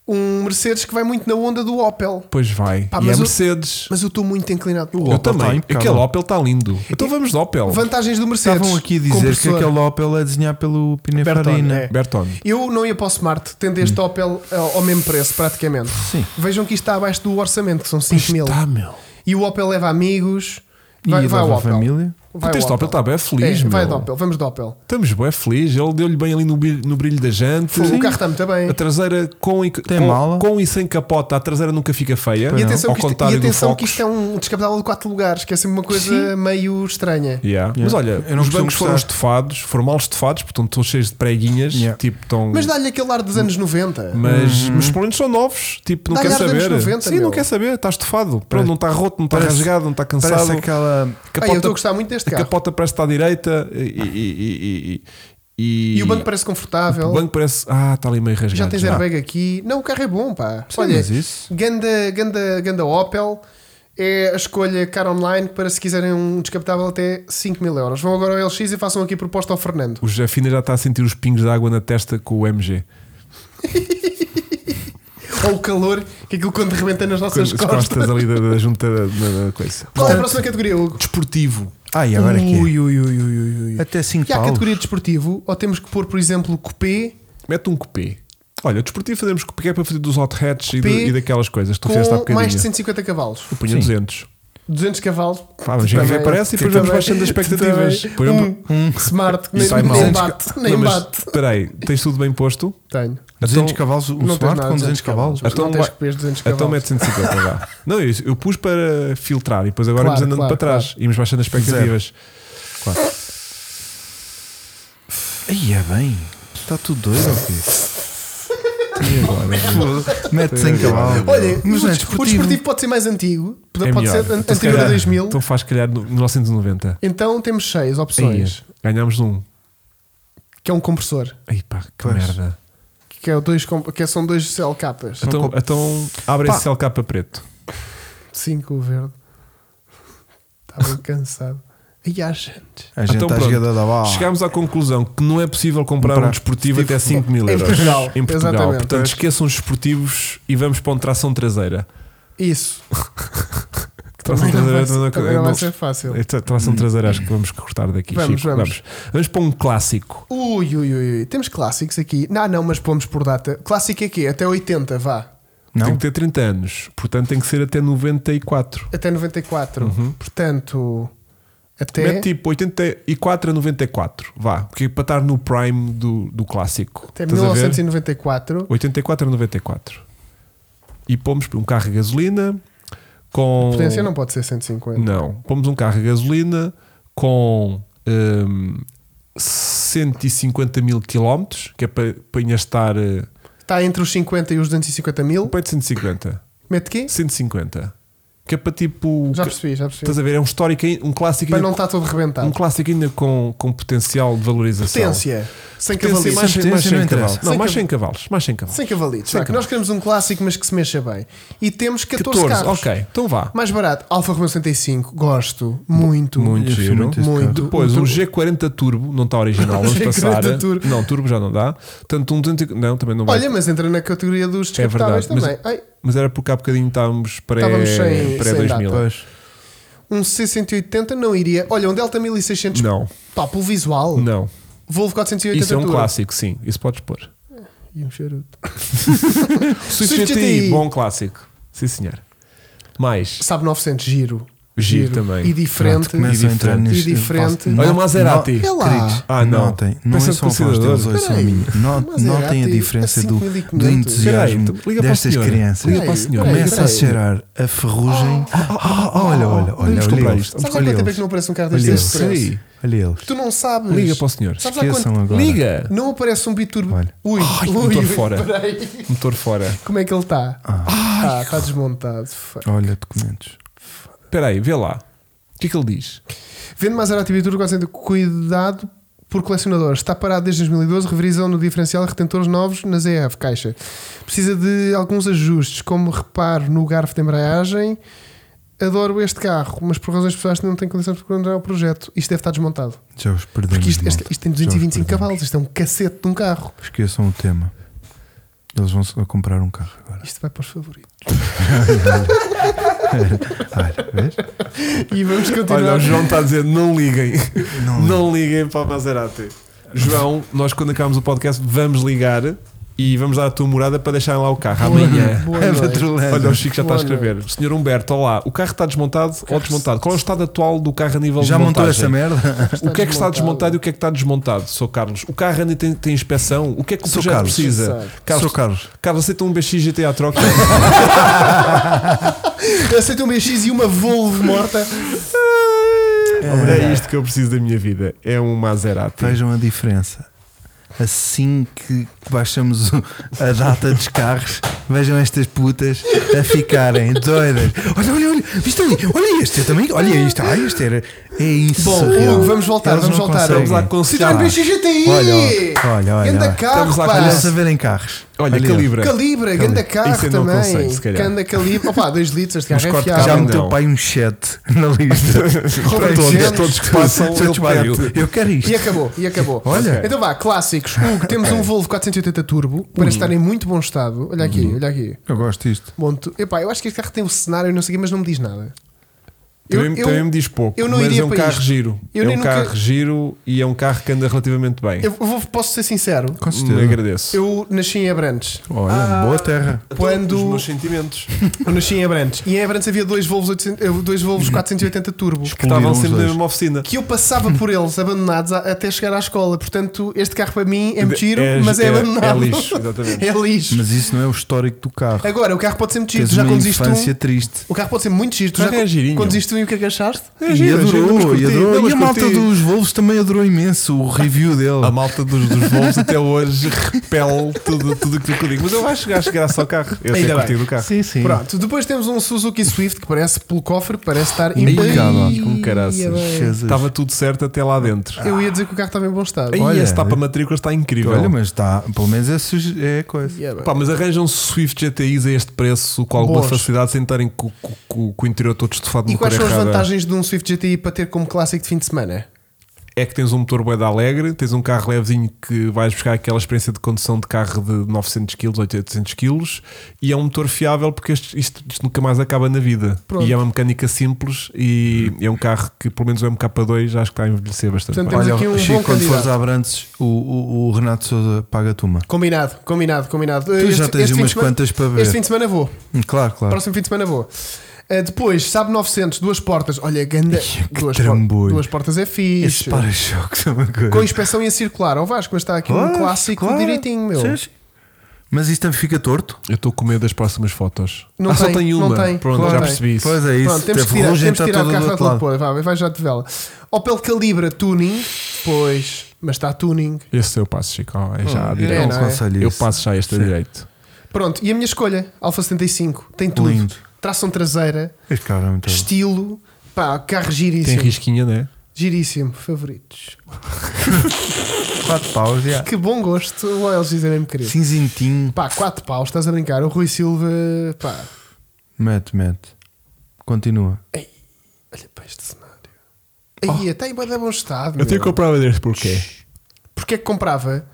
um Mercedes que vai muito na onda do Opel.
Pois vai.
Pá,
e
mas
é
o-
Mercedes.
Mas eu estou muito inclinado pelo
Eu
Opel.
Opel tá
também.
impecável.
Aquele Opel está lindo. Então vamos de Opel.
Vantagens do Mercedes.
Estavam aqui a dizer que
Compressor.
aquele Opel é desenhado pelo
Bertone,
Pininfarina.
é.
Bertone.
Eu não ia para o Smart, tendo este Opel eh, ao mesmo preço, praticamente.
Sim.
Vejam que isto está abaixo do orçamento, que são 5 mil.
Está, tá, meu.
E o Opel leva amigos.
E
Vai,
a
vai ao
da
Opel.
família.
O texto Doppel está bem tá feliz,
é,
meu.
vai Doppel, vamos Doppel.
Estamos bem felizes. Ele deu-lhe bem ali no brilho, no brilho da jante.
Fogo, O carro está muito bem.
A traseira com e,
Tem
com,
mala.
com e sem capota, a traseira nunca fica feia.
E atenção,
ao
que isto, e
contrário
atenção
do
que
Focus.
isto é um descapotável de 4 lugares, que é sempre uma coisa
Sim.
meio estranha.
Yeah.
Yeah. Mas olha,
Eu não
os
costumo
bancos foram
gostar.
estofados, foram mal estofados, portanto estão cheios de preguinhas,
Yeah. Hum.
tipo estão.
Mas dá-lhe aquele ar dos anos 90.
mas, mas pelo menos são novos, tipo, não
Dá-lhe
quer
ar dos anos
saber.
90,
Sim,
meu.
não quer saber, está estofado. Pronto,
Parece-
não está roto, não está
parece-
rasgado, não está cansado.
Parece aquela.
Ai, eu estou a
Capota,
gostar muito deste
a
carro.
capota parece estar à direita e, e- e- e-
E o banco parece confortável.
o banco parece- Ah, está ali meio rasgado.
Já tens
já.
airbag aqui. Não, o carro é bom, pá.
Sim,
Olha,
mas isso.
ganda, ganda, ganda Opel é a escolha cara online para se quiserem um descapotável até 5 mil euros. Vão agora ao LX e façam aqui proposta ao Fernando.
O Jafina já está a sentir os pingos de água na testa com o MG.
Ou o calor, que aquilo quando rebenta nas
Com as
nossas costas.
costas ali da, da junta da, da- da coisa.
Qual é a próxima categoria, Hugo?
Desportivo.
Ah, e
é
agora aqui.
Ui, ui, ui, ui, ui, ui.
Até 5
E há a
paus.
categoria de desportivo, ou temos que pôr, por exemplo, cupê
Mete um cupê. Olha, o desportivo fazemos cupê que é para fazer dos hot hats e, do-
Cupê
e daquelas coisas que tu fizeste há
com
bocadinho.
mais de 150 cavalos.
Eu punha
Sim.
200.
200 cavalos.
Pá, vamos ver o que
Também.
aparece e depois vamos
Também.
baixando as expectativas.
Também.
Põe um-
Um smart, que nem,
sai mal.
nem bate, nem
Não, mas,
bate.
Espera aí, tens tudo bem posto?
Tenho.
200
Então-
cavalos, o
não tens
Smart
nada,
com 200 cavalos.
Mas
Então
não tens
vai-
que pôr 200 cavalos.
Então mete 150, vá. Não, eu, eu pus para filtrar e depois agora
Claro,
vamos andando para
claro,
trás.
claro.
Íamos baixando as expectativas.
Aí é bem. Está tudo doido ou quê? Mete 100 cavalos.
Olha,
mas
o,
não é
desportivo. o
desportivo.
desportivo pode ser mais antigo, pode,
É
pode
melhor.
ser an-
Então, se
anterior a
calhar-
2000.
Então faz, se calhar, no- 1990.
Então temos 6
Aí,
opções,
ganhámos um.
que é um compressor,
Aí pá, que
Pois.
merda.
que, é o dois, com- que são dois CLKs,
Então, então abre
Pá.
esse LK preto.
5 verde. Estava cansado. E há gente. tá
A gente
Então,
está
pronto.
jogada da bala.
Chegámos à conclusão que não é possível comprar
Comprar.
um desportivo até 5 mil
Em
euros
Portugal.
Em Portugal.
Exatamente.
Portanto, esqueçam os desportivos e vamos para um tração traseira.
Isso.
Tração Tá
Também não vai ser-
traseira é
também não
não-
vai ser fácil.
Esta Então, Tração traseira acho que vamos cortar daqui.
Vamos,
Chico.
vamos.
vamos. Vamos para um clássico.
Ui, ui, ui, ui. Temos clássicos aqui. Não, não, mas pomos por data. Clássico é quê? Até 80, vá.
Não?
Tem que ter 30 anos, portanto tem que ser até 94.
Até 94.
Uhum.
Portanto, até.
Mete tipo 84 a 94, vá, porque é para estar no prime do, do clássico.
Até
Estás a ver?
1994.
84 a 94. E pomos um carro de gasolina com.
Potência não pode ser 150.
Não. Pomos um carro de gasolina com hum, 150 mil quilómetros, que é para, para enhastar. eh,
Está entre os 50 e os 250 mil.
Põe de 150.
Mete quê?
150. Que é para tipo.
Já
ca-
percebi, já percebi.
Estás a ver? É um histórico, ai- um clássico
Para
ainda,
não estar todo
um
rebentado.
clássico ainda com, com potencial de valorização.
Potência. Sem
Potência
cavalitos.
mais,
Potência
mais
não
100
interessa.
cavalos. Não,
Sem
mais
cava-
100 cavalos. Mais 100 cavalos.
Sem cavalitos. vá, que
cavalos.
Nós queremos um clássico, mas que se mexa bem. E temos 14,
14,
carros.
ok. Então vá.
Mais barato. Alfa Romeo 65. Gosto. Muito.
Muito
Eu
giro.
muito este
Muito.
carro.
Depois
Um
um G40 Turbo, não está original, vamos
G40
passar.
Turbo.
Não, Turbo já não dá. Tanto um 200. Não, também não vai.
Olha, mas entra na categoria dos descapotáveis
É verdade, mas-
também. Ai,
Mas era porque há bocadinho estávamos pré,
Estávamos sem-
pré
sem
2000.
Pois.
um C180 não iria. Olha, um Delta 1600.
Não,
Pá, pelo visual.
não.
Volvo 480
Isso é um
Turbo.
clássico, sim. Isso podes pôr.
E um charuto.
Swift
Swift GTI.
GTI, bom clássico. Sim, senhor. Mais.
Sabe 900, giro.
Giro também.
E diferente.
Pronto, começa
Começam a entrar
diferente.
neste.
E diferente.
Não-
Olha o Maserati.
É lá.
Queridos,
Ah, não.
Notem, não
Pensa
é só
que
a voz
considerador.
deles, ouçam a
Peraí,
minha. Not-
Maserati
Notem a diferença
a
do,
5.500.
do
Peraí,
entusiasmo
então, liga para a
destas
senhora.
crianças.
Liga para a senhora.
Começa a
Peraí.
cheirar a ferrugem. Ah, ah, ah, olha, olha, olha,
Podemos
olha
comprar
eles.
isto.
Sabes há
Olha
quanto tempo é
eles.
que não aparece um carro
Olha
deste
eles.
preço?
Sim.
Olha eles.
Tu não sabes.
Liga para o senhor.
Sabes há
Esqueçam
quanto...
agora.
Liga.
Não aparece um biturbo.
Olha.
Ui,
Ai,
ui,
motor
ui,
fora.
peraí.
Motor fora.
Como é que ele está? Ah, está desmontado. Fuck.
Olha, documentos.
Espera aí, vê lá. O que é que ele diz?
Vendo Maserati Biturbo 400, cuidado por colecionadores. Está parado desde 2012, revisão no diferencial e retentores novos nas EF, caixa. Precisa de alguns ajustes, como reparo no garfo de embreagem. Adoro este carro, mas por razões pessoais não tenho condições de procurar o projeto. Isto deve estar desmontado.
Já os perdemos.
Porque isto, este-
malta.
isto tem
Já os
225
perdemos.
cavalos, isto é um cacete de um carro.
Esqueçam o tema. Eles vão só comprar um carro agora.
Isto vai para os favoritos.
Olha, vês?
E vamos
Olha,
continuar.
o João está a dizer: não liguem.
Não,
Não liguem para o Maserati. João, nós quando acabamos o podcast vamos ligar e vamos dar a tua morada para deixarem lá o carro
Boa
amanhã.
noite, boa
É
noite.
patrulheiro.
Olha, o Chico já está a
Boa
escrever. Senhor Humberto, olá, o carro está desmontado ou desmontado? Qual é o estado atual do carro a nível
Já
de
montou
montagem?
essa merda?
O que é que está desmontado e o que é que está desmontado, Sr. Carlos? O carro ainda tem, tem inspeção? O que é que o
Sou
projeto
Carlos.
precisa?
Sou Carlos.
Carlos, aceita um BX GT à troca?
Aceita um BX e uma Volvo morta.
Olha, é isto que eu preciso da minha vida. É um Maserati.
Vejam a diferença. Assim que baixamos o- a data dos carros, vejam estas putas a ficarem doidas. Olha, olha, olha, viste ali, olha este, eu também, olha isto, ah, este era. É isso.
Bom,
surreal.
Hugo, vamos voltar,
Eles
vamos
não
voltar.
conseguem.
Vamos lá
Citroën
considerar.
BX GTI.
Olha, olha, olha,
Ganda
olha.
carro,
Estamos lá
pá.
com
Olha, a ver em carros.
Olha,
ele.
calibra.
Calibra, ganda carro
Isso eu não consigo, se
também.
calhar.
Ganda calibra. Opa, 2 litros, este
Mas
carro é
corte
fiável.
Já
Ah,
meteu
não.
o pai um chat na lista.
Para todos, todos que passam,
Todos,
ele
pá, eu,
pede.
eu quero isto.
E acabou, e acabou.
Olha.
Então vá, clássicos. Hugo, temos um Volvo 480 Turbo, parece estar em muito bom estado. Olha aqui, olha aqui.
Eu gosto disto.
Monte. Epá, eu acho que este carro tem um cenário, não sei o quê, mas não me diz nada.
Também, também me diz pouco,
eu não
mas
iria
é um
para
carro
isto.
giro.
Eu
é um
nem nunca-
carro giro e é um carro que anda relativamente bem.
Eu vou, posso ser sincero,
Com
Me
certeza.
agradeço.
eu nasci em Abrantes.
Olha,
Ah,
boa terra.
quando-
Então, Os meus sentimentos
Eu nasci em Abrantes. E em Abrantes havia dois Volvos, 800 eh, dois Volvos 480 Turbo.
que estavam
uns
sempre na
dois.
mesma oficina.
Que eu passava por eles abandonados a- até chegar à escola. Portanto, este carro para mim é muito giro,
É-
mas é,
é-
abandonado.
é lixo, exatamente.
É lixo.
Mas isso não é o histórico do carro.
Agora, o carro pode ser muito giro.
Tens
Tu já
uma
conduziste
infância
um.
triste.
O carro pode ser muito giro. Tu
Mas
já
é girinho.
conduziste um e o que é que achaste?
É
E
giro, é giro, mas
adorou,
curti.
e
Não,
adorou.
mas
E a malta
curti. Ah,
dos Wolves também adorou imenso o review
A
dele.
malta dos, dos voos até hoje repele tudo tudo aquilo que eu digo. Mas eu acho que acho graça ao carro. Eu sei
Ainda
curtir
bem.
do carro.
Sim, sim.
Pronto, depois temos um Suzuki Swift que parece, pelo cofre, parece estar
Impecável.
impecável.
Como caraças.
Jesus.
Estava tudo certo até lá dentro.
é Eu ia dizer que o carro estava em bom estado.
Aí
Olha,
esse tapa matrícula está incrível.
Olha, mas está, pelo menos é, suge- é coisa.
Yeah, bem.
Pá, mas arranjam-se Swift GTIs a este preço com alguma
Bons.
facilidade sem estarem co- co- co- com, o interior todo estufado
E
numa
quais
cor
são as
errada.
vantagens de um Swift GTI para ter como clássico de fim de semana?
É que tens um motor bué de alegre, tens um carro levezinho que vais buscar aquela experiência de condução de carro de 900 kg, 800 kg e é um motor fiável porque este- isto, isto nunca mais acaba na vida.
Pronto.
E é uma mecânica simples e é um carro que pelo menos o MK2 acho que está a envelhecer bastante
Portanto,
bem.
Temos
Olha,
aqui um
Chico,
bom
quando
candidato.
fores a Abrantes, o, o, o Renato Sousa paga-te uma.
Combinado, combinado, combinado.
Tu já tens
fim de
umas
semana-
quantas para ver.
Este fim de semana vou.
Hum, Claro, claro.
Próximo fim de semana vou. Ah, depois, sabe 900, duas portas. Olha, ganda.
que
duas, por-
trambolho.
duas portas é
Esse
fixe.
para-choques é uma coisa.
Com inspeção e a circular. Ao Vasco, mas está aqui um
Claro,
clássico
claro.
direitinho, meu.
Sim, sim. Mas isto também fica torto?
Eu estou com medo das próximas fotos.
Não
ah, só
tem,
tem
não
uma.
tem.
Pronto,
Claro.
já percebi isso.
Pois é isso.
Pronto, temos
Teve
que tirar,
ferrugem,
temos que
está
tirar o
toda
carro
do
da
outro lado.
telopora. Vai, vai já de vela. Opel Calibra Tuning. Pois, mas está tuning.
Esse eu passo, Chico. Ah, é já à
Ah,
direita.
é,
eu
não é?
aconselho
Eu
isso.
passo já este a
Sim.
direito.
Pronto, e a minha escolha? Alfa 75. Tem tudo.
Lindo.
Tração traseira,
Este carro é muito bom.
estilo. Pá, carro
Tem
giríssimo.
risquinha, né?
Giríssimo. Favoritos.
4 paus, já.
Que bom gosto. O LG é mesmo querido.
Cinzentinho.
Pá, 4 paus, estás a brincar. O Rui Silva, pá,
Mete, mete. Continua.
olha para este cenário. Aí, até em bué de bom estado.
Oh. Eu tenho que
meu.
comprar deste porquê?
Porquê é que comprava?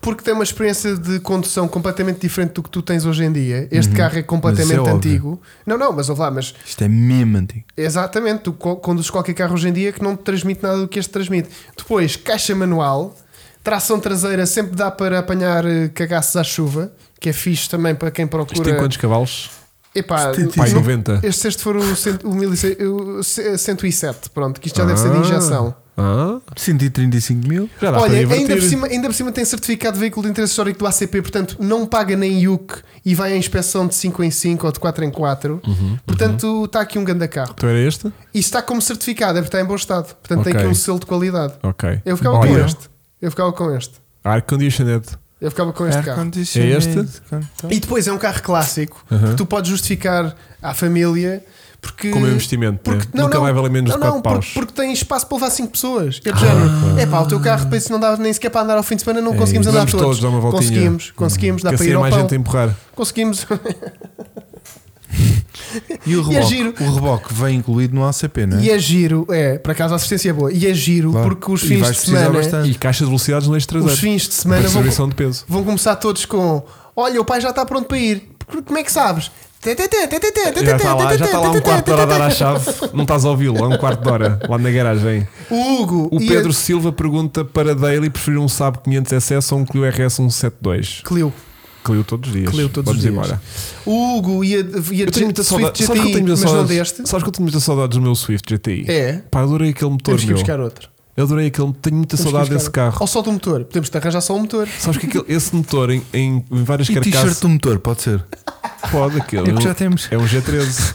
Porque tem uma experiência de condução completamente diferente do que tu tens hoje em dia. Este
Uhum.
carro é
Mas
completamente
isso é
antigo. Não, não, mas ouve lá, mas
Isto é mesmo antigo.
exatamente, tu co- conduzes qualquer carro hoje em dia que não te transmite nada do que este transmite. Depois, caixa manual, tração traseira sempre dá para apanhar eh, cagaços à chuva, que é fixe também para quem
Isto tem
procura.
quantos cavalos?
Epá,
Pai,
não-
90.
Este sexto for o, cento, o, 1600 o ce- 107, pronto, que isto já deve ser de injeção.
Ah,
135 mil.
já dá para
Olha,
divertir.
ainda por, cima, ainda por cima tem certificado de veículo de interesse histórico do ACP, portanto não paga nem IUC e vai à inspeção de 5 em 5 ou de 4 em 4.
Uhum,
portanto, está aqui um grande carro.
Tu era este?
E está como certificado, é porque está em bom estado. Portanto, tem
Ok.
aqui um selo de qualidade.
Ok.
Eu ficava
Olha,
com este. Eu ficava com este.
Air conditioned.
Eu ficava com este carro.
conditioned.
É este?
E depois é um carro clássico que tu podes justificar à família porque.
Uhum. Como investimento,
Eh, Porque,
né? Nunca vai valer menos
não,
de quatro
não,
paus. Ah,
Porque, porque tem espaço para levar 5 pessoas. É, do género. é pá, o teu carro depois se não dá nem sequer para andar ao fim de semana, não conseguimos
É isso.
andar
Eh, Vamos
todos.
todos dar uma voltinha.
Conseguimos, conseguimos, dá
que
para
assim
ir
é
ao
mais
pão.
gente a empurrar.
Conseguimos.
E o
E é
reboque?
giro.
o reboque vem incluído no ACP, não é?
E é giro, é, para acaso a assistência é boa. E é giro
Claro.
porque os
E
fins
vais
de
precisar
semana.
bastante.
E caixa de velocidades no eixo
Os
traseiro.
fins de
Para
semana vão,
distribuição de peso.
vão começar todos com: Olha, o pai já está pronto para ir. Porque Como é que sabes?
Já está lá, já está lá um quarto de hora a dar a chave. Não estás a ouvi-lo, há um quarto de hora, lá na garagem.
O Hugo.
O
e é- a-
Pedro Silva pergunta para Daily preferir um Saab 500 SS ou um Clio RS 172.
Clio.
Clio todos os dias.
Clio todos os
Vamos
dias.
embora.
O Hugo ia, ia
Eu tenho muita
Swift
saudade. Sabes que eu
GTI,
tenho muita
mas não
saudade.
deste.
Sabes que eu tenho muita saudade do meu Swift GTI?
É.
Pá, adorei aquele motor,
Temos que ir
meu.
buscar outro.
Eu adorei aquele. Tenho muita
Temos que ir
saudade
buscar
desse
outro.
carro.
Ou só do motor. Podemos te arranjar só um motor.
Sabes que aquele- esse motor em, em em várias
E t-shirt
carcaças.
do motor, pode ser.
Pode, aquele.
É que já temos.
É um G13.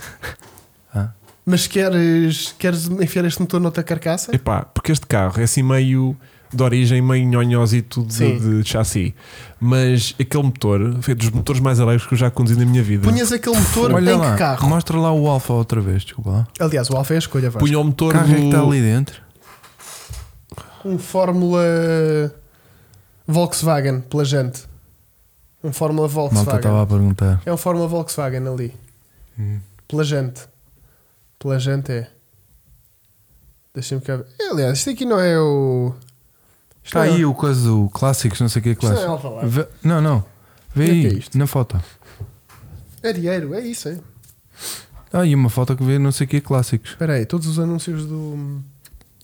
Mas queres, queres enfiar este motor noutra carcaça?
Epá, porque este carro é assim meio de origem, meio nhonhosito
Sim.
de, de chassi. Mas aquele motor foi dos motores mais alegres que eu já conduzi na minha vida.
Punhas aquele motor
Olha
em
lá,
que carro?
mostra lá o Alfa outra vez, desculpa lá.
Aliás, o Alfa é a escolha, Vasco.
Punha o
O
motor
carro é que
tá
está
do-
ali dentro.
Um Fórmula Volkswagen pela gente. Um Fórmula
Malta
Volkswagen.
estava a perguntar.
É um Fórmula Volkswagen ali. Pela gente. Pela gente é. Deixa-me cá ver. É, Aliás, isto aqui não é o. Isto
Está
não é-
aí o coisa do clássicos, não sei o que é
Isto não é
clássico.
Alvalade.
Vê- Não, não. Vê
O que é que é
aí,
isto?
na foto.
Arieiro, é isso, é?
Ah, e uma foto que vê não sei o que é clássicos.
Espera aí, todos os anúncios do.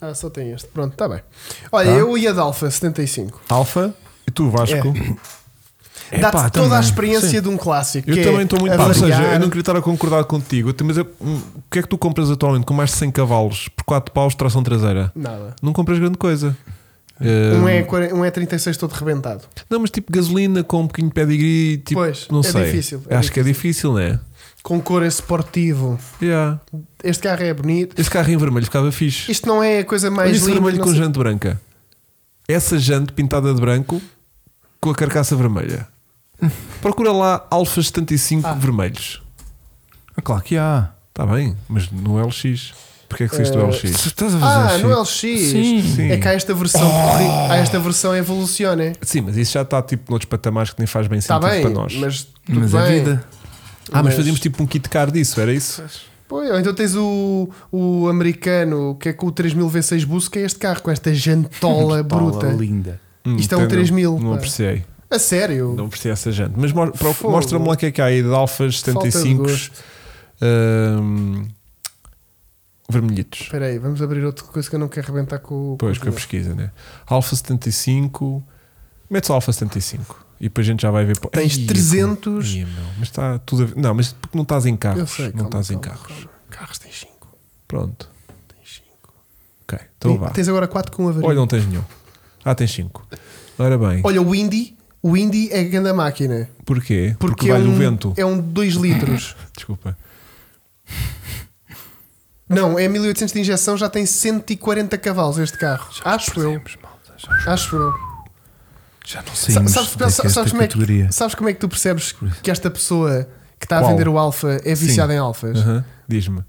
Ah, só tem este. Pronto, está bem. Olha,
Tá.
eu ia de Alfa 75.
Alfa?
E tu, Vasco?
É, Dá-te
pá,
toda a
também.
experiência
Sim.
de um clássico.
Eu
que é
também estou muito.
avaliar-
Ou seja, eu não queria estar a concordar contigo. Mas eu- hum, o que é que tu compras atualmente com mais de 100 cavalos por 4 paus de tração traseira?
Nada.
Não compras grande coisa.
Um
Eh,
é, 40 um é 36 todo rebentado.
Não, mas tipo gasolina com um bocadinho de pedigree, tipo,
Pois,
não
é
sei.
difícil, é
Acho que é difícil, né?
Com cor esportivo.
Yeah.
Este carro é bonito.
Esse carro em vermelho ficava fixe.
Isto não é a coisa
Olha
mais
esse
linda.
vermelho
não
com
sei-
jante branca. Essa jante pintada de branco com a carcaça vermelha. Procura lá Alfa 75
Ah.
vermelhos.
Ah, claro que há.
Está Tá bem, mas no LX. Porquê é que saíste
Eh,
do
Se
LX?
Estás a
Ah,
fazer
no
shit.
LX.
Sim.
É que há esta versão.
Oh!
Há esta versão evoluciona.
Sim, mas isso já está tipo noutros patamares que nem faz bem
Está
sentido
Eh, Tá bem,
para nós.
mas. Tudo
Mas
bem.
a vida.
ah, mas
mas-
fazíamos tipo um kit car disso, era isso?
Pô, ou então tens o, o americano que é com o 3000 V6 Bus, que é este carro, com esta jantola é bruta.
Bola linda.
Hum,
Isto é um
entendo.
3000,
Não
pá.
apreciei.
A sério?
Não apreciei essa jante. Mas mo- pro-
Fogo.
mostra-me lá o que é que há aí de Alfas
Falta de
75
gosto.
hum, vermelhitos.
Espera aí, vamos abrir outra coisa que eu não quero arrebentar com o.
Pois,
com
com a
o-
pesquisa, né? Alfa 75, metes o Alfa 75 e depois a gente já vai ver. pô,
Tens
ai,
300.
ai, meu, mas está tudo a ver. Não, mas porque não estás em carros.
Eu sei,
não
calma,
estás em
calma,
carros.
calma. Carros tem 5.
Pronto.
Tem 5.
Ok, então vá.
Tens agora 4 com um avaria.
Olha, um não tens nenhum. Ah, tens 5. Ora bem,
Olha, o Indy, o Indy é a grande máquina.
porquê? Porque,
Porque, é
vai-lhe
um,
o vento.
É um 2 litros.
Desculpa.
Não, é 1800 de injeção, já tem 140 cavalos este carro. acho eu.
Temos, malta, já-
Acho eu.
Já não
Sa-
saímos
sabes,
desta
sabes- sabes como é
categoria.
que, sabes como é que tu percebes que esta pessoa que está a
Qual?
vender o Alfa é viciada em Alfas?
Aham, Diz-me.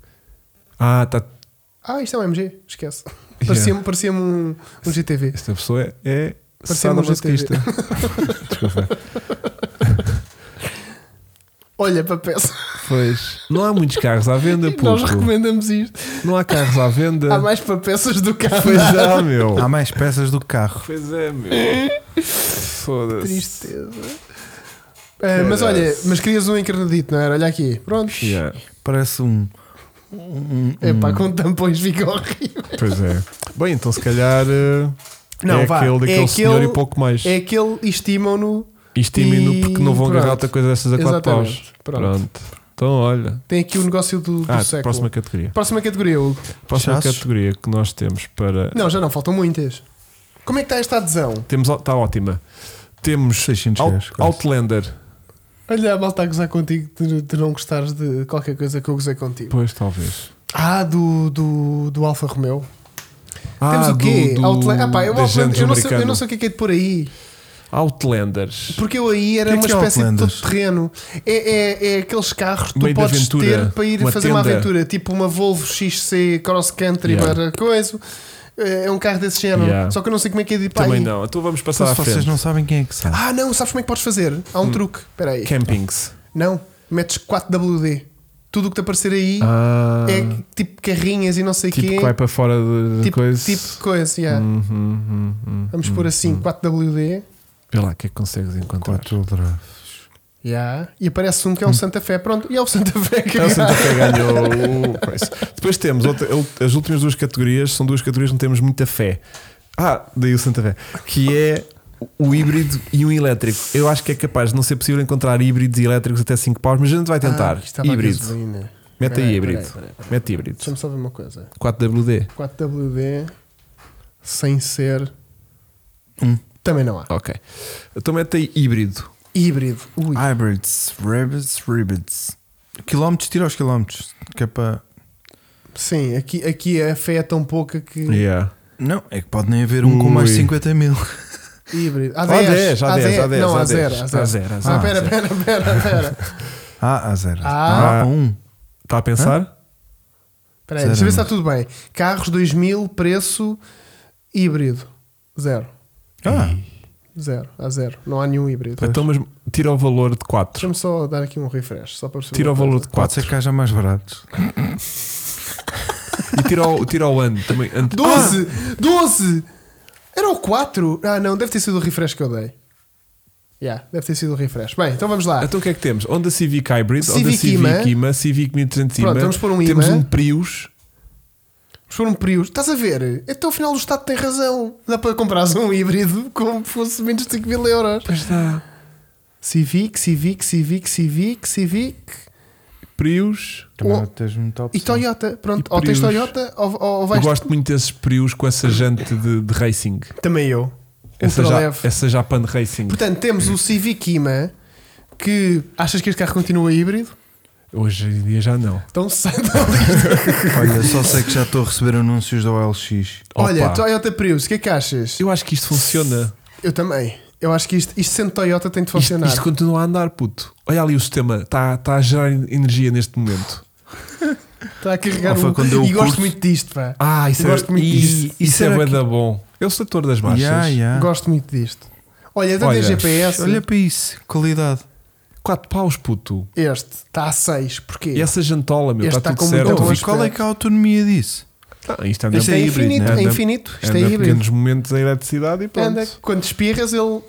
Ah, tá,
Ah, isto é um MG, esquece. Parecia-me parecia um, um GTV.
esta pessoa é- é
Parecia uma
sadomasoquista. Desculpa.
Olha para a peça.
Pois. Não há muitos carros à venda, puto.
Nós recomendamos isto.
Não há carros à venda.
Há mais para peças do que há
Pois
nada.
é, meu.
Há mais peças do que carro.
Pois é, meu. Foda-se.
Tristeza. Ah, mas olha, mas querias um encarnadito, não era? Olha aqui, pronto.
Yeah, Hum.
Parece um. um- um-
É pá, com tampões fica horrível.
Pois é. Bem, então se calhar eh,
Não,
é
vá,
aquele daquele
é
senhor
aquele-
e pouco mais.
É aquele estimam-no.
Isto no
e
porque não vão
pronto.
agarrar outra coisa dessas a 4
Exatamente.
paus.
Pronto.
Pronto. Então olha.
Tem aqui o negócio do, do
Ah, próxima
século. Próxima,
categoria.
categoria, Hugo.
Próxima
Chassos?
categoria que nós temos para.
Não, já não, faltam muitas. Como é que está esta adesão?
Temos, está ótima. Temos
600
Out-
reais, quase.
Outlander.
Olha, a malta a gozar contigo de, de não gostares de qualquer coisa que eu gozei contigo.
Pois talvez.
Ah, do, do, do Alfa Romeo. Temos
Ah,
o quê?
do- do-
Outla- Ah, pá, eu,
da
Outlander-
gente
eu não sei, eu
americana.
não sei o que é que é de por aí.
Outlanders.
Porque eu aí era
O que é
uma
que é
espécie de
Outlanders?
todo terreno. É, é, é aqueles carros que tu
Meio de
podes
aventura,
ter para ir
uma
fazer uma
tenda.
aventura, tipo uma Volvo XC Cross Country
Yeah.
para coisa. É um carro desse género.
Yeah.
Só que eu não sei como é que é de ir para
Também
aí.
não. Então vamos
Só
passar à
se vocês
frente.
não sabem quem é que sabe.
Ah, não, sabes como é que podes fazer? Há um truque. Espera aí.
Campings.
Não, metes 4WD. Tudo o que te aparecer aí
Ah,
é que- tipo carrinhas e não sei o
tipo
quê.
que vai para fora de, de
tipo,
coisa.
tipo de coisa, yeah.
Uhum, uhum, uhum.
Vamos pôr assim 4WD.
Vê lá o que é que consegues encontrar.
Quatro drive.
Yeah. E aparece um que é um Santa Fé. Pronto, e é o Santa Fé que
Ah, Hum. o Santa Fé ganhou o coisa. Depois temos outra- as últimas duas categorias, são duas categorias onde temos muita fé. Ah, daí o Santa Fé. Que é o híbrido e um elétrico. Eu acho que é capaz de não ser possível encontrar híbridos e elétricos até 5 paus, mas a gente vai tentar.
Ah, isto estava a
híbrido.
gasolina.
Mete aí
Peraí,
híbrido.
peraí, peraí, peraí.
Mete híbrido.
Deixa-me só ver uma coisa.
4WD.
4WD sem ser.
Um.
Também não há.
Ok. Então mete aí híbrido.
Híbrido. Ui.
Ah.
Hybrids, rabbits, ribbits. Quilómetros, tira os quilómetros. Que é para.
Sim, aqui, aqui a fé é tão pouca que.
Yeah.
Não, é que pode nem haver um com mais de
Ui.
50 mil.
Híbrido. Há
É. Há
10,
10, há 10, há 10,
Não,
há
há 0.
10.
Há
Há
0.
zero, há
Ah,
zero,
pera,
há
pera, pera, pera.
Ah, há zero.
Ah.
Ah, um.
Está Tá a pensar?
Espera aí, deixa eu ver se
Zero,
está tudo bem. Carros 2000, preço híbrido. Zero.
Ah,
Zero. Há zero. Não há nenhum híbrido.
Então, mas tira o valor de 4.
Deixa-me só dar aqui um refresh. Só para perceber
Tira o
uma
valor
coisa.
de
pode ser
4.
que haja mais baratos.
E tira o, tira o ano também. Ante- Ah,
12! 12! Era o 4? Ah, não, deve ter sido o refresh que eu dei. Yeah, deve ter sido o refresh. Bem, então vamos lá.
Ah, então o que é que temos? Honda Civic Hybrid, Honda
Civic Ima.
Civic Ima, Civic 1300 Ima.
Pronto, vamos pôr um
temos
Ima.
um Prius.
Mas foram prios. Estás a ver? Até o final do Estado tem razão. Dá para comprares um híbrido como fosse menos de 5 mil euros.
Pois está.
Civic, Civic, Civic, Civic, Civic
Prius.
Também
Oh.
não tens muita
e
opção.
Toyota. Pronto,
E
ou tens
Prius.
Toyota ou, ou
Eu
vais.
gosto muito desses Prius com essa jante de, de racing.
Também eu.
Essa,
Ultra
ja,
leve.
essa Japan Racing.
Portanto, temos o Civic Ima que achas que este carro continua híbrido?
Hoje em dia já não.
Então sai da lista.
Olha, só sei que já estou a receber anúncios da OLX.
Olha,
Opa.
Toyota Prius, o que é que achas?
Eu acho que isto funciona.
Eu também. Eu acho que isto, isto sendo Toyota tem de
Isto,
funcionar.
isto continua a andar, puto. Olha ali o sistema, está tá a gerar energia neste momento.
Está a carregar
Ah, foi
um...
quando deu o
E gosto
curso.
muito disto, pá.
Ah, isso
Eu gosto
é,
muito
isso,
disso.
isso
Será
é
que-
que... bom. É o setor das marchas.
Yeah, yeah.
Gosto muito disto. Olha, então tem
Olha,
GPS.
Ah. Olha para isso, qualidade.
4 paus, puto.
Este está a 6. Porquê?
E essa jantola, meu,
Este
está
tá
tudo
com muita
certo.
luz.
Mas qual é que é a autonomia disso?
Ah, isto anda,
Este
é,
é híbrido,
infinito,
né?
é
Anda-
infinito. Isto
anda
é híbrido.
pequenos momentos em eletricidade e pronto.
Anda, quando espirras, ele.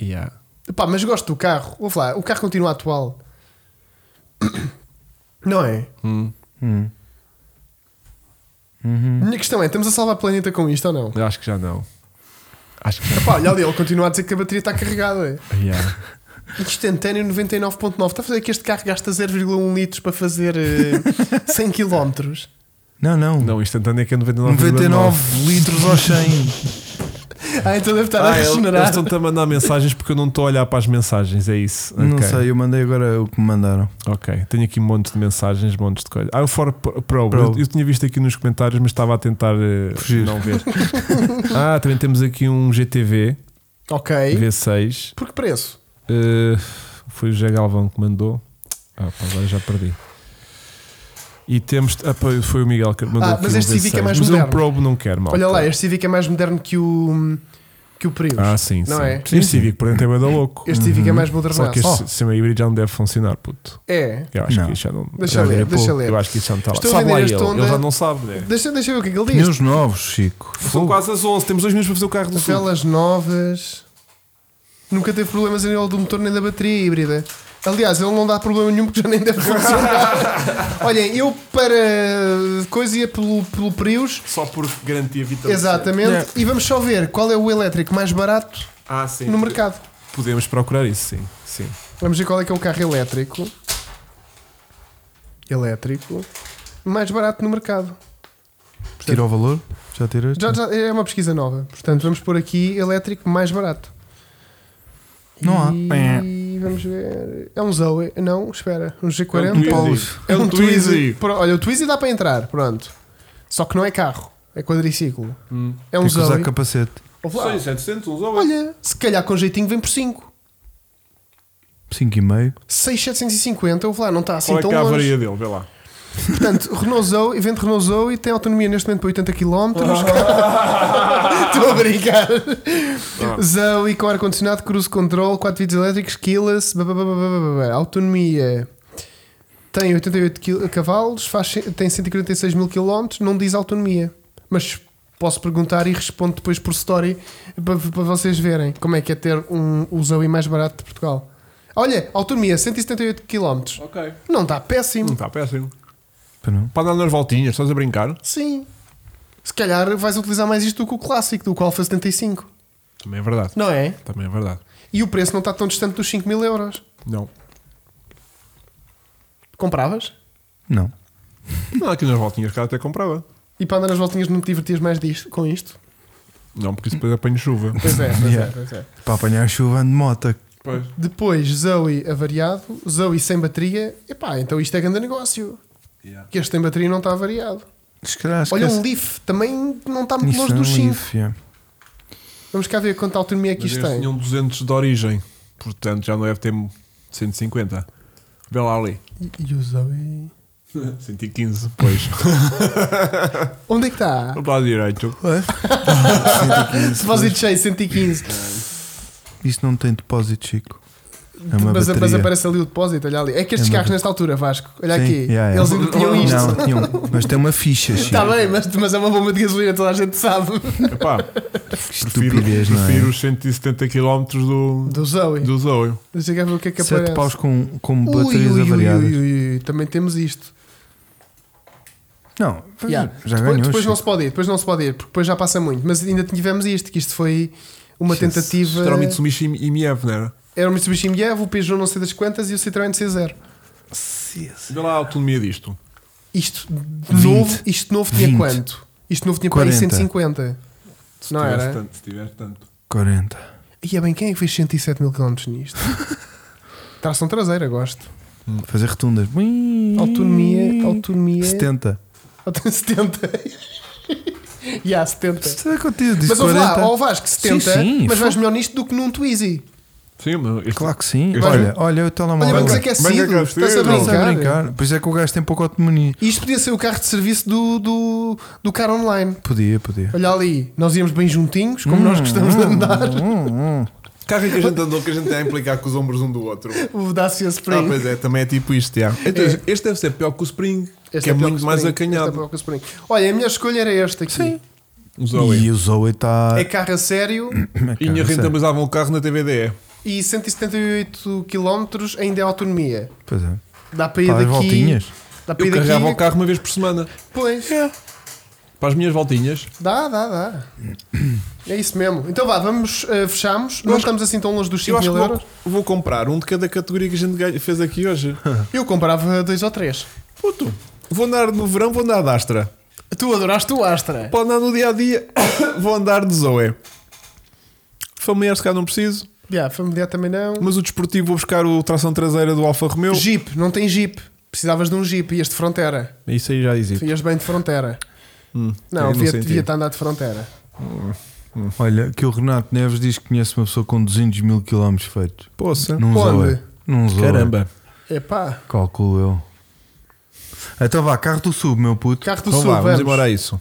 Yeah.
Pá, mas gosto do carro. Vou falar, o carro continua atual. Não é?
Hum, Uhum.
Minha questão é: estamos a salvar o planeta com isto ou não?
eu acho que já não. Acho que já
Pá, olha ali, ele continua a dizer que a bateria está carregada. é.
não. Yeah.
Instantâneo 99.9. Está a fazer que este carro gasta 0,1 litros para fazer eh, 100 km.
Não, não.
Não, instantâneo é que é 99.
99 litros aos 100.
Ah, então deve estar a
Ah, eles eles
regenerar.
estão-te a mandar mensagens porque eu não estou a olhar para as mensagens, é isso.
Não
Ok.
sei, eu mandei agora o que me mandaram.
Ok, tenho aqui um monte de mensagens, montes de coisas. Ah, o Ford Pro,
Pro.
Eu, eu tinha visto aqui nos comentários, mas estava a tentar eh,
Fugir.
não ver. ah, também temos aqui um GTV
Ok.
V6.
Por que preço?
Eh, foi o José Galvão que mandou. Ah, pá, agora já perdi. E temos. Ah, pá, foi o Miguel que mandou.
Ah,
aqui
mas
um
este Civic é
V6.
mais
Mas
moderno.
eu Probe não quero, mal.
Olha lá, este Civic é mais moderno que o, que o Prius.
Ah, sim,
Não
sim.
é?
Este Civic, por exemplo, é da louco.
Este Civic é mais
Só
moderno.
que este sistema híbrido já não deve funcionar, puto.
É.
Eu acho
Não.
que isto já não.
Deixa
já
ler,
é
deixa
pouco.
ler.
Eu acho que isto já não está lá.
Estou a
Sabe
vender
lá ele,
esta onda.
ele já não sabe, né?
Deixa, deixa eu ver o que é que ele diz.
Pneus novos, Chico.
São quase as 11, temos dois minutos para fazer o carro do Sul.
Telas novas. Nunca teve problemas a nível do motor nem da bateria híbrida. Aliás, ele não dá problema nenhum porque já nem deve funcionar. Olhem, eu para coisa ia pelo, pelo Prius.
Só por garantia vital.
Exatamente. E vamos só ver qual é o elétrico mais barato
Ah, sim.
no mercado.
Podemos procurar isso, sim. sim.
Vamos ver qual é que é o carro elétrico. Elétrico. Mais barato no mercado.
Tira o valor? Já tiraste?
Já, já é uma pesquisa nova. Portanto, vamos pôr aqui elétrico mais barato.
Não há.
E vamos ver. É um Zoe. Não, espera. Um
É
G40.
um Twizy.
Paulo.
É um Twizy.
Pro- Olha, o Twizy dá para entrar. Pronto. Só que não é carro. É quadriciclo.
Hum.
É um
Tem que
Zoe.
usar capacete.
Ou lá,
700, uns
Olha, se calhar com jeitinho vem por 5.
5,5.
6,750. Eu vou lá, não está assim
Qual é
tão
que é a
longe.
avaria dele? Vê lá.
Portanto, Renault Zoe, evento Renault Zoe e tem autonomia neste momento para 80 km. Estou a brincar. Zoe com ar-condicionado, cruise control, 4 vídeos elétricos, keyless, blá, blá, blá, blá, blá, blá, blá. autonomia. Tem 88 quil- cavalos, faz, ce- tem 146 mil km, não diz autonomia. Mas posso perguntar e respondo depois por story para, para vocês verem como é que é ter um, o Zoe mais barato de Portugal. Olha, autonomia, 178 km.
Ok.
Não está péssimo.
Não está tá péssimo.
Para não.
Para andar nas voltinhas, estás a brincar?
Sim. se calhar vais utilizar mais isto do que o clássico, do que o Alfa 75.
Também é verdade.
Não é?
Também é verdade.
E o preço não está tão distante dos 5 mil euros.
Não.
Compravas?
Não.
Não, aqui nas voltinhas, cara, até comprava.
E para andar nas voltinhas não te divertias mais disto, com isto?
Não, porque isso depois apanho chuva.
Pois é, pois
Yeah.
é, pois é.
Para apanhar chuva ando de moto.
Pois.
Depois Zoe avariado, Zoe sem bateria. Epá, então isto é grande negócio. Que este sem bateria não está avariado.
Se calhar
Olha,
esquece.
um Leaf também não está muito
Nissan
longe dos 5.
é um Leaf, yeah.
Vamos cá ver quanta autonomia é que
Mas
isto
eles
tem.
tinham 200 de origem, portanto já não deve ter 150. Vê lá ali.
E, e o Zoe?
115, pois.
Onde é que está?
Do lado direito.
Depósito cheio, 115.
Isso não tem depósito, Chico. É uma
mas,
bateria.
mas aparece ali o depósito, olha ali. É que estes
É uma
carros
bateria.
nesta altura, Vasco, olha
Sim,
aqui.
yeah, yeah.
Eles ainda tinham isto.
Não, tinham. Mas tem uma ficha, Chico.
Está bem, mas, mas é uma bomba de gasolina, toda a gente sabe.
Epá, prefiro,
Estupidez, não é?
prefiro os 170 km do,
Do Zoe.
do Zoe.
Deixa cá ver o que é que
7
aparece.
paus com, com
Ui,
baterias
ui, ui,
avariadas.
ui, ui, ui, também temos isto.
Não,
Yeah.
já
depois
ganhou.
depois não
Chico.
se pode ir, depois não se pode ir, porque depois já passa muito. Mas ainda tivemos isto, que isto foi uma
Jesus,
tentativa.
Era o Mitsubishi e Miev, não era?
Era o Mitsubishi Miev, o Peugeot não sei das quantas e o Citroën C0.
Vê lá a autonomia disto.
Isto de novo, isto de novo tinha
20.
quanto? Isto de novo tinha para aí
40.
150.
Se
Não
tiveres
era?
Tanto, se tiver tanto.
40.
E é bem, quem é que fez 107 mil km nisto? Tração traseira, gosto.
Fazer rotundas. Ui.
Autonomia, autonomia.
70.
Auto- 70. E há 70.
Será que eu te disse
Mas ouve lá,
40?
ao Vasco, 70,
Sim, sim,
mas
fo-
vais melhor nisto do que num Twizy.
Sim, mas este-
É Claro que sim.
Este-
Olha, olha o
Olha,
telemóvel.
vamos
Manga-
dizer que é
manga
cedo. Estás a
grafiteiro.
Estás a
brincar.
brincar. Pois é que o gajo tem pouca autonomia.
Isto podia ser o carro de serviço do, do, do cara online.
Podia, podia.
Olha ali, nós íamos bem juntinhos, como nós gostamos de andar.
Hum, hum.
Carro em que a gente andou, que a gente tem a implicar com os ombros um do outro.
O Dacia
Ah,
Spring.
pois é, também é tipo isto, já. Então,
É.
Este deve ser pior que o Spring,
Este
que é,
pior
muito
o
mais
Spring. Este é
acanhado.
pior que o Spring. Olha, a minha escolha era esta aqui.
O Zoe.
E o Zoe tá- é está.
É carro a sério
E ainda rentabilizavam o carro na TVDE.
e 178 km ainda é autonomia.
Pois é.
Dá para ir
Pá, as
daqui.
voltinhas.
Dá para
Eu
ir daqui.
carregava o É. carro uma vez por semana.
Pois,
Para as minhas voltinhas.
dá, dá, dá. É isso mesmo. Então vá, vamos, eh, fechamos. Não
acho-
estamos assim tão longe dos
Eu
5
acho
mil
que
euros.
vou, vou comprar um de cada categoria que a gente ganha- fez aqui hoje.
Eu comprava dois ou três.
Puto, vou andar no verão, vou andar de Astra.
Tu adoraste o Astra.
Para andar no dia a dia, vou andar de Zoe. Familiar, se calhar não preciso.
Yeah, familiar também não.
Mas o desportivo, vou buscar o tração traseira do Alfa Romeo.
Jeep, não tem Jeep. Precisavas de um Jeep, ias de fronteira.
Isso aí já existe.
Ias bem de fronteira.
Hum,
Não,
aí
devia,
senti.
devia estar a andar de fronteira.
Olha, que o Renato Neves diz que conhece uma pessoa com 200 mil km feitos.
Poça.
Num
Onde?
Zoe. Num Zoe.
Caramba.
Epá,
Calculo eu. Então vá, carro do sub, meu puto.
carro do é.
Então
Sul,
vá, vamos
vamos.
embora a isso.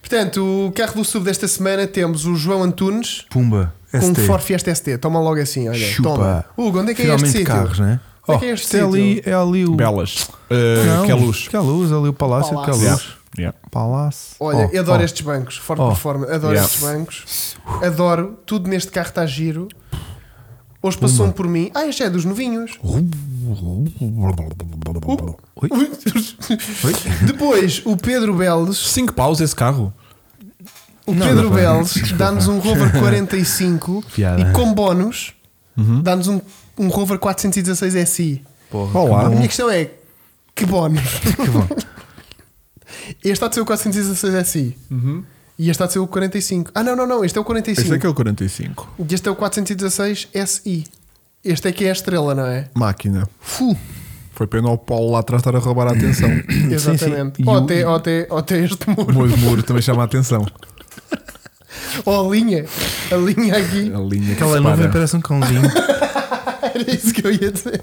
Portanto, o carro do Sul desta semana temos o João Antunes
Pumba.
com um
ST.
Ford Fiesta ST. Toma logo assim, olha.
Chupa.
Toma. Hugo, onde é que é
Finalmente
este sítio?
carros, né?
Onde é que é este
isto é ali, é ali o.
Belas. Uh,
Não,
que é luz.
Que é luz, ali o Palácio,
Palácio.
que é
Yeah.
luz.
Yeah.
Palácio.
Olha,
Oh,
eu adoro
oh.
estes bancos, Ford
Oh.
Performance, adoro
Yeah.
estes bancos, adoro, tudo neste carro está giro. Hoje passou um por mim. Ah, este é dos novinhos.
Uh.
Oi?
Depois, o Pedro Beles,
5 paus esse carro.
o
Não, não,
Pedro Beles
desculpa.
dá-nos um Rover 45
Piada. Uhum.
e com bónus dá-nos um, um Rover 416 SI.
Porra,
Olá.
A
que bom.
minha questão é, que bónus?
oh, Que bom.
Este há de ser o 416 SI.
Uhum.
E este há de ser o 45. Ah, não, não, não. Este é o 45.
Este é que é o 45.
E este é o 416 SI. Este é que é a estrela, não é?
Máquina.
Fu.
Foi pena o Paulo lá atrás estar a roubar a atenção.
Exatamente.
sim. E
Ou
o-
até, ou até- ou até este
o
muro.
meu muro também chama a atenção.
Ou a linha. A linha aqui.
A linha que
Aquela
separa.
nuvem parece um cãozinho.
Era isso que eu ia dizer.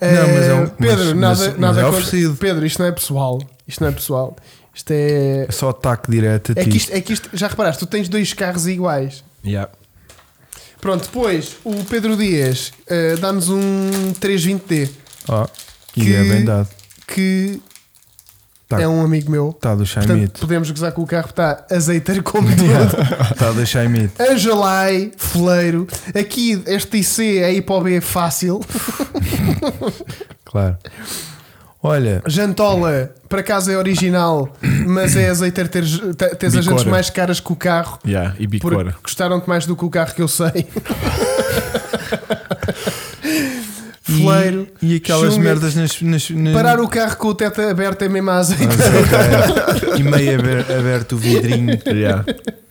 Eh,
Não, mas é um-
Pedro,
mas-
nada,
mas- mas
nada
é
contra-
oferecido.
Pedro, isto não é pessoal. Isto não é pessoal. Isto é.
É só ataque direto tipo. a
É
ti.
que isto, é que isto- já reparaste, tu tens dois carros iguais.
Yeah.
Pronto, depois o Pedro Dias eh, dá-nos um 320D
Ó, E
que-
é bem dado.
que
Tá.
é um amigo meu.
Está do
Portanto,
Shaimit.
podemos gozar com o carro, tá está azeiteiro como todo.
Está Tá do Shaimit.
Angelai, foleiro. Aqui, este IC é ir para o B fácil.
Claro. Olha,
Jantola, para casa é original, mas é azeiteiro, tens, tens as jantes
Bicora.
mais caras que o carro.
Yeah, e
Porque
bicora.
gostaram-te mais do que o carro que eu sei.
e-
Fleiro.
e, aquelas
chunga.
merdas nas, nas, nas-
Parar o carro com o teto aberto é mesmo a azeite.
e meio aber- aberto o vidrinho.
Yeah.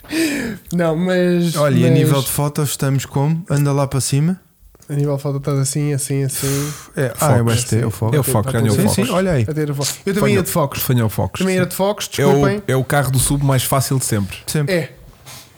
Não, mas.
Olha, e a
mas-
nível de fotos estamos como? Anda lá para cima.
A nível de foto estás assim, assim, assim.
É, ah, é o ST, é o foco.
É o foco,
Tá
ganhou o
tudo
sim,
foco.
sim, olha aí.
A ter a fo- Eu também ia de focos.
Ganhou o foco.
Também era de focos,
É
desculpem.
o, é o carro do sub mais fácil de sempre.
Sempre.
É.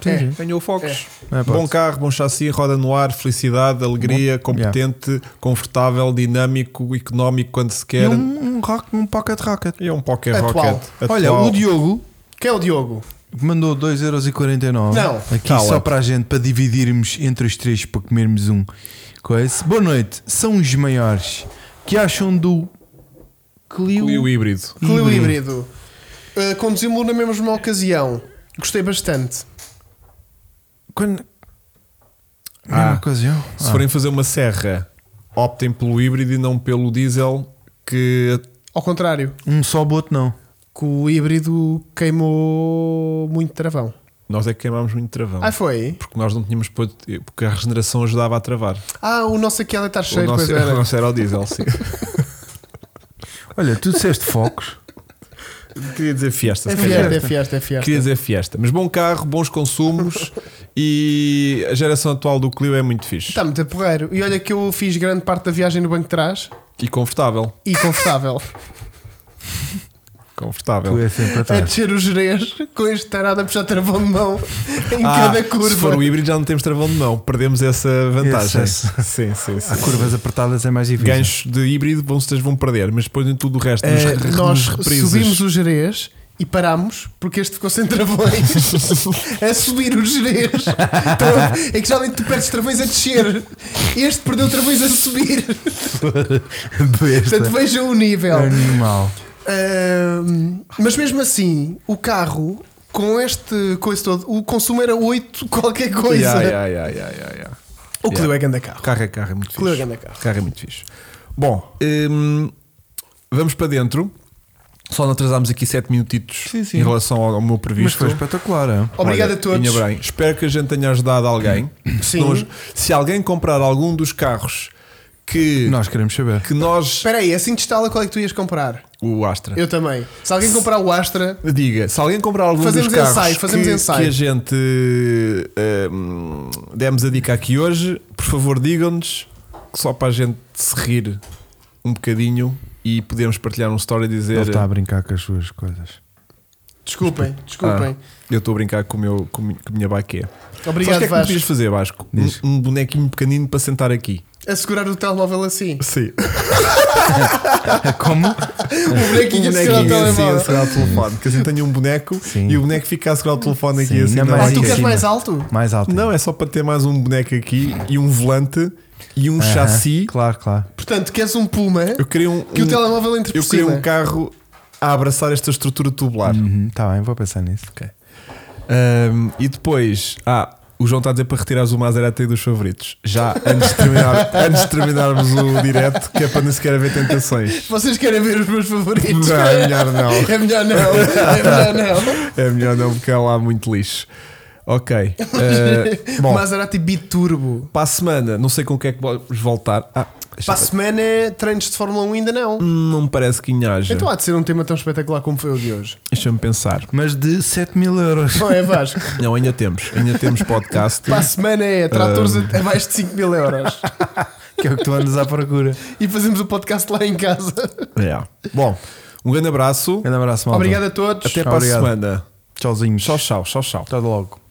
É.
Sim, sim.
Ganhou o Focus.
É, pá.
bom carro, bom chassi, roda no ar, felicidade, alegria, competente, confortável, dinâmico, económico quando se
E
quer.
um, um, rock, um pocket rocket.
E é um Pocket
Atual.
Rocket.
Olha,
Atual.
o Diogo
Quem é o Diogo?
mandou 2,49€.
Não.
Aqui
Cala-te.
só para a gente, para dividirmos entre os três, para comermos um. Coisa. Boa noite. São os maiores. que acham do
um
Clio?
E o híbrido.
Clio
Híbrido.
híbrido. Uh, Conduzi-mo na mesma ocasião. Gostei bastante.
Quando...
Ah.
Mesma ocasião.
Se
Ah.
forem fazer uma serra, optem pelo híbrido e não pelo diesel, que
Ao contrário,
Um só boto não.
que o híbrido queimou muito travão.
nós é que queimámos muito travão.
Ah, foi?
Porque nós não tínhamos. posto- Porque a regeneração ajudava a travar.
Ah, o nosso aqui ela está
O
cheio, pois
nosso,
era.
o nosso era o diesel, sim.
Olha, tu disseste focos.
Queria dizer fiesta,
É
se calhar.
fiesta, é fiesta, é fiesta.
Queria dizer fiesta. Mas bom carro, bons consumos e a geração atual do Clio é muito fixe.
Está Tá muito a porreiro. E olha que eu fiz grande parte da viagem no banco de trás
E confortável.
e confortável.
Tu
Confortável.
é sempre
Tá.
a
atrás.
descer o gerês com este tarado a puxar travão de mão em
Ah,
cada curva.
Se for o híbrido, já não temos travão de mão. Perdemos essa vantagem.
Esse-
Sim, sim,
Há
sim.
curvas apertadas é mais difícil.
Ganchos de híbrido vão, vocês vão perder, mas depois em tudo o resto, nos,
Eh,
re-
nós
nos reprises.
subimos o gerês e parámos porque este ficou sem travões a subir o gerês. Então, é que geralmente tu perdes travões a descer. Este perdeu travões a subir.
Besta.
Portanto, vejam o nível.
é.
É.
Animal.
Ahm, mas mesmo assim, o carro, com este coisa todo, o consumo era 8 qualquer coisa.
Yeah, yeah, yeah, yeah, yeah, yeah.
O Clio é grande carro.
Carro é carro, é muito fixe.
Clio é grande carro.
Carro é muito fixe. Bom, hum, vamos para dentro. Só não atrasámos aqui 7 minutitos
Sim, sim.
em relação ao, ao meu
Mas
previsto.
foi espetacular. é?
Obrigado
Olha,
a todos.
ainda bem. espero que a gente tenha ajudado alguém. Se,
Sim.
nós- se alguém comprar algum dos carros que nós,
Nós queremos saber.
que nós
Espera aí, assim de instala qual é que tu ias comprar?
o Astra,
Eu também. Se alguém comprar o Astra,
diga, se alguém comprar algum
Fazemos
dos carros
ensaio, fazemos
que,
ensaio.
que a gente eh, hum, demos a dica aqui hoje, por favor, digam-nos que só para a gente se rir um bocadinho e podemos partilhar um story e
Ele
dizer
está a brincar com as suas coisas.
desculpem, desculpem.
eu estou a brincar com, o meu, com a minha- com a minha baqueia. Sabes o
Obrigado,
que é que me
Vasco.
podias fazer, Vasco? Um,
Diz.
um bonequinho pequenino para sentar aqui.
Assegurar o telemóvel assim.
Sim.
É como?
O bonequinho
um
assegurar o
bonequinho assim a
telemóvel.
segurar o telefone. Que assim tenho um boneco
Sim.
e o boneco fica a segurar o telefone aqui
Sim,
assim.
na
não é?
Ah,
mão.
tu queres
Sim.
mais alto?
Mais alto.
Não, é só para ter mais um boneco aqui e um volante e um
Aham.
chassi.
Claro, claro.
Portanto, queres um Puma
Eu queria um,
que o
um-
telemóvel entre
eu
por
queria
cima.
um carro a abraçar esta estrutura tubular.
Uhum, tá bem, vou pensar nisso.
Um, e depois, ah, o João está a dizer para retirares o Maserati dos favoritos. Já antes de, terminar- antes de terminarmos o direto, que é para não sequer haver tentações.
Vocês querem ver os meus favoritos?
Não, é melhor não.
É melhor não. É melhor não.
É melhor não, porque há lá muito lixo. Ok. eh, bom,
Maserati tipo Biturbo.
para a semana, não sei com o que é que vamos voltar. Ah,
Para a semana, treinos de Fórmula 1 ainda não.
não me parece que inhaja.
Então há de ser um tema tão espetacular como foi o de hoje.
Deixa-me pensar.
Mas de 7 mil euros.
Não é, Vasco?
Não, ainda temos. Ainda temos podcast.
Para a semana é tratores
Um.
a a mais de 5 mil euros.
Que é o que tu andas à procura.
E fazemos o podcast lá em casa.
Yeah. Bom, um grande abraço.
Um abraço, malta.
Obrigado a todos.
Até para
Obrigado.
a semana.
Tchauzinhos.
Tchau, tchau, tchau, tchau.
Até logo.